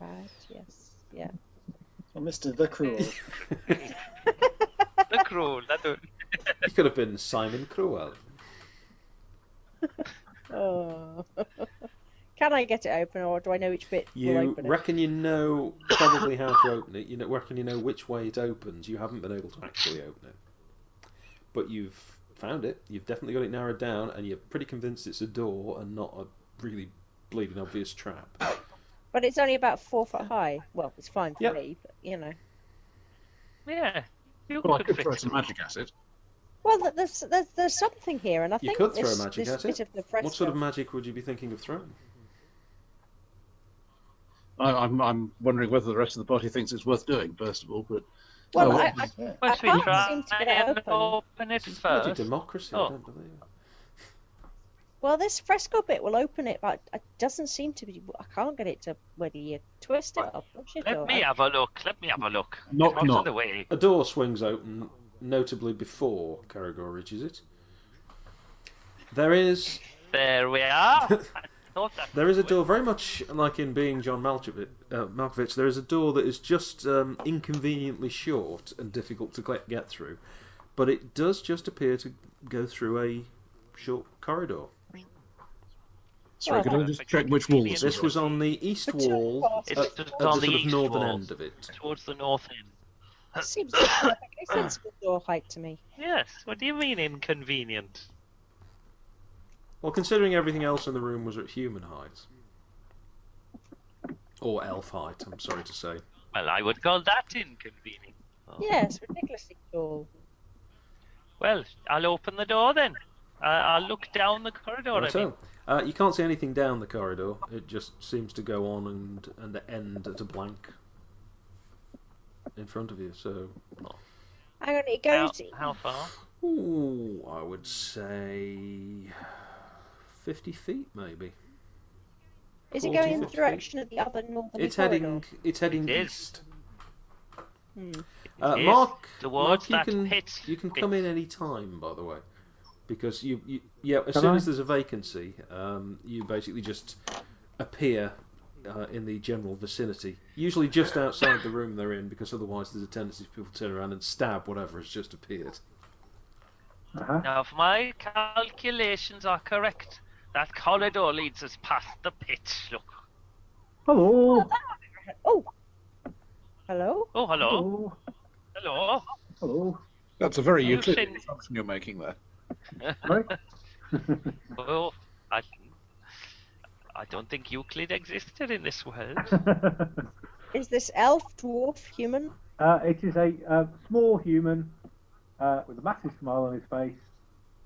S2: Right? Yes. Yeah.
S7: Well, Mr. The Cruel.
S5: The Cruel. That would...
S3: you could have been Simon Crowell.
S2: Oh. Can I get it open, or do I know which bit will
S3: You
S2: open it?
S3: reckon you know probably how to open it. You know, reckon you know which way it opens. You haven't been able to actually open it, but you've found it. You've definitely got it narrowed down, and you're pretty convinced it's a door and not a really bleeding obvious trap.
S2: But it's only about four foot high. Well, it's fine for
S3: Yep.
S2: me, but you know.
S5: Yeah. You
S4: Well, I
S5: could
S4: could
S5: fix
S4: throw
S5: it.
S4: some magic at it.
S2: Well, th- there's, there's there's something here, and I
S3: You
S2: think
S3: could throw
S2: this,
S3: magic
S2: this
S3: at
S2: bit
S3: it.
S2: of the press.
S3: What sort of magic would you be thinking of throwing?
S4: I, I'm, I'm wondering whether the rest of the party thinks it's worth doing, first of all. But
S2: Well,
S4: Oh,
S8: uh,
S2: I, I,
S4: it's-
S7: yeah.
S5: Must
S2: I
S5: we
S2: can't
S5: try
S2: seem to get it
S5: and
S2: open.
S5: open it
S3: This is bloody
S5: first?
S3: democracy. I
S5: Oh.
S3: don't believe. it.
S2: well, this fresco bit will open it, but it doesn't seem to be. I can't get it to whether you twist it or push it or.
S5: Let me have a look. Let me have a look.
S4: Knock,
S5: Out
S4: knock.
S5: of the way.
S3: A door swings open, notably before Caragor reaches it. There is
S5: There we are. I thought that
S3: There is a
S5: was-
S3: door, very much like in being John Malkovich. Uh, Malkovich there is a door that is just um, inconveniently short and difficult to cle- get through, but it does just appear to go through a short corridor.
S4: sorry, could I just check which wall
S5: This
S3: This was on the east wall,
S2: It's
S3: at,
S5: just
S3: at the
S5: on
S3: sort
S5: the
S3: of
S5: east
S3: northern
S5: wall.
S3: end of it.
S5: towards the north end.
S2: Seems to be perfectly sensible door height to me.
S5: Yes. What do you mean inconvenient?
S3: Well, considering everything else in the room was at human height, or elf height, I'm sorry to say.
S5: Well, I would call that inconvenient.
S2: Yes, ridiculously tall.
S5: Well, I'll open the door then. Uh, I'll look down the corridor. I mean.
S3: Righto. Uh, you can't see anything down the corridor. It just seems to go on and, and end at a blank in front of you. So,
S2: Hang on, it
S5: How,
S2: goes.
S5: how far?
S3: ooh, I would say 50 feet, maybe.
S2: Is it
S3: 40,
S2: going in the
S3: 50 feet?
S2: direction of the other northern
S3: It's
S2: corridor?
S3: heading. It's heading
S5: It is.
S3: east. Uh,
S5: It is
S3: Mark, Uh, Mark,
S5: towards
S3: you
S5: that
S3: can
S5: pit.
S3: you can come in any time. By the way, because you, you yeah as
S6: Can
S3: soon
S6: I?
S3: as there's a vacancy, um, you basically just appear uh, in the general vicinity, usually just outside the room they're in, because otherwise there's a tendency for people to turn around and stab whatever has just appeared.
S6: Uh-huh.
S5: Now, if my calculations are correct, that corridor leads us past the pit. Look.
S6: Hello.
S2: Oh, hello.
S5: Oh, hello. Hello.
S6: Hello.
S7: Hello.
S8: That's a very
S5: Are you
S8: Euclidean
S5: fin-
S8: assumption you're making there.
S7: Right?
S5: Oh, I, I don't think Euclid existed in this world.
S2: Is this elf, dwarf, human?
S6: Uh, it is a, uh small human uh, with a massive smile on his face,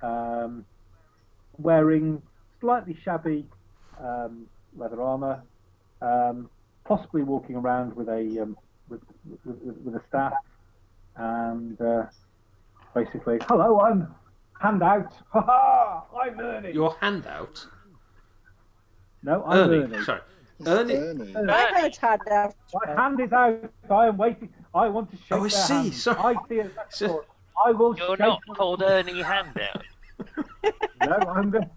S6: um, wearing slightly shabby um, leather armor, um, possibly walking around with a um, with, with, with with a staff, and uh, basically, hello, I'm handout. Ha ha! I'm Ernie.
S3: Your handout,
S6: no, I'm
S3: Ernie.
S6: Ernie.
S3: Sorry,
S7: It's uh,
S3: Ernie.
S7: Ernie.
S5: Uh,
S2: I haven't had that.
S6: My hand is out. I am waiting. I want to shake
S3: Oh, I
S6: their
S3: see.
S6: hand.
S3: Sorry.
S6: I see a
S3: So-
S6: record. I will
S5: You're
S6: shake
S5: not
S6: their
S5: called Ernie Handout.
S6: No, I'm going.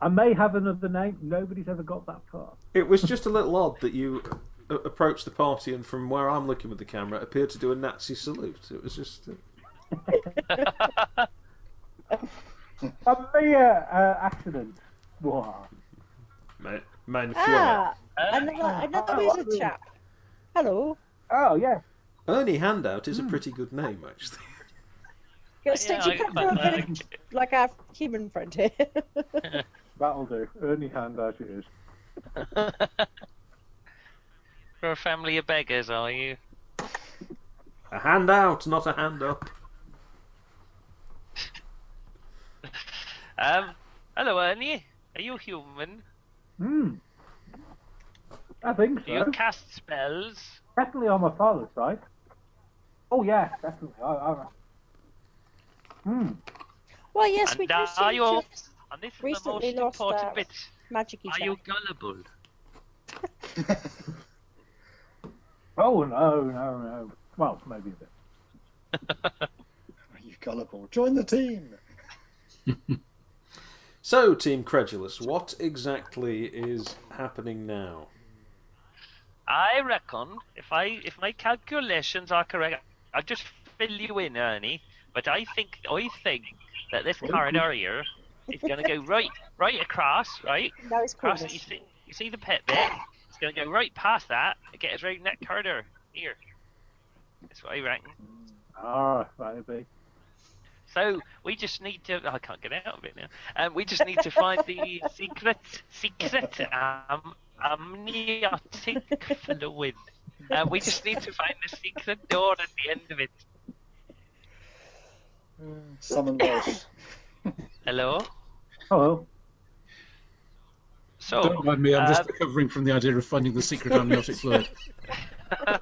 S6: I may have another name. Nobody's ever got that far.
S3: It was just a little odd that you a- approached the party and, from where I'm looking with the camera, appeared to do a Nazi salute. It was just. uh,
S6: A mere uh, accident. Wow.
S3: Man, man Fuhrer.
S2: Ah, another another wizard chap. Hello.
S6: Oh yes.
S3: Ernie Handout
S6: Hmm.
S3: is a pretty good name, actually.
S2: Got Stitch, you
S5: I-
S2: come through a bit of, like our human friend here.
S6: That'll do. Ernie hand out it is.
S5: You're a family of beggars, are you?
S3: A hand out, not a hand up.
S5: Um, hello, Ernie. Are you human?
S6: Hmm. I think
S5: Do you
S6: so.
S5: cast spells?
S6: Definitely on my father's side. Oh yes, definitely. I, I... Hmm.
S2: well, yes, we
S5: and uh,
S2: do
S5: are,
S2: seem
S5: you?
S2: to
S5: And this is the most
S2: recently lost
S5: important
S2: our
S5: bit.
S2: magic
S5: Are
S2: each
S5: you gullible?
S6: Oh no, no, no. Well, maybe a bit.
S7: Are you gullible? Join the team.
S3: So, Team Credulous, what exactly is happening now?
S5: I reckon if I if my calculations are correct, I'll just fill you in, Ernie. But I think I think that this corridor here is going to go right right across, right
S2: No, it's
S5: across.
S2: cool.
S5: it. You see, you see the pit there? It's going to go right past that and get us right in that corridor here. That's what I reckon.
S6: Ah, maybe.
S5: So we just need to. oh, I can't get out of it now. Um, we just need to find the secret, secret um, amniotic fluid. Uh, we just need to find the secret door at the end of it.
S7: Summon Welsh.
S5: Hello.
S6: Hello.
S5: So
S8: Don't mind me, I'm just
S5: um,
S8: recovering from the idea of finding the secret amniotic fluid.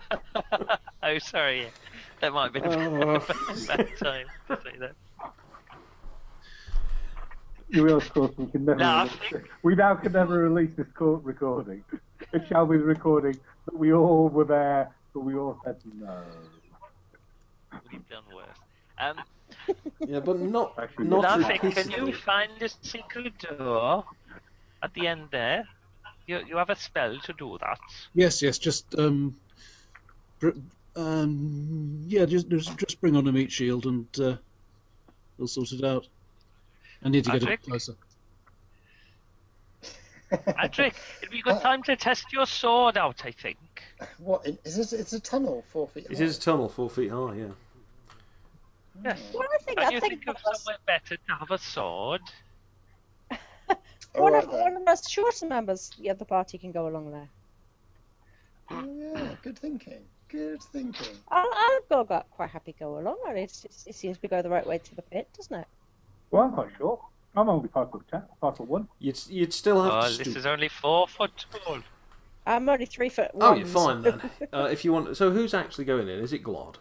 S5: oh, sorry. That might be the bad time to say that.
S6: You realise, of course, we can never.
S5: No, I
S6: release it. we now can never release this court recording. It shall be the recording that we all were there, but we all said no.
S5: We've done worse. Um,
S3: Yeah, but not
S6: Actually,
S3: not
S5: Lafik, can
S3: repeatedly.
S5: you find the secret door at the end there? You you have a spell to do that.
S8: Yes, yes, just um, br- um, yeah, just, just just bring on a meat shield and uh, we'll sort it out. I need to get a bit
S5: Patrick?
S8: closer.
S5: Patrick, it'd be a good time to test your sword out, I think.
S7: What in- is this? It's a tunnel four feet.
S3: It
S7: high.
S3: is a tunnel four feet high, yeah.
S5: Yes.
S2: Well, I think,
S5: Can
S2: I
S5: you
S2: think
S5: think
S2: one
S5: of
S2: of us,
S5: somewhere better to have a sword?
S7: All
S2: one
S7: right
S2: of,
S7: then.
S2: one of us shorter members, the other party can go along there.
S7: Oh, yeah, good thinking. Good thinking.
S2: I'll, I'll go, go quite happy go along. I mean, it's, it's, it seems we go the right way to the pit, doesn't it?
S6: Well, I'm quite sure. I'm only five foot ten, five foot one.
S3: You'd you'd still have
S5: Oh,
S3: to
S5: this
S3: stoop.
S5: is only four foot tall.
S2: I'm only three foot one.
S3: Oh, you're fine then. uh, if you want, so who's actually going in? Is it Glod?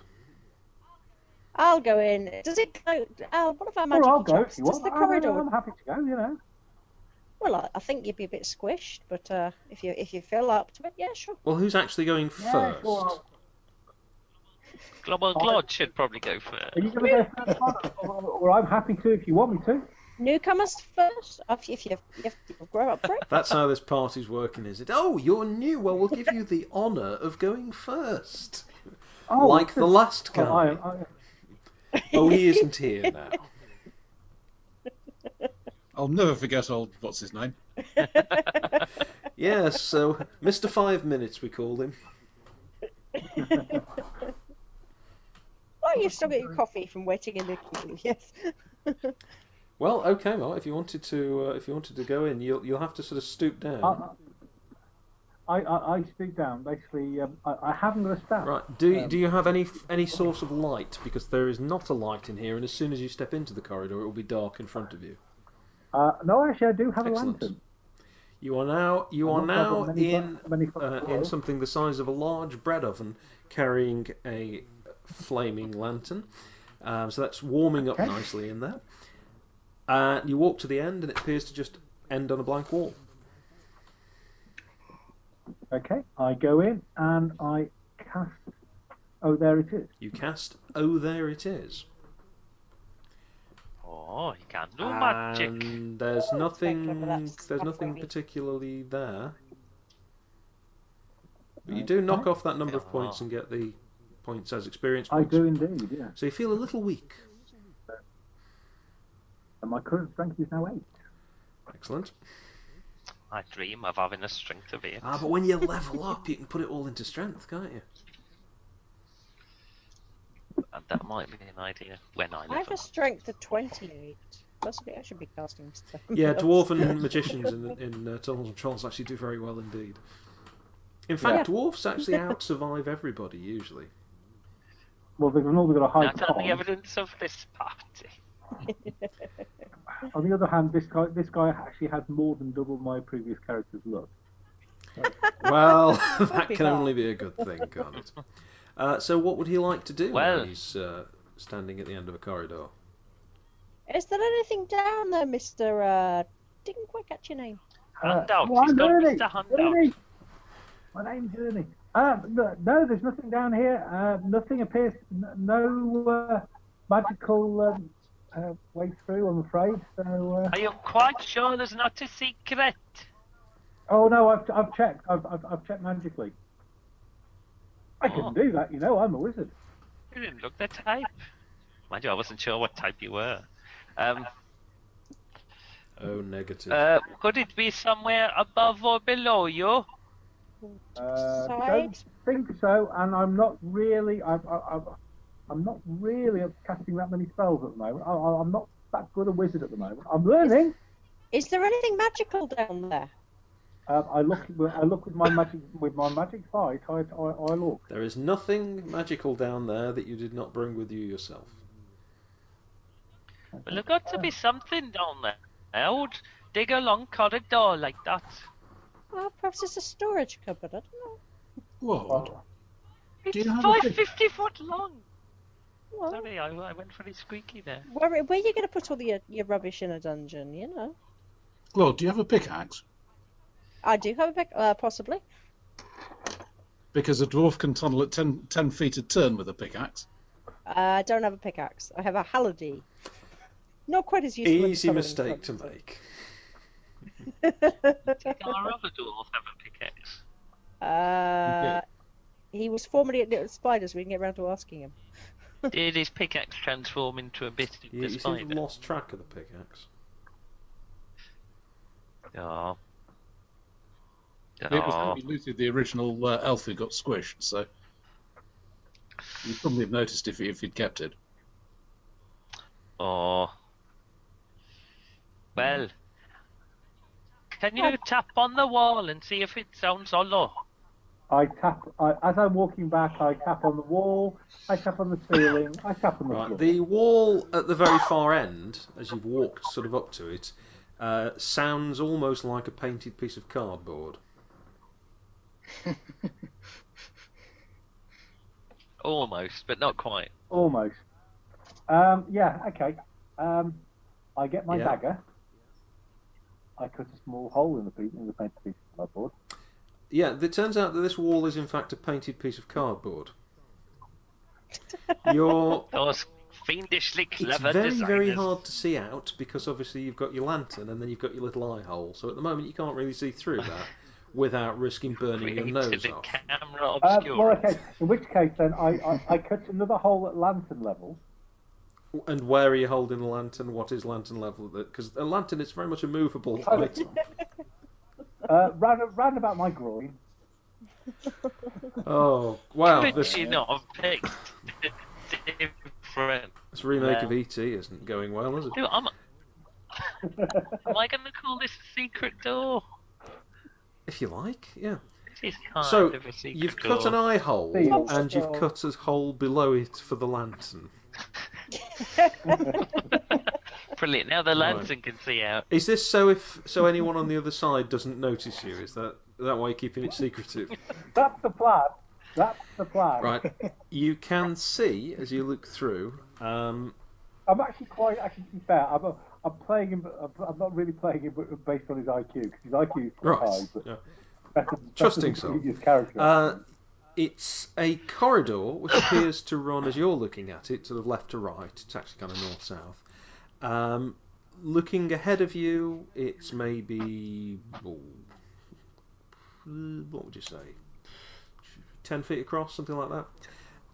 S2: I'll go in. Does it go? Oh, what if our
S6: Or
S2: magic
S6: I'll go if
S2: traps?
S6: you
S2: Does
S6: want.
S2: the
S6: I'm-
S2: corridor?
S6: I'm happy to go. You know.
S2: Well, I, I think you'd be a bit squished, but uh, if you if you feel up to it, yeah, sure.
S3: Well, who's actually going
S6: Yeah,
S3: first?
S6: sure, I'll-
S5: Global Glod should probably go first.
S6: Are you going to go first, Mark? or, or I'm happy to if you want me to.
S2: Newcomers first. If you, if you, if you grow up for it.
S3: That's how this party's working, is it? Oh, you're new. Well, we'll give you the honour of going first,
S6: Oh,
S3: like the
S6: good.
S3: last
S6: Oh, I,
S3: guy.
S6: I,
S3: Oh, he isn't here now.
S8: I'll never forget old what's his name.
S3: Yes, so Mr. Five Minutes, we call him.
S2: Oh, you've still got your coffee from waiting in the queue. Yes.
S3: Well, okay, well, if you wanted to, uh, if you wanted to go in, you'll you'll have to sort of stoop down.
S6: I, I, I, I speak down. Basically, um, I, I haven't got a staff.
S3: Right. Do
S6: um,
S3: do you have any any source of light? Because there is not a light in here, and as soon as you step into the corridor, it will be dark in front of you.
S6: Uh, no, actually, I do have
S3: Excellent.
S6: a lantern.
S3: You are now you
S6: I'm
S3: are
S6: not sure
S3: now
S6: I've got many
S3: in
S6: fo- many fo-
S3: uh, in
S6: follow.
S3: something the size of a large bread oven, carrying a flaming lantern. Um, so that's warming up
S6: Okay.
S3: nicely in there. Uh, you walk to the end, and it appears to just end on a blank wall.
S6: Okay, I go in and I cast. Oh, there it is.
S3: You cast. Oh, there it is.
S5: Oh, you can
S3: Um,
S5: do magic.
S3: And there's
S2: Oh, that's very clever.
S3: nothing.
S2: That's-
S3: There's
S2: that's
S3: nothing
S2: very-
S3: particularly there. But
S6: Uh,
S3: you do knock off that number of points and get the points as experience
S6: I
S3: points.
S6: do indeed. Yeah.
S3: So you feel a little weak.
S6: And my current strength is now eight.
S3: Excellent.
S5: I dream of having a strength of eight.
S3: Ah, but when you level up, you can put it all into strength, can't you?
S5: And that might be an idea when
S2: I
S5: I
S2: have
S5: level.
S2: a strength of 28. Possibly I should be casting stuff.
S3: Yeah, dwarven magicians in in uh, Tunnels and Trolls actually do very well indeed. In fact, dwarfs actually out survive everybody usually.
S6: Well, they've normally got a high
S5: Not on the
S6: con.
S5: evidence of this party.
S6: On the other hand, this guy this guy actually has more than double my previous character's luck.
S3: Well, that
S2: be
S3: can
S2: hard.
S3: only be a good thing, can't it? Uh, so, what would he like to do
S5: Well-
S3: when he's uh, standing at the end of a corridor?
S2: Is there anything down there, Mr. Uh, didn't quite catch your name.
S6: Uh,
S5: Handout.
S6: Well,
S5: He's
S6: I'm
S5: got
S6: Ernie.
S5: Mr. Handout.
S6: Ernie. My name's Ernie. Uh, no, no, there's nothing down here. Uh, nothing appears. n- No uh, magical um, uh, way through, I'm afraid. So, uh,
S5: Are you quite sure there's not a secret?
S6: oh no, I've, I've checked. I've, I've, I've checked magically. I can
S5: Oh.
S6: do that, you know. I'm a wizard.
S5: You didn't look the type. Mind you, I wasn't sure what type you were. Um,
S3: Oh, negative.
S5: uh, could it be somewhere above or below you?
S6: Uh,
S2: Side.
S6: don't think so, and I'm not really. I've, I- I've, I'm not really casting that many spells at the moment. I, I- I'm not that good a wizard at the moment. I'm learning.
S2: Is there anything magical down there?
S6: Um, I look. I look with my magic. With my magic sight, I, I, I look.
S3: There is nothing magical down there that you did not bring with you yourself.
S5: Well, there's got to be something down there. I would dig a long corridor like that.
S2: Oh, perhaps it's a storage cupboard. I don't know.
S8: What?
S5: It's
S8: you have a
S5: five
S8: big-
S5: fifty foot long.
S2: Well,
S5: Sorry, I, I went for the squeaky there.
S2: where, where are you going to put all the, your rubbish in a dungeon, you know?
S8: Well, do you have a pickaxe?
S2: I do have a pick, uh, possibly.
S8: Because a dwarf can tunnel at 10, 10 feet a turn with a pickaxe.
S2: I don't have a pickaxe. I have a halady. Not quite as useful. as
S3: Easy
S2: tunneling
S3: mistake to
S2: trunks.
S3: make.
S5: Did our other dwarf have a pickaxe?
S2: Uh, he was formerly at Little Spiders. We didn't get round to asking him.
S5: Did his pickaxe transform into a bit of
S3: You,
S5: the
S3: you seem to have
S5: spider?
S3: lost track of the pickaxe.
S5: Oh.
S8: It was
S5: Oh.
S8: only looted the original uh, elf who got squished, so you probably have noticed if, he- if he'd kept it.
S5: Oh. Well, can you tap on the wall and see if it sounds hollow?
S6: I tap. I, as I'm walking back, I tap on the wall. I tap on the ceiling. I tap on the floor.
S3: Right, the wall at the very far end, as you've walked sort of up to it, uh, sounds almost like a painted piece of cardboard.
S5: Almost, but not quite.
S6: Almost. Um, yeah. Okay. Um, I get my
S3: Yeah.
S6: dagger. I cut a small hole in the piece, in the painted piece of cardboard.
S3: Yeah, it turns out that this wall is in fact a painted piece of cardboard. You're
S5: Those fiendishly
S3: it's
S5: clever
S3: very
S5: designers.
S3: very hard to see out because obviously you've got your lantern and then you've got your little eye hole. So at the moment you can't really see through that without risking burning your
S5: Created
S3: nose
S5: the
S3: off.
S5: camera
S6: Uh,
S5: obscura.
S6: well, okay. In which case, then I, I, I cut another hole at lantern level.
S3: And where are you holding the lantern? What is lantern level? Because a lantern is very much a movable
S6: Oh.
S3: item.
S6: Uh, round, round about my groin.
S3: Oh wow!
S5: Could
S3: This,
S5: you not pick different?
S3: this remake of
S5: Yeah.
S3: ET isn't going well, is it?
S5: Dude, I'm, am I going to call this a secret door?
S3: If you like, yeah.
S5: This is kind
S3: so
S5: of a secret
S3: you've
S5: door.
S3: cut an eye hole
S6: Seal.
S3: and you've cut a hole below it for the lantern.
S5: Brilliant. Now the lantern can see out.
S3: Is this so? If so, anyone on the other side doesn't notice you. Is that that why you're keeping it secretive?
S6: That's the plan. That's the plan.
S3: Right. You can see as you look through. Um,
S6: I'm actually quite. Actually, to be fair, I'm, a, I'm playing him. but I'm- I'm not really playing him but uh, based on his IQ because his IQ is quite
S3: right.
S6: high. But
S3: yeah.
S6: better, better
S3: Trusting
S6: than
S3: so.
S6: His character.
S3: Uh, it's a corridor which appears to run as you're looking at it, sort of left to right. It's actually kind of north south. Um, looking ahead of you, it's maybe oh, uh, what would you say, ten feet across, something like that.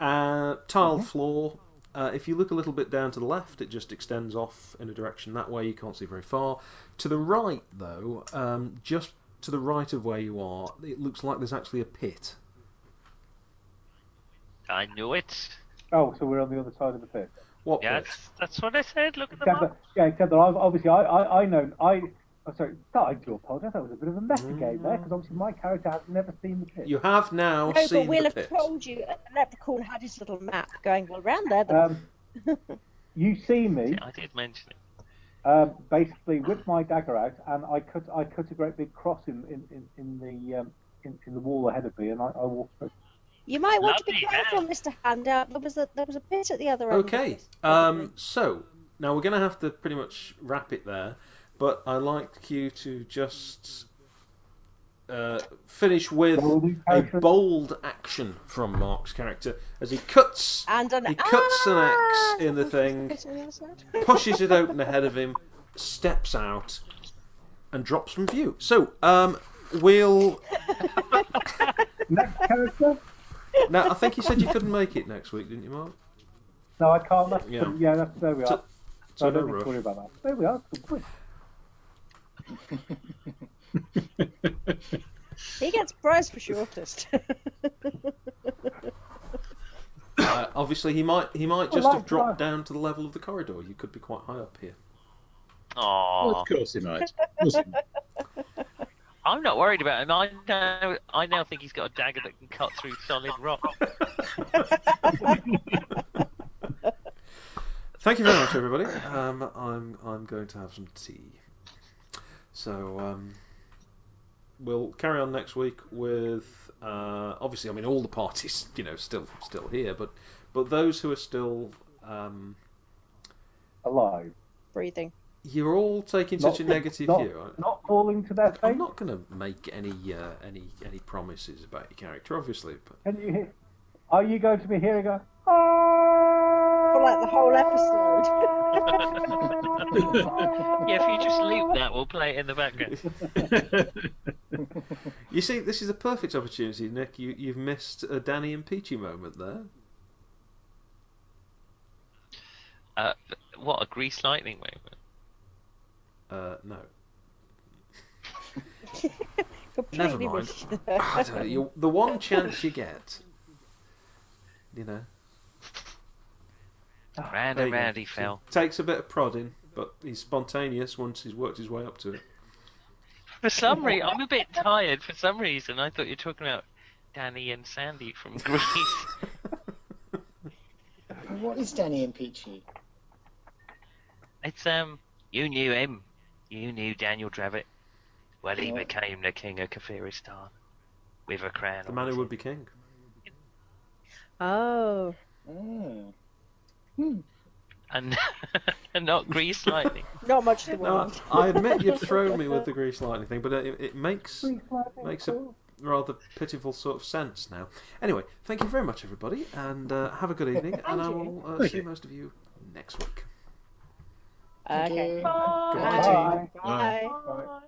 S3: Uh, tile floor. Uh, if you look a little bit down to the left, it just extends off in a direction that way. You can't see very far. To the right, though, um, just to the right of where you are, it looks like there's actually a pit.
S5: I knew it.
S6: oh, so we're on the other side of the pit.
S3: What
S5: Yeah,
S3: pit?
S5: that's, that's what I said. Look at the
S6: Except that,
S5: map.
S6: yeah, except that I've, obviously I, I, I know I. I'm sorry. I do apologise. That was a bit of a meta game
S3: Mm.
S6: there because obviously my character has never seen the pit.
S3: You have now
S2: No, but
S3: seen
S2: we'll
S3: the
S2: have
S3: pit.
S2: told you that the leprechaun had his little map going, well, round there, the
S5: Uh,
S6: Um, you see me
S5: I did mention it.
S6: um, basically with my dagger out, and I cut I cut a great big cross in in, in, in the um, in, in the wall ahead of me, and I, I walked through.
S2: You might want to be
S5: Lovely,
S2: careful, Mr. Handout. There was a there was a bit at the other end. of
S3: Okay.
S2: this.
S3: Um, so now we're going to have to pretty much wrap it there, but I like you to just uh, finish with
S6: Well, we
S3: a
S6: actually-
S3: bold action from Mark's character as he cuts,
S2: and an
S3: he cuts an
S2: Ah!
S3: axe in the thing,
S2: It's on the other side.
S3: pushes it open ahead of him, steps out, and drops from view. So um, we'll
S6: Next character?
S3: now. I think you said you couldn't make it next week, didn't you, Mark?
S6: No, I can't. That's,
S3: Yeah.
S6: yeah, yeah that's, there we are.
S3: So- So
S6: I
S3: no
S6: don't need
S3: rush.
S6: to worry about that. There we are. Good point.
S2: He gets prize for shortest.
S3: Uh, obviously, he might he might just
S6: like
S3: have dropped down to the level of the corridor. You could be quite high up here.
S5: Aww.
S4: Of course he might. Of course he might.
S5: I'm not worried about him. I now, I now think he's got a dagger that can cut through solid rock.
S3: Thank you very much, everybody. Um, I'm I'm going to have some tea. So um, we'll carry on next week with uh, obviously. I mean, all the parties, you know, still still here, but but those who are still. Um,
S6: Alive.
S2: Breathing.
S3: you're all taking
S6: Not-
S3: such a negative
S6: not,
S3: view. I-
S6: Not falling to their face.
S3: I'm not going to make any uh, any any promises about your character, obviously. But
S6: Can you hear? Are you going to be hearing a? "Ah"?
S2: For like the whole episode.
S5: yeah, if you just leave that, we'll play it in the background.
S3: you see, this is a perfect opportunity, Nick. You you've missed a Danny and Peachy moment there.
S5: Uh, what a grease lightning moment.
S3: Uh, no.
S2: Completely
S3: Never mind.
S2: wished.
S3: I don't know, you, the one chance you get, you know,
S5: Round
S3: there you
S5: and
S3: go.
S5: round he fell.
S3: takes a bit of prodding, but he's spontaneous once he's worked his way up to it.
S5: For some reason, I'm a bit tired. For some reason, I thought you were talking about Danny and Sandy from Greece.
S7: What is Danny and Peachy?
S5: It's um, you knew him, you knew Daniel Dravitt. Well, he
S7: Yeah.
S5: became the king of Kafiristan with a crown.
S3: The
S5: on
S3: man
S5: his
S3: who would be king.
S2: Oh.
S7: Oh.
S5: head. and, and not Grease Lightning.
S2: Not much of the
S3: No,
S2: world.
S3: I, I admit you'd thrown me with the grease lightning thing, but it, it makes
S6: Please, like,
S3: makes a
S6: cool.
S3: rather pitiful sort of sense now. Anyway, thank you very much, everybody, and uh, have a good evening. and I
S2: you.
S3: will uh,
S4: Thank
S3: see
S4: you.
S3: most of you next week.
S2: Okay.
S7: Okay.
S3: Goodbye, team.
S7: Bye.
S5: Bye.